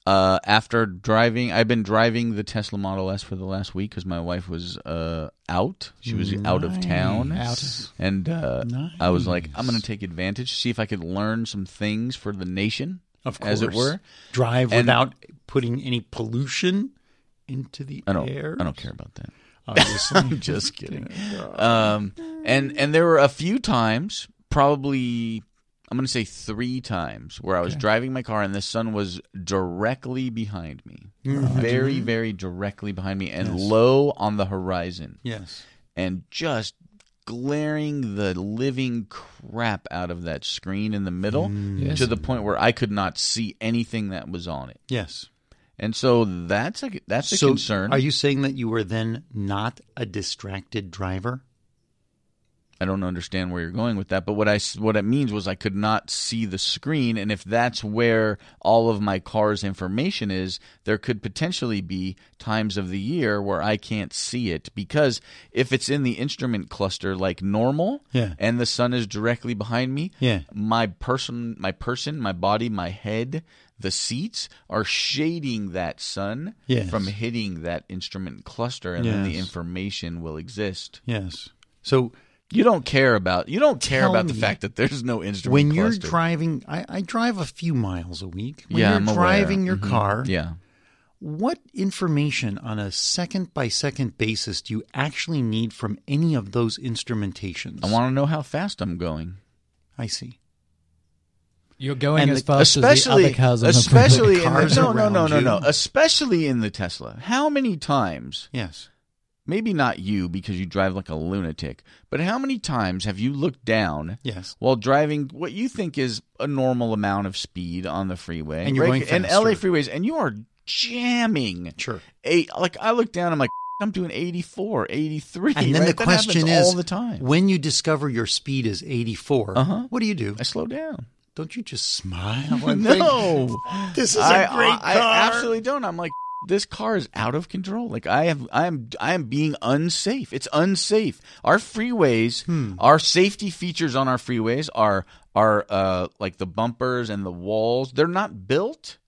B: uh, after driving, I've been driving the Tesla Model S for the last week because my wife was uh, out. She was out of town.
F: Out.
B: And uh, I was like, I'm going to take advantage, see if I could learn some things for the nation,
D: Of course.
B: as it were.
D: Drive
B: And-
D: without putting any pollution into the
B: I don't,
D: air.
B: I don't care about that.
D: Obviously.
B: I'm just kidding. Um, and and there were a few times, probably I'm going to say three times, where I was driving my car and the sun was directly behind me, very very directly behind me, and low on the horizon,
D: yes.
B: and just glaring the living crap out of that screen in the middle
F: Yes.
B: to the point where I could not see anything that was on it.
D: Yes.
B: And so that's a that's a concern.
D: Are you saying that you were then not a distracted driver?
B: I don't understand where you're going with that, but what I s- what it means was I could not see the screen, and if that's where all of my car's information is, there could potentially be times of the year where I can't see it because if it's in the instrument cluster like normal,
D: Yeah.
B: and the sun is directly behind me,
D: Yeah.
B: my person, my person, my body, my head, the seats are shading that sun
D: Yes.
B: from hitting that instrument cluster, and then the
D: Yes.
B: information will exist.
D: Yes. So
B: You don't care about you don't care
D: Tell
B: about the
D: me.
B: fact that there's no instrument.
D: when you're
B: cluster.
D: driving, I, I drive a few miles a week. When
B: yeah,
D: you're
B: I'm aware.
D: driving your
B: Mhm.
D: car,
B: yeah,
D: what information on a second by second basis do you actually need from any of those instrumentations?
B: I want to know how fast I'm going.
D: I see.
F: You're going
D: And
F: as
D: the-
F: fast as the other cars. on the planet.
B: especially in the,
D: cars
B: no, no, no,
D: around
B: no, no,
D: you.
B: especially in the Tesla. How many times?
D: Yes.
B: Maybe not you because you drive like a lunatic, but how many times have you looked down
D: Yes.
B: while driving what you think is a normal amount of speed on the freeway
D: And you're
B: right?
D: going
B: and LA
D: faster.
B: freeways, and you are jamming.
D: Sure.
B: Eight, like I look down, I'm like. I'm doing 84, 83.
D: And then
B: right?
D: the
B: That happens
D: question is
B: all the time.
D: when you discover your speed is 84,
B: Uh-huh.
D: what do you do?
B: I slow down.
D: Don't you just smile and think,
B: no,
D: this is a
B: I
D: great
B: I-
D: car?
B: I absolutely don't. I'm like, this car is out of control. Like I have, I am, I am being unsafe. It's unsafe. Our freeways,
D: Hmm.
B: our safety features on our freeways are are uh, like the bumpers and the walls. They're not built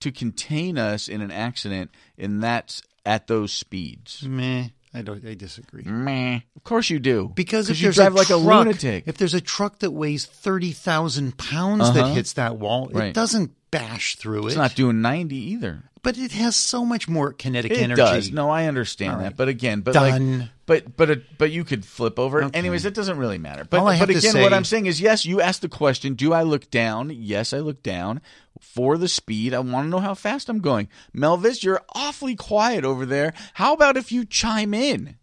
B: to contain us in an accident, and that's at those speeds.
D: Meh, I don't. I disagree.
B: Meh. Of course you do.
D: Mm. Because if
B: you
D: there's
B: drive
D: a
B: like
D: truck,
B: a lunatic.
D: if there's a truck that weighs thirty thousand pounds
B: Uh-huh.
D: that hits that wall,
B: Right.
D: it doesn't bash through
B: it's
D: it.
B: not doing 90 either.
D: but it has so much more kinetic
B: it
D: energy.
B: does. No, I understand
D: All
B: that.
D: right.
B: But again, but like,
D: Done.
B: but but it, but you could flip over.
D: Okay.
B: Anyways, it doesn't really matter. But
D: All I
B: but
D: have to
B: again, what
D: say-
B: I'm saying is, yes, you asked the question. Do I look down? Yes, I look down for the speed. I want to know how fast I'm going. Melvis, you're awfully quiet over there. How about if you chime in?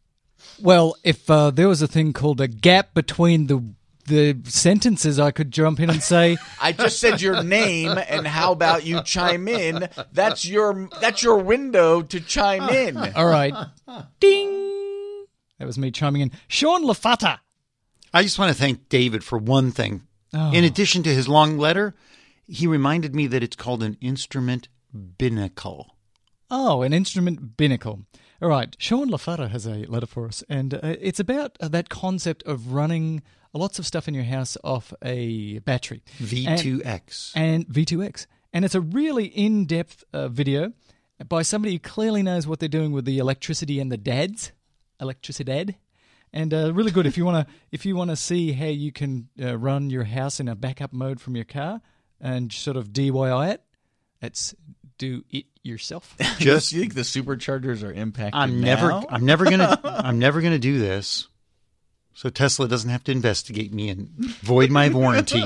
F: Well, if uh, there was a thing called a gap between the the sentences, I could jump in and say,
B: I just said your name, and how about you chime in? That's your that's your window to chime in.
F: "All right, ding." That was me chiming in. Sean Lafata.
D: I just want to thank David for one thing.
B: Oh.
D: In addition to his long letter, he reminded me that it's called an instrument binnacle.
F: Oh, an instrument binnacle. All right, Sean Lafata has a letter for us, and uh, it's about uh, that concept of running lots of stuff in your house off a battery. And-
D: V2X.
F: and V2X. And it's a really in depth uh, video by somebody who clearly knows what they're doing with the electricity and the dads, electricidad. And uh, really good if you want to if you want to see how you can uh, run your house in a backup mode from your car and sort of DIY it. That's do it yourself.
D: just
B: Do you think the superchargers are impacted?
D: I'm never
B: now?
D: I'm never gonna I'm never gonna do this. So Tesla doesn't have to investigate me and void my warranty.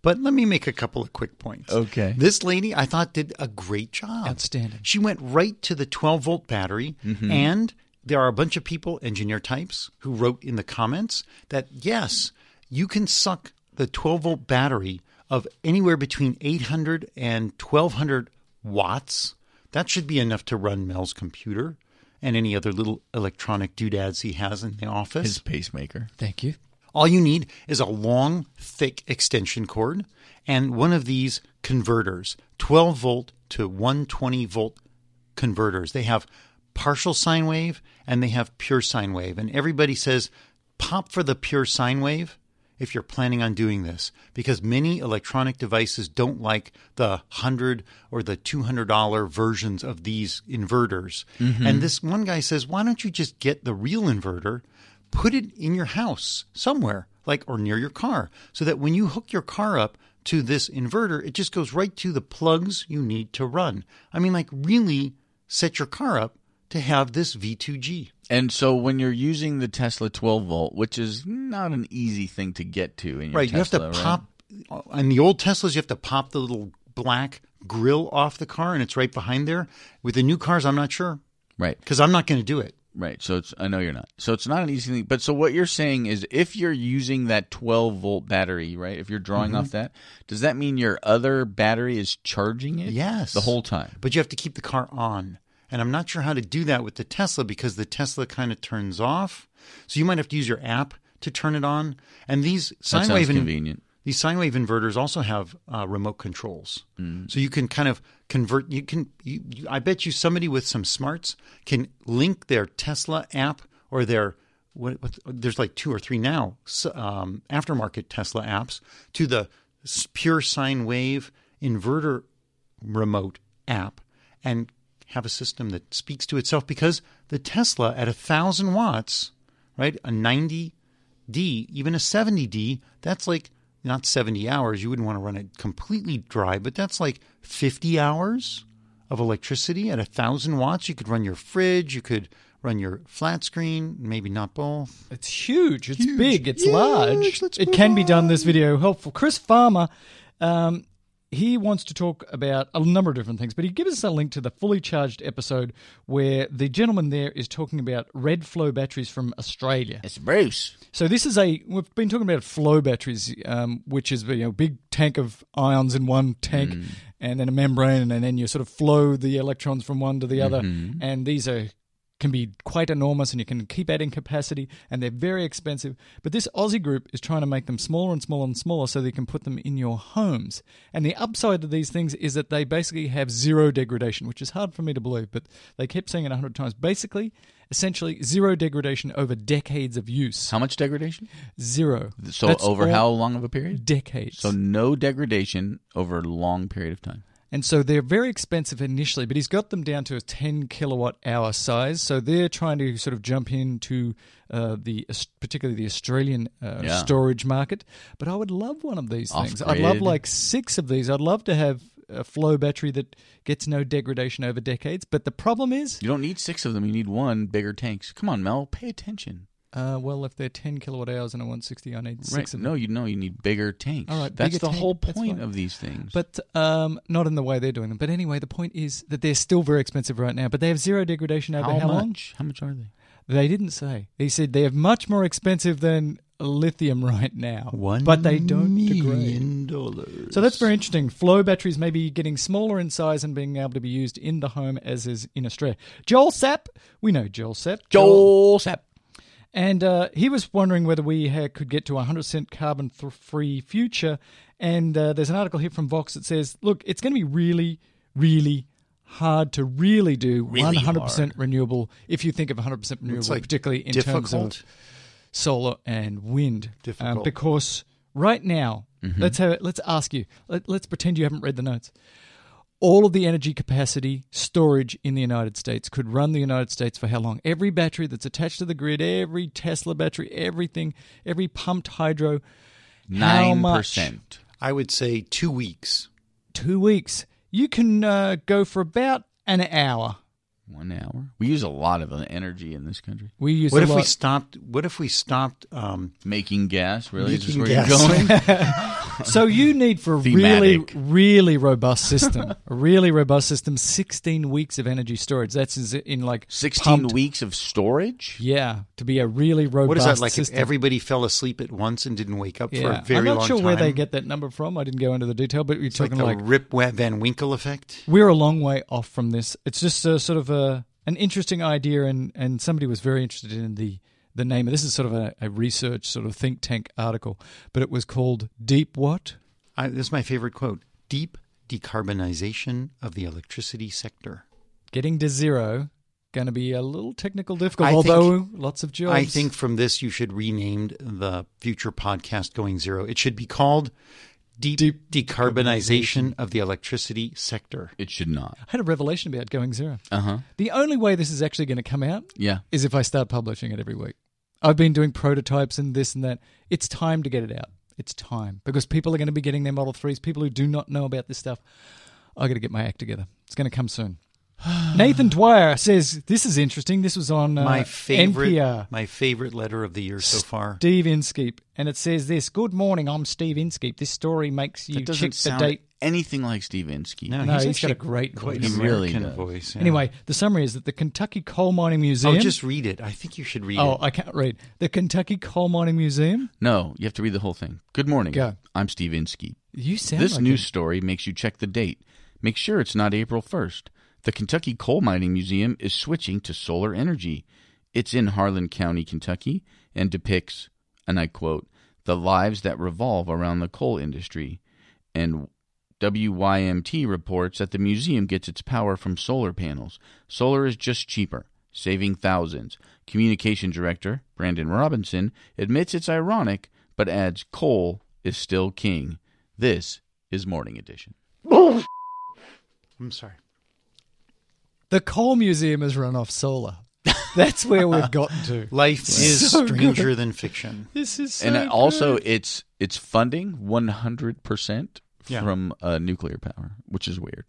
D: But let me make a couple of quick points.
B: Okay.
D: This lady I thought did a great job.
F: Outstanding.
D: She went right to the 12 volt battery and there are a bunch of people, engineer types, who wrote in the comments that yes, you can suck the 12 volt battery of anywhere between 800 and 1200 watts. That should be enough to run Mel's computer and any other little electronic doodads he has in the office.
B: his pacemaker.
F: Thank you.
D: All you need is a long, thick extension cord and one of these converters 12 volt to 120 volt converters. They have partial sine wave and they have pure sine wave. And everybody says, pop for the pure sine wave if you're planning on doing this because many electronic devices don't like the 100 or the $200 versions of these inverters. And this one guy says, "Why don't you just get the real inverter, put it in your house somewhere, like or near your car, so that when you hook your car up to this inverter, it just goes right to the plugs you need to run." I mean like really set your car up to have this V2G.
B: And so when you're using the Tesla 12 volt, which is not an easy thing to get to in your
D: right you
B: Tesla,
D: have
B: right?
D: to pop on the old teslas you have to pop the little black grill off the car and it's right behind there with the new cars i'm not sure
B: Right.
D: because i'm not going to do it
B: Right. So it's I know you're not. So it's not an easy thing. But so what you're saying is if you're using that 12 volt battery, right? If you're drawing
D: Mm-hmm.
B: off that, does that mean your other battery is charging it?
D: Yes.
B: The whole time.
D: but you have to keep the car on and i'm not sure how to do that with the tesla because the tesla kind of turns off so you might have to use your app to turn it on. And these sine wave
B: sounds convenient.
D: these sine wave inverters also have uh, remote controls,
B: Mm-hmm.
D: so you can kind of convert. You can. You, you, I bet you somebody with some smarts can link their Tesla app or their what, what there's like two or three now s- um, aftermarket Tesla apps to the s- pure sine wave inverter remote app and have a system that speaks to itself because the Tesla at a thousand watts, right? A 90 D, even a 70D, that's like not 70 hours. You wouldn't want to run it completely dry, but that's like 50 hours of electricity at a thousand watts. You could run your fridge, you could run your flat screen, maybe not both.
F: It's huge. It's big. It's large. It can be done. This video helpful. Chris Farmer, um, he wants to talk about a number of different things, but he gives us a link to the fully charged episode where the gentleman there is talking about red flow batteries from Australia.
B: It's Bruce.
F: So this is a we've been talking about flow batteries, um, which is you know big tank of ions in one tank, and then a membrane, and then you sort of flow the electrons from one to the other, and these are can be quite enormous, and you can keep adding capacity, and they're very expensive. But this Aussie group is trying to make them smaller and smaller and smaller, so they can put them in your homes. And the upside of these things is that they basically have zero degradation, which is hard for me to believe, but they kept saying it a hundred times. Basically, essentially zero degradation over decades of use.
B: How much degradation?
F: Zero.
B: So
F: That's
B: over
F: all
B: how long of a period?
F: Decades.
B: So no degradation over a long period of time.
F: and so they're very expensive initially, but he's got them down to a 10 kilowatt hour size. So they're trying to sort of jump into uh, the, particularly the Australian uh,
B: Yeah.
F: storage market. But I would love one of these things. I'd
B: Off-grid.
F: love like six of these. I'd love to have a flow battery that gets no degradation over decades. But the problem is,
B: You don't need six of them. You need one bigger tanks. Come on, Mel. Pay attention.
F: uh, well, if they're 10 kilowatt hours and I want 60, I need six of them.
B: No, you know you need bigger tanks.
F: All right,
B: that's
F: bigger
B: the
F: tank,
B: whole
F: that's
B: point
F: fine.
B: of these things.
F: But um, not in the way they're doing them. But anyway, the point is that they're still very expensive right now. But they have zero degradation over how, long?
B: much? How much are they?
F: They didn't say. They said they are much more expensive than lithium right now.
D: One
F: but they don't degrade.
D: million dollars.
F: So that's very interesting. Flow batteries may be getting smaller in size and being able to be used in the home as is in Australia. Joel Sapp, we know Joel Sapp.
B: Joel Sapp.
F: And uh, he was wondering whether we ha- could get to a 100% carbon th- free future. And uh, there's an article here from Vox that says, look, it's going to be really, really hard to really do 100% renewable if you think of 100% renewable,
D: like
F: particularly in terms
D: difficult.
F: of solar and wind. um,
D: Difficult.
F: because right now,
D: Mm-hmm.
F: let's have, it- let's ask you, let, let's pretend you haven't read the notes all of the energy capacity storage in the United States could run the United States for how long? Every battery that's attached to the grid, every Tesla battery, everything, every pumped hydro, how
B: Nine
F: much?
B: percent.
D: I would say two weeks.
F: Two weeks. You can uh, go for about an hour.
B: One hour. We use a lot of uh, energy in this country.
F: We use
D: What
F: a
D: if we
F: lot-
D: stopped? What if we stopped? Um,
B: Making gas. Really? Is this
D: making
B: where you're
D: gas?
B: going?
F: so you need for a really,
B: Thematic.
F: really robust system, a really robust system, sixteen weeks of energy storage. That's is in like
B: Sixteen
F: pumped-
B: weeks of storage.
F: Yeah, to be a really robust.
D: what is that like?
F: System.
D: If everybody fell asleep at once and didn't wake up for a very
F: I'm not
D: long
F: sure where they
D: time?
F: get that number from. I didn't go into the detail, but you're
D: It's like
F: talking
D: the
F: like,
D: Rip Van Winkle effect.
F: we're a long way off from this. It's just a, sort of a an interesting idea, and and somebody was very interested in the the name. This is sort of a, a research sort of think tank article, but it was called Deep What?
D: I, this is my favorite quote deep decarbonization of the electricity sector.
F: Getting to zero. Going to be a little technical difficult,
D: I think-
F: although lots of jobs.
D: I think from this, you should rename the future podcast Going Zero. It should be called Deep, Decarbonization of the Electricity Sector.
B: It should not.
F: I had a revelation about going zero.
B: Uh huh.
F: The only way this is actually going to come out
B: Yeah.
F: is if I start publishing it every week. I've been doing prototypes and this and that. It's time to get it out. It's time because people are going to be getting their Model 3s, people who do not know about this stuff. I got to get my act together. It's going to come soon. Nathan Dwyer says, This is interesting. This was on uh,
D: my favorite,
F: NPR.
D: my favorite letter of the year so far.
F: Steve Inskeep. And it says this Good morning. I'm Steve Inskeep. This story makes you
B: That doesn't
F: check the
B: sound
F: date.
B: anything like Steve Inskeep.
F: No, he's
D: actually
F: got a great
D: quite
F: voice.
D: an
B: He really
D: American
B: does.
D: voice. yeah.
F: Anyway, the summary is that the Kentucky Coal Mining Museum.
D: oh, just read it. I think you should read
F: Oh,
D: it.
F: I can't read. The Kentucky Coal Mining Museum.
B: No, you have to read the whole thing. Good morning.
F: Go.
B: I'm Steve Inskeep.
F: You sound
B: This
F: like
B: news
F: him.
B: story makes you check the date. Make sure it's not April 1st. The Kentucky Coal Mining Museum is switching to solar energy. It's in Harlan County, Kentucky, and depicts and I quote, the lives that revolve around the coal industry. And WYMT reports that the museum gets its power from solar panels. Solar is just cheaper, saving thousands. Communication director Brandon Robinson admits it's ironic, but adds coal is still king. This is Morning Edition.
D: I'm sorry.
F: The coal museum has run off solar. That's where we've gotten to.
D: Life is
F: So
D: stranger than fiction.
F: This is
B: and
F: so
B: it also,
F: good.
B: it's it's funding 100%
D: Yeah.
B: from uh, nuclear power, which is weird.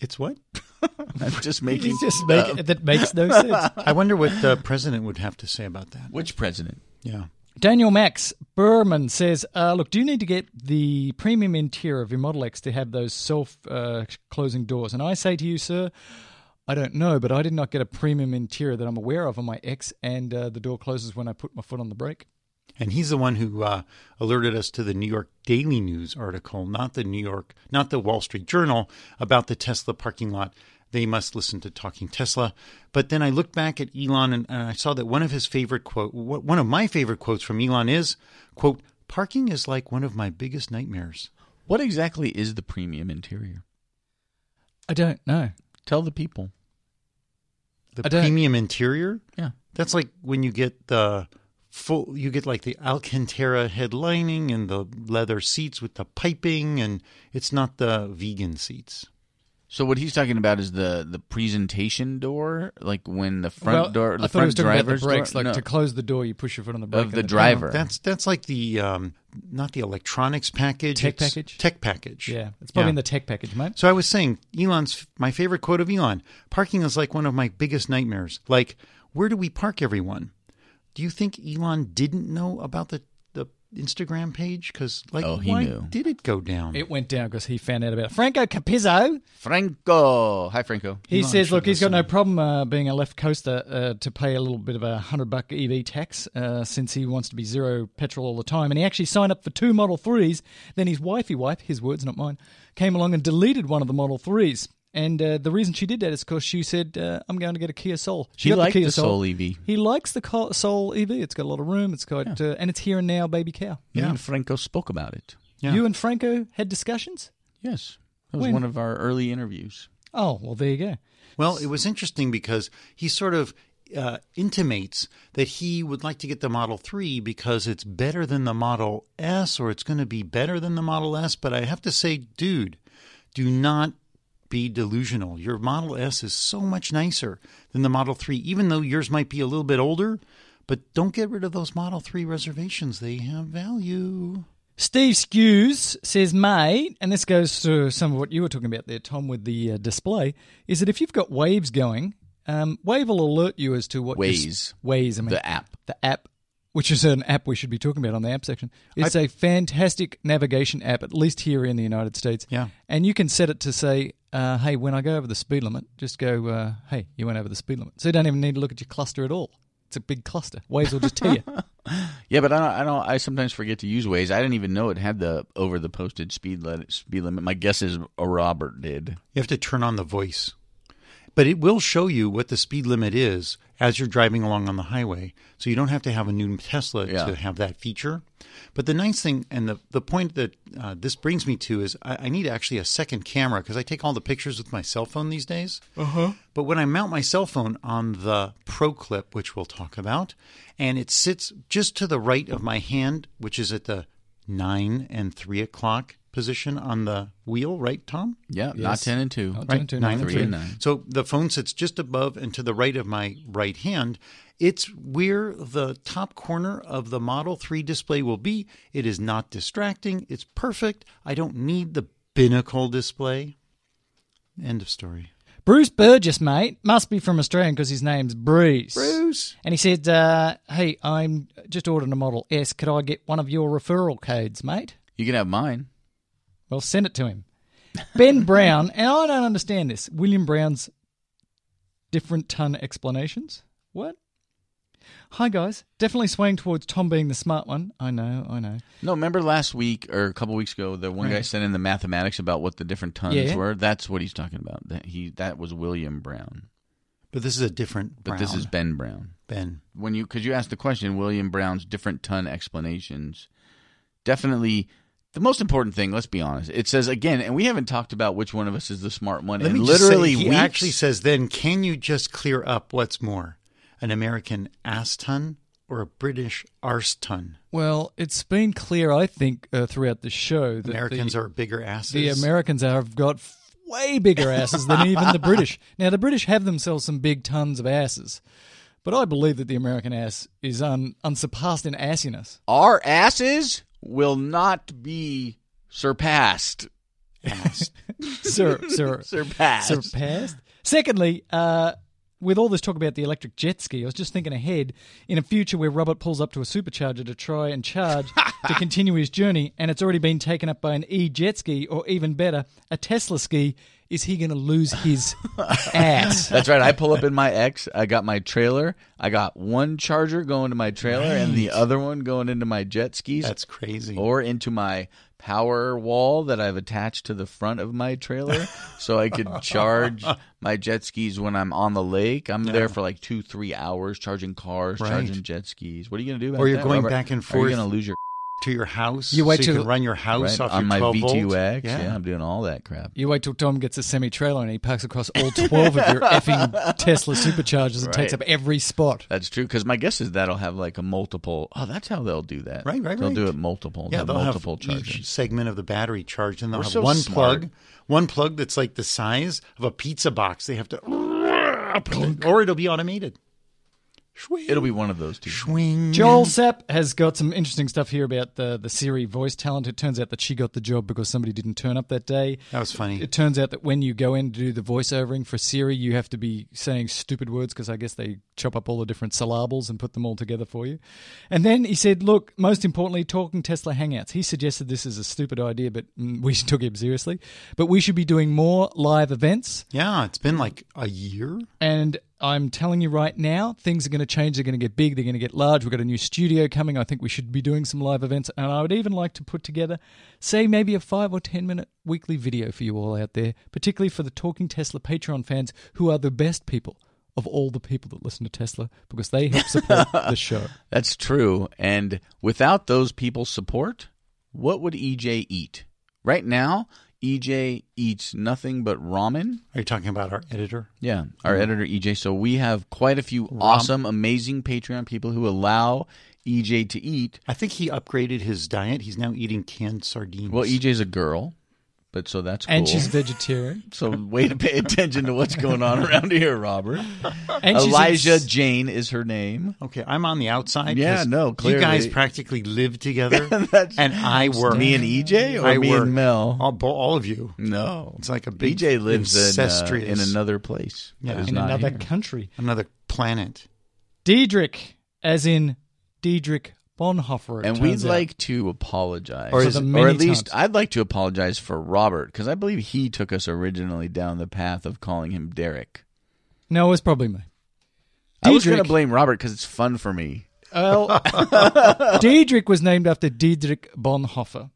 D: It's what?
B: I'm just making.
F: It's just make, that makes no sense.
D: I wonder what the president would have to say about that.
B: Which president?
D: Yeah.
F: Daniel Max Berman says, uh, "Look, do you need to get the premium interior of your Model X to have those self-closing doors?" And I say to you, sir, I don't know, but I did not get a premium interior that I'm aware of on my X, and uh, the door closes when I put my foot on the brake.
D: And he's the one who uh, alerted us to the New York Daily News article, not the New York, not the Wall Street Journal, about the Tesla parking lot. They must listen to Talking Tesla. But then I looked back at Elon and, and I saw that one of his favorite quote, wh- one of my favorite quotes from Elon is, "quote Parking is like one of my biggest nightmares."
B: What exactly is the premium interior?
F: I don't know.
B: Tell the people.
D: The
F: I don't-
D: premium interior.
B: Yeah.
D: That's like when you get the full you get like the Alcantara head lining and the leather seats with the piping and it's not the vegan seats.
B: So what he's talking about is the the presentation door, like when the front
F: Well,
B: door, the
F: I thought he was
B: front
F: talking about
B: driver's
F: the brakes,
B: door,
F: like
B: no,
F: to close the door, you push your foot on the brake
B: of
F: and
B: the
F: it-
B: driver.
D: That's that's like the um, not the electronics package,
F: Tech
D: it's
F: package?
D: tech package.
F: Yeah, it's probably
D: Yeah.
F: in the tech package, mate.
D: So I was saying, Elon's my favorite quote of Elon parking is like one of my biggest nightmares. Like, where do we park everyone? Do you think Elon didn't know about the, the Instagram page? Because, like,
B: Oh, he
D: why
B: knew.
D: did it go down?
F: It went down because he found out about it. Franco Capizzo.
B: Franco, hi Franco.
F: He
D: Elon
F: says,
D: should
F: look, he's got no
D: listen.
F: problem uh, being a left coaster uh, to pay a little bit of a hundred buck EV tax uh, since he wants to be zero petrol all the time. And he actually signed up for two Model 3s. Then his wifey wife, his words, not mine, came along and deleted one of the Model 3s. And uh, the reason she did that is because she said, uh, I'm going to get a Kia Soul. She
B: He
F: got
B: liked
F: the Kia
B: the
F: Soul.
B: Soul E EV.
F: He likes the co- Soul EV. It's got a lot of room. It's got, uh, and it's here and now, baby cow.
B: Me
D: Yeah.
B: and Franco spoke about it.
D: Yeah.
F: You and Franco had discussions?
B: Yes, that was
F: When?
B: one of our early interviews.
F: Oh, well, there you go.
D: Well, it was interesting because he sort of uh, intimates that he would like to get the Model 3 because it's better than the Model S or it's going to be better than the Model S. But I have to say, dude, do not be delusional. Your Model S is so much nicer than the Model 3, even though yours might be a little bit older. But don't get rid of those Model 3 reservations, they have value.
F: Steve Skews says, mate, and this goes to some of what you were talking about there, Tom, with the uh, display, is that if you've got waves going, um, Wave will alert you as to what your
B: Waze.
F: s- Waze, I mean,
B: The app.
F: the app, which is an app we should be talking about on the app section. It's a fantastic navigation app, at least here in the United States.
D: Yeah.
F: and you can set it to say, uh, "Hey, when I go over the speed limit, just go, uh, hey, you went over the speed limit." So you don't even need to look at your cluster at all. It's a big cluster. Waves will just tell you.
B: Yeah, but I don't, I don't. I sometimes forget to use Waze. I didn't even know it had the over the posted speed limit. Speed limit. My guess is a Robert did.
D: You have to turn on the voice. But it will show you what the speed limit is as you're driving along on the highway. So you don't have to have a new Tesla
B: Yeah.
D: to have that feature. But the nice thing, and the, the point that uh, this brings me to is I, I need actually a second camera because I take all the pictures with my cell phone these days. But when I mount my cell phone on the Pro Clip, which we'll talk about, and it sits just to the right of my hand, which is at the nine and three o'clock position on the wheel, right, Tom?
B: Yeah, not ten and two.
F: Not
D: Right,
F: 10,
D: nine
B: and
D: and
B: three.
D: three.
B: and nine.
D: So the phone sits just above and to the right of my right hand. It's where the top corner of the Model 3 display will be. It is not distracting. It's perfect. I don't need the binnacle display. End of story.
F: Bruce Burgess, mate, must be from Australian because his name's Bruce.
D: Bruce.
F: And he said, uh, "Hey, I'm just ordering a Model S. Could I get one of your referral codes, mate?"
B: You can have mine.
F: Well, send it to him. Ben Brown, and I don't understand this. William Brown's different ton explanations. What? Hi guys, definitely swaying towards Tom being the smart one. I know, I know.
B: No, remember last week or a couple weeks ago, the one guy sent in the mathematics about what the different tons
F: Yeah.
B: were. That's what he's talking about. That he that was William Brown.
D: But this is a different
B: But
D: Brown.
B: this is Ben Brown.
D: Ben.
B: when you because you asked the question william brown's different ton explanations definitely the most important thing let's be honest it says again and we haven't talked about which one of us is the smart one
D: Let
B: and
D: me
B: literally
D: just say, he
B: weeks-
D: actually says then, can you just clear up what's more, an American ass ton or a British arse ton?
F: Well, it's been clear, I think, uh, throughout the show that
D: Americans
F: the,
D: are bigger asses.
F: the Americans have got f- way bigger asses than even the British. Now, the British have themselves some big tons of asses, but I believe that the American ass is un- unsurpassed in assiness.
B: our asses will not be surpassed
D: ass.
F: Sir, sir,
B: surpassed
F: surpassed. Secondly, uh, with all this talk about the electric jet ski, I was just thinking ahead in a future where Robert pulls up to a supercharger to try and charge to continue his journey, and it's already been taken up by an e jet ski, or even better, a Tesla ski. Is he going to lose his ass?
B: that's right i pull up in my x i got my trailer i got one charger going to my trailer and the other one going into my jet skis
D: That's crazy.
B: or into my power wall that I've attached to the front of my trailer so I could charge my jet skis when I'm on the lake. I'm there for like two, three hours charging cars,
D: Right.
B: charging jet skis. What are you going to do about
D: Or you're
B: that,
D: going
B: Robert?
D: back and
B: Are
D: forth
B: you going to lose your
D: to your house.
F: You wait
D: so you
F: till-
D: can run your house
B: right,
D: off
B: on
D: your
B: my
D: 12 volt.
B: VTUX? Yeah. I'm doing all that crap.
F: You wait till Tom gets a semi trailer and he parks across all 12 of your effing Tesla superchargers and takes
B: Right.
F: up every spot.
B: That's true because my guess is that'll have like a multiple. Oh, that's how they'll do that.
D: Right, right,
B: They'll do
D: right.
B: it multiple.
D: Yeah,
B: they'll
D: they'll
B: have multiple
D: have each
B: charges.
D: segment of the battery charged, and they'll
B: We're
D: have
B: so
D: one
B: smart.
D: plug, one plug that's like the size of a pizza box. They have to, or it'll be automated.
B: It'll be one of those two.
D: Swing.
F: Joel Sepp has got some interesting stuff here about the, the Siri voice talent. It turns out that she got the job because somebody didn't turn up that day.
D: That was funny.
F: It turns out that when you go in to do the voiceovering for Siri, you have to be saying stupid words because I guess they chop up all the different syllables and put them all together for you. And then he said, look, most importantly, talking Tesla Hangouts. He suggested this is a stupid idea, but mm, we took him seriously. But we should be doing more live events.
D: Yeah, it's been like a year.
F: And I'm telling you right now, things are going to change. They're going to get big. They're going to get large. We've got a new studio coming. I think we should be doing some live events. And I would even like to put together, say, maybe a five or 10 minute weekly video for you all out there, particularly for the Talking Tesla Patreon fans who are the best people of all the people that listen to Tesla because they help support the show.
B: That's true. And without those people's support, what would EJ eat? Right now, EJ eats nothing but ramen.
D: Are you talking about our editor?
B: Yeah, our editor EJ. So we have quite a few awesome, amazing Patreon people who allow EJ to eat.
D: I think he upgraded his diet. He's now eating canned sardines.
B: Well, EJ's a girl, but so that's cool.
F: And she's vegetarian.
B: so way to pay attention to what's going on around here, Robert.
F: And she's in-
B: Elijah Jane is her name.
D: Okay, I'm on the outside.
B: Yeah,
D: 'cause
B: no,
D: You guys
B: clearly.
D: practically live together, and E I work.
B: Me and EJ or
D: I
B: me
D: work.
B: and Mel?
D: All, bo- all of you.
B: No,
D: It's like a big
B: EJ lives in, uh, in,
D: incestuous-
B: another place.
D: Yeah.
B: that is
F: in
B: not
F: another
B: here.
F: country.
D: Another planet.
F: Diedrich, as in Diedrich Bonhoeffer. it
B: And
F: turns
B: we'd
F: out.
B: like to apologize,
D: Or
B: or,
D: For is the it-
F: many
B: at least
F: times.
B: I'd like to apologize for Robert because I believe he took us originally down the path of calling him Derek.
F: No, it's probably me.
B: I was going to
F: Diedrich.
B: blame Robert because it's fun for me.
F: Well, Diedrich was named after Diedrich Bonhoeffer,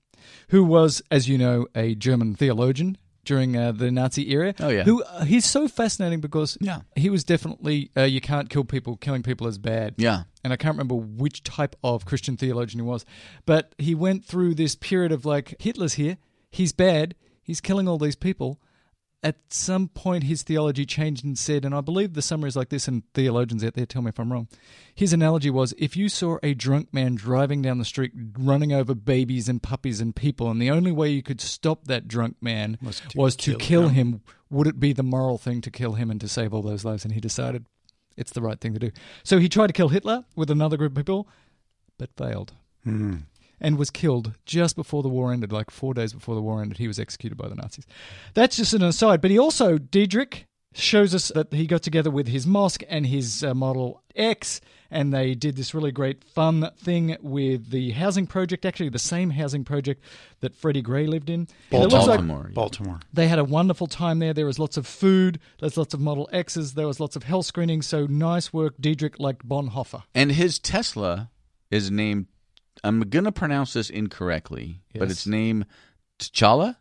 F: who was, as you know, a German theologian during uh, the Nazi era.
B: Oh, yeah.
F: Who uh, he's so fascinating because
B: Yeah.
F: he was definitely uh, you can't kill people. Killing people is bad.
B: Yeah,
F: And I can't remember which type of Christian theologian he was, but he went through this period of like Hitler's here, he's bad, he's killing all these people. At some point, his theology changed and said, and I believe the summary is like this, and theologians out there tell me if I'm wrong. His analogy was if you saw a drunk man driving down the street, running over babies and puppies and people, and the only way you could stop that drunk man was to, kill, him, would it be the moral thing to kill him and to save all those lives? And he decided it's the right thing to do. So he tried to kill Hitler with another group of people, but failed. And was killed just before the war ended, like four days before the war ended. He was executed by the Nazis. That's just an aside. But he also, Diedrich, shows us that he got together with his mosque and his uh, Model X, and they did this really great fun thing with the housing project, actually, the same housing project that Freddie Gray lived in. And it looks like-
B: Baltimore.
D: Baltimore.
F: they had a wonderful time there. There was lots of food. There's lots of Model X's. There was lots of health screenings. So nice work, Diedrich liked Bonhoeffer.
B: and his Tesla is named. I'm going to pronounce this incorrectly, but
F: Yes.
B: it's named T'Challa.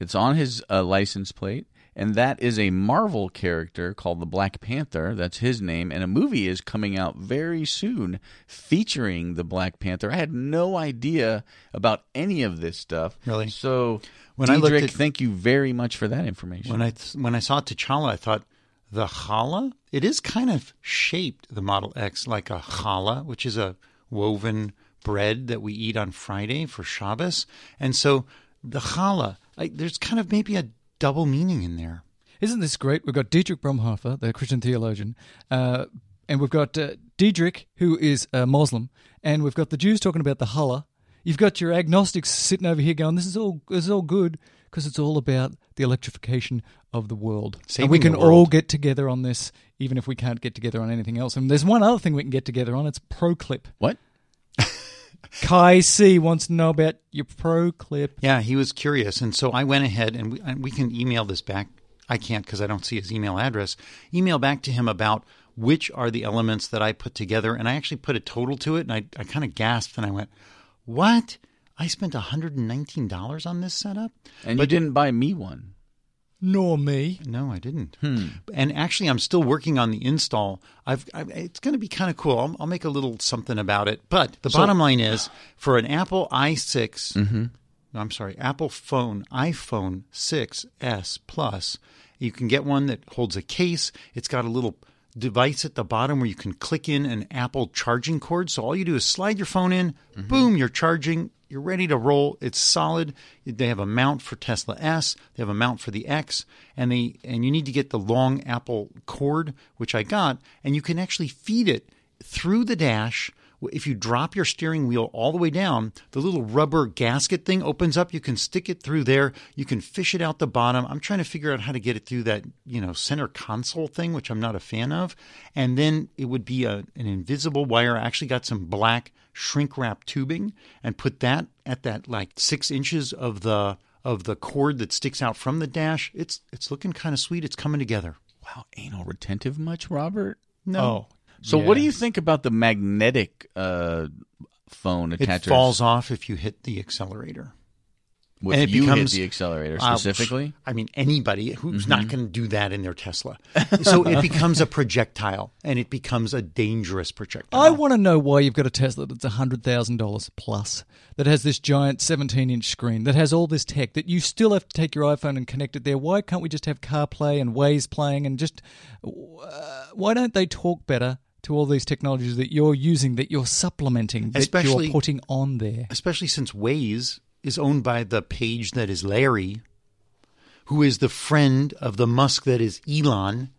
B: It's on his uh, license plate. and that is a Marvel character called the Black Panther. That's his name, and a movie is coming out very soon featuring the Black Panther. I had no idea about any of this stuff.
D: Really?
B: So,
D: When I
B: Diedrich,
D: looked at-
B: thank you very much for that information.
D: When I th- when I saw T'Challa, I thought the challah. It is kind of shaped the Model X like a challah, which is a woven bread that we eat on Friday for Shabbos, and so the challah. I, there's kind of maybe a double meaning in there.
F: Isn't this great? We've got Diedrich Bonhoeffer, the Christian theologian, uh, and we've got uh, Diedrich, who is a Muslim, and we've got the Jews talking about the Hullah. You've got your agnostics sitting over here going, "This is all this is all good because it's all about the electrification of the world,
D: Saving
F: and we can
D: the world.
F: all get together on this, even if we can't get together on anything else." And there's one other thing we can get together on. It's ProClip.
B: what?
F: Kai C wants to know about your ProClip.
D: Yeah, he was curious, and so I went ahead and we, and we can email this back. I can't because I don't see his email address. Email back to him about which are the elements that I put together, and I actually put a total to it, and I, I kind of gasped and I went, "What? I spent hundred and nineteen dollars on this setup?
B: And you didn't buy me one.
F: Nor me.
D: No, I didn't. And actually, I'm still working on the install. I've, I, it's going to be kind of cool. I'll, I'll make a little something about it. But the bottom line is, for an Apple i6, no, I'm sorry, Apple phone, iPhone 6s Plus, you can get one that holds a case. It's got a little device at the bottom where you can click in an Apple charging cord. So all you do is slide your phone in, boom, you're charging. You're ready to roll. It's solid. They have a mount for Tesla S. They have a mount for the X, and they and you need to get the long Apple cord, which I got, and you can actually feed it through the dash if you drop your steering wheel all the way down, the little rubber gasket thing opens up. You can stick it through there. You can fish it out the bottom. I'm trying to figure out how to get it through that, you know, center console thing, which I'm not a fan of. And then it would be a, an invisible wire. I actually got some black shrink wrap tubing and put that at that like six inches of the of the cord that sticks out from the dash. It's it's looking kind of sweet. It's coming together.
B: Wow, anal retentive much, Robert?
D: No,
B: So, what do
F: Yeah.
B: you think about the magnetic uh, phone
D: it
B: attachers?
D: falls off if you hit the accelerator.
B: With
D: and it
B: you
D: becomes-
B: hit the accelerator
D: Uh,
B: specifically. Mm-hmm.
D: I mean, anybody who's not going to do that in their Tesla. So it becomes a projectile, and it becomes a dangerous projectile.
F: I want to know why you've got a Tesla that's $100,000 plus, that has this giant 17 inch screen, that has all this tech, that you still have to take your iPhone and connect it there. Why can't we just have CarPlay and Waze playing and just. Uh, why don't they talk better to all these technologies that you're using, that you're supplementing, that
D: Especially-
F: you're putting on there?
D: especially since Waze is owned by the page that is Larry, who is the friend of the Musk that is Elon,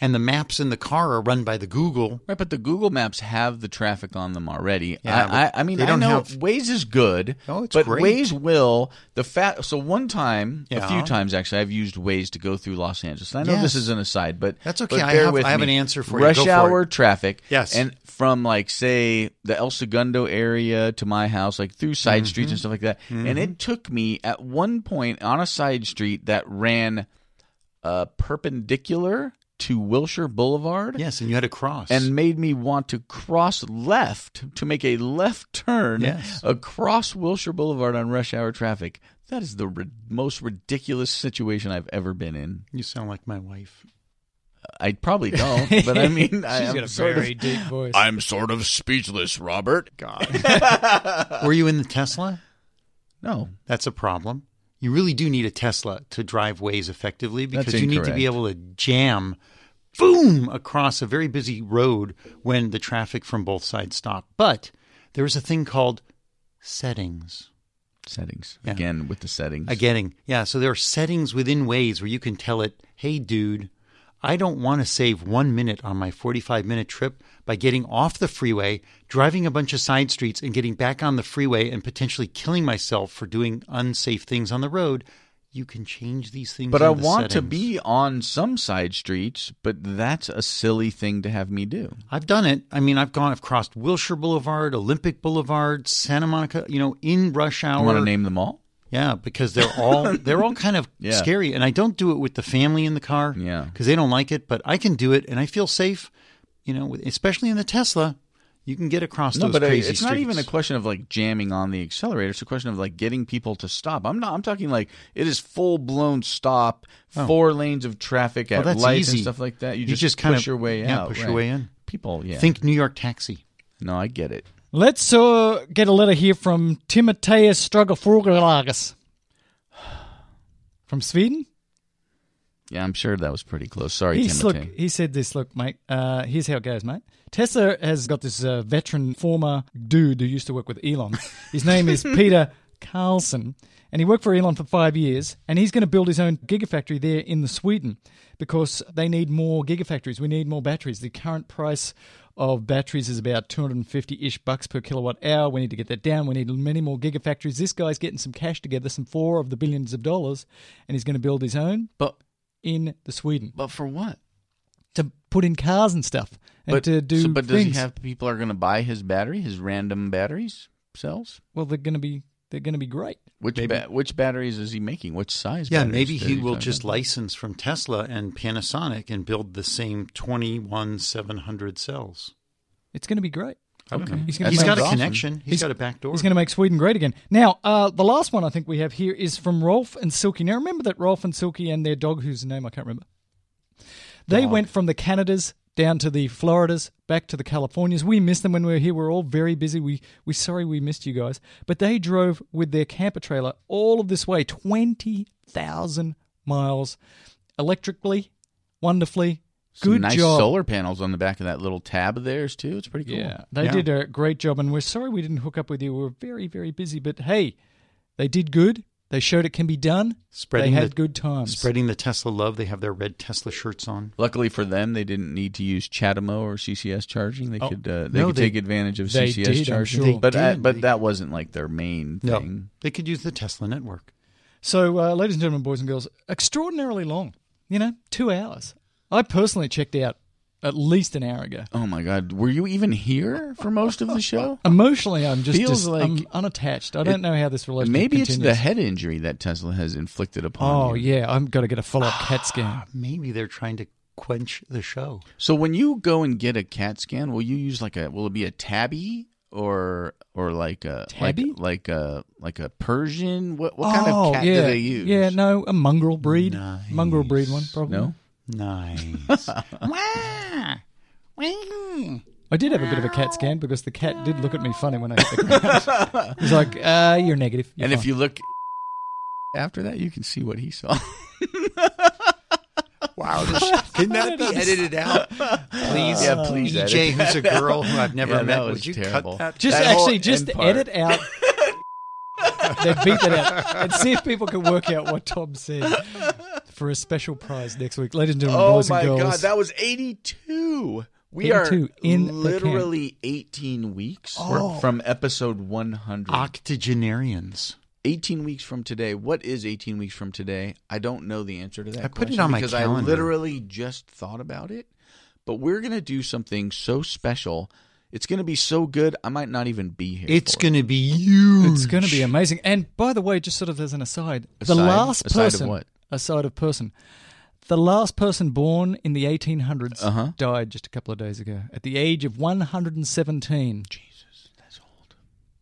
D: and the maps in the car are run by the Google.
B: Right, but the Google Maps have the traffic on them already.
D: Yeah,
B: I, I,
D: but
B: I mean,
D: they don't
B: I know
D: have-
B: Waze is good.
D: Oh, it's
B: but
D: great.
B: Waze will the fat. So one time, a
D: Yeah.
B: few times actually, I've used Waze to go through Los Angeles. And I know
D: Yes.
B: this is an aside, but
D: That's okay.
B: but
D: I
B: bear
D: have-
B: with
D: I have
B: me.
D: an answer for you.
B: rush
D: Go for
B: hour
D: it.
B: traffic.
D: Yes.
B: and from like say the El Segundo area to my house, like through side
D: Mm-hmm.
B: streets and stuff like that. And it took me at one point on a side street that ran uh, perpendicular to Wilshire Boulevard
D: Yes, and you had to cross.
B: and made me want to cross left to make a left turn
D: Yes.
B: across Wilshire Boulevard on rush hour traffic. That is the ri- most ridiculous situation I've ever been in.
D: you sound like my wife.
B: I probably don't, but I mean, I, am sort of,
F: deep voice.
B: I'm sort of speechless, Robert. God,
D: Were you in the Tesla?
B: no,
D: That's a problem. You really do need a Tesla to drive ways effectively because
B: That's
D: you need to be
B: incorrect.
D: able to jam, boom, across a very busy road when the traffic from both sides stop. But there is a thing called settings.
B: settings
D: Yeah.
B: again with the settings
D: A getting. Yeah. So there are settings within ways where you can tell it, hey, dude, I don't want to save one minute on my 45 minute trip by getting off the freeway, driving a bunch of side streets, and getting back on the freeway and potentially killing myself for doing unsafe things on the road. You can change these things.
B: But
D: in
B: I
D: the
B: want to
D: settings.
B: be on some side streets, but that's a silly thing to have me do.
D: I've done it. I mean, I've gone, I've crossed Wilshire Boulevard, Olympic Boulevard, Santa Monica, you know, in rush hour.
B: I want to name them all.
D: Yeah, because they're all they're all kind of
B: Yeah.
D: scary, and I don't do it with the family in the car.
B: Yeah.
D: because they don't like it, but I can do it, and I feel safe. You know, with, especially in the Tesla, You can get across
B: No,
D: those
B: but uh,
D: crazy
B: it's not even a
D: streets.
B: question of like jamming on the accelerator. It's a question of like getting people to stop. I'm not. I'm talking like it is full blown stop, four lanes of traffic
D: Oh. Well,
B: at
D: Oh, that's
B: lights and
D: easy.
B: stuff like that. You,
D: You
B: just,
D: just
B: push
D: kind of-
B: your way
D: yeah,
B: out.
D: push your
B: right.
D: way in.
B: People, yeah.
D: Think New York taxi.
B: No, I get it.
F: Let's uh, get a letter here from Timoteus Strugafrugalagas from Sweden.
B: Yeah, I'm sure that was pretty close. Sorry,
F: He's,
B: Timothy.
F: look, he said this, look, mate, uh, here's how it goes, mate. Tesla has got this uh, veteran former dude who used to work with Elon. His name is Peter Carlson, and he worked for Elon for five years, and he's going to build his own gigafactory there in the Sweden because they need more gigafactories. We need more batteries. The current price of batteries is about 250-ish bucks per kilowatt hour. We need to get that down. We need many more gigafactories. This guy's getting some cash together, some four of the billions of dollars, and he's going to build his own
B: but
F: in the Sweden
B: but for what?
F: to put in cars and stuff and
B: but
F: to do
B: so- but does
F: things.
B: he have people are going to buy his battery, his random batteries cells?
F: well they're going to be they're going to be great
B: Which ba- which batteries is he making? Which size?
D: Yeah,
B: batteries
D: maybe
B: is
D: he will
B: talking
D: just
B: about?
D: license from Tesla and Panasonic and build the same 21,700 cells.
F: it's going to be great
D: Okay.
F: He's
D: He's
F: gonna
D: got
F: make-
D: a
B: Awesome.
D: connection. he's got a back door.
F: he's going to make sweden great again now uh, the last one i think we have here is from rolf and silky now remember that rolf and silky and their dog whose name i can't remember they went from the canadas down to the floridas back to the californias we missed them when we were here we are all very busy we we sorry we missed you guys but they drove with their camper trailer all of this way 20000 miles electrically wonderfully
B: Some
F: good
B: nice
F: job
B: solar panels on the back of that little tab of theirs too. It's pretty cool.
F: Yeah, they
D: Yeah.
F: did a great job, and we're sorry we didn't hook up with you. We were very, very busy, but hey, they did good. They showed it can be done.
D: Spreading
F: they had
D: the-
F: good times.
D: Spreading the Tesla love. They have their red Tesla shirts on.
B: Luckily for them, they didn't need to use Chatamo or CCS charging. They could uh, they
D: no,
B: could
D: they-
B: take advantage of
F: Oh, they
B: CCS
F: did, I'm
B: charging,
F: sure. They
B: but uh,
D: did.
B: but
D: They-
B: that wasn't like their main
D: No,
B: thing.
D: they could use the Tesla network.
F: So, uh, ladies and gentlemen, boys and girls, extraordinarily long. You know, two hours. I personally checked out at least an hour ago.
B: Oh my God, were you even here for most of the show?
F: Emotionally, I'm just,
B: Feels
F: just-
B: like-
F: I'm unattached. I don't know how this relationship
B: Maybe it's the
F: continues.
B: head injury that Tesla has inflicted upon
F: Oh
B: you. Ah,
F: yeah, I've got to get a follow up CAT scan.
D: Maybe they're trying to quench the show.
B: So when you go and get a CAT scan, will you use like a will it be a tabby or or like a
F: Tabby? Oh,
B: like like a like a Persian? What what kind of cat do they use?
F: Yeah, no, a mongrel breed, mongrel breed one probably.
B: No?
D: Nice.
F: I did have a bit of a cat scan because the cat did look at me funny when I hit the ground. He's like, uh, "You're negative." You're
B: and if
F: fine."
B: you look after that, you can see what he saw.
D: wow. this- Can that be edited out? Please. uh,
B: Yeah, please
D: EJ,
B: edit.
D: E who's a girl who I've never
B: Yeah, that
D: met,
B: was
D: would you
B: terrible.
D: cut that?
F: just
B: that whole
F: actually just
B: end part.
F: edit out, then beat that out, and see if people can work out what Tom said for a special prize next week, ladies and gentlemen,
B: oh
F: boys
B: my
F: and girls.
B: god, that was eighty two. We
F: 82
B: are
F: in the can.
B: literally eighteen weeks
D: Oh.
B: from episode one hundred.
D: Octogenarians.
B: 18 weeks from today. What is 18 weeks from today? I don't know the answer to that.
D: I put it
B: question
D: on my
B: because I
D: calendar.
B: literally just thought about it. But we're going to do something so special. It's going to be so good. I might not even be here.
D: It's
B: for it.
D: going to be huge.
F: It's going to be amazing. And by the way, just sort of as an aside, the
B: Aside?
F: last
B: Aside of
F: person,
B: what?
F: aside of person, the last person born in the 1800s
B: Uh-huh.
F: died just a couple of days ago at the age of 117. Jesus, that's old.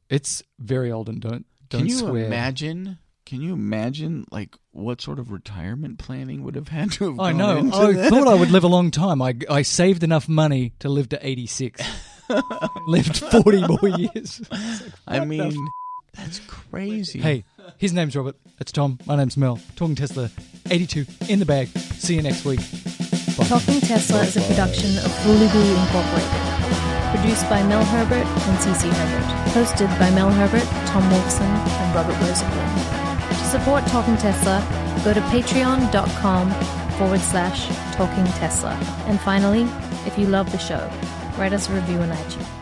F: It's very old, and don't don't
B: Can you
F: swear.
B: imagine? Can you imagine like what sort of retirement planning would have had to have
F: I
B: gone
F: know. Oh,
B: into
F: I
B: that?
F: thought I would live a long time. I, I saved enough money to live to 86. Lived 40 more years.
B: I mean, that's crazy.
F: Hey, his name's Robert. That's Tom. My name's Mel. Talking Tesla 82 in the bag. See you next week.
H: Talking Tesla is a production of Fooly Boo Incorporated. Produced by Mel Herbert and CC Herbert. Hosted by Mel Herbert, Tom Wilson, and Robert Rosenblum. To support Talking Tesla, go to patreon.com forward slash talking Tesla. And finally, if you love the show, write us a review on iTunes.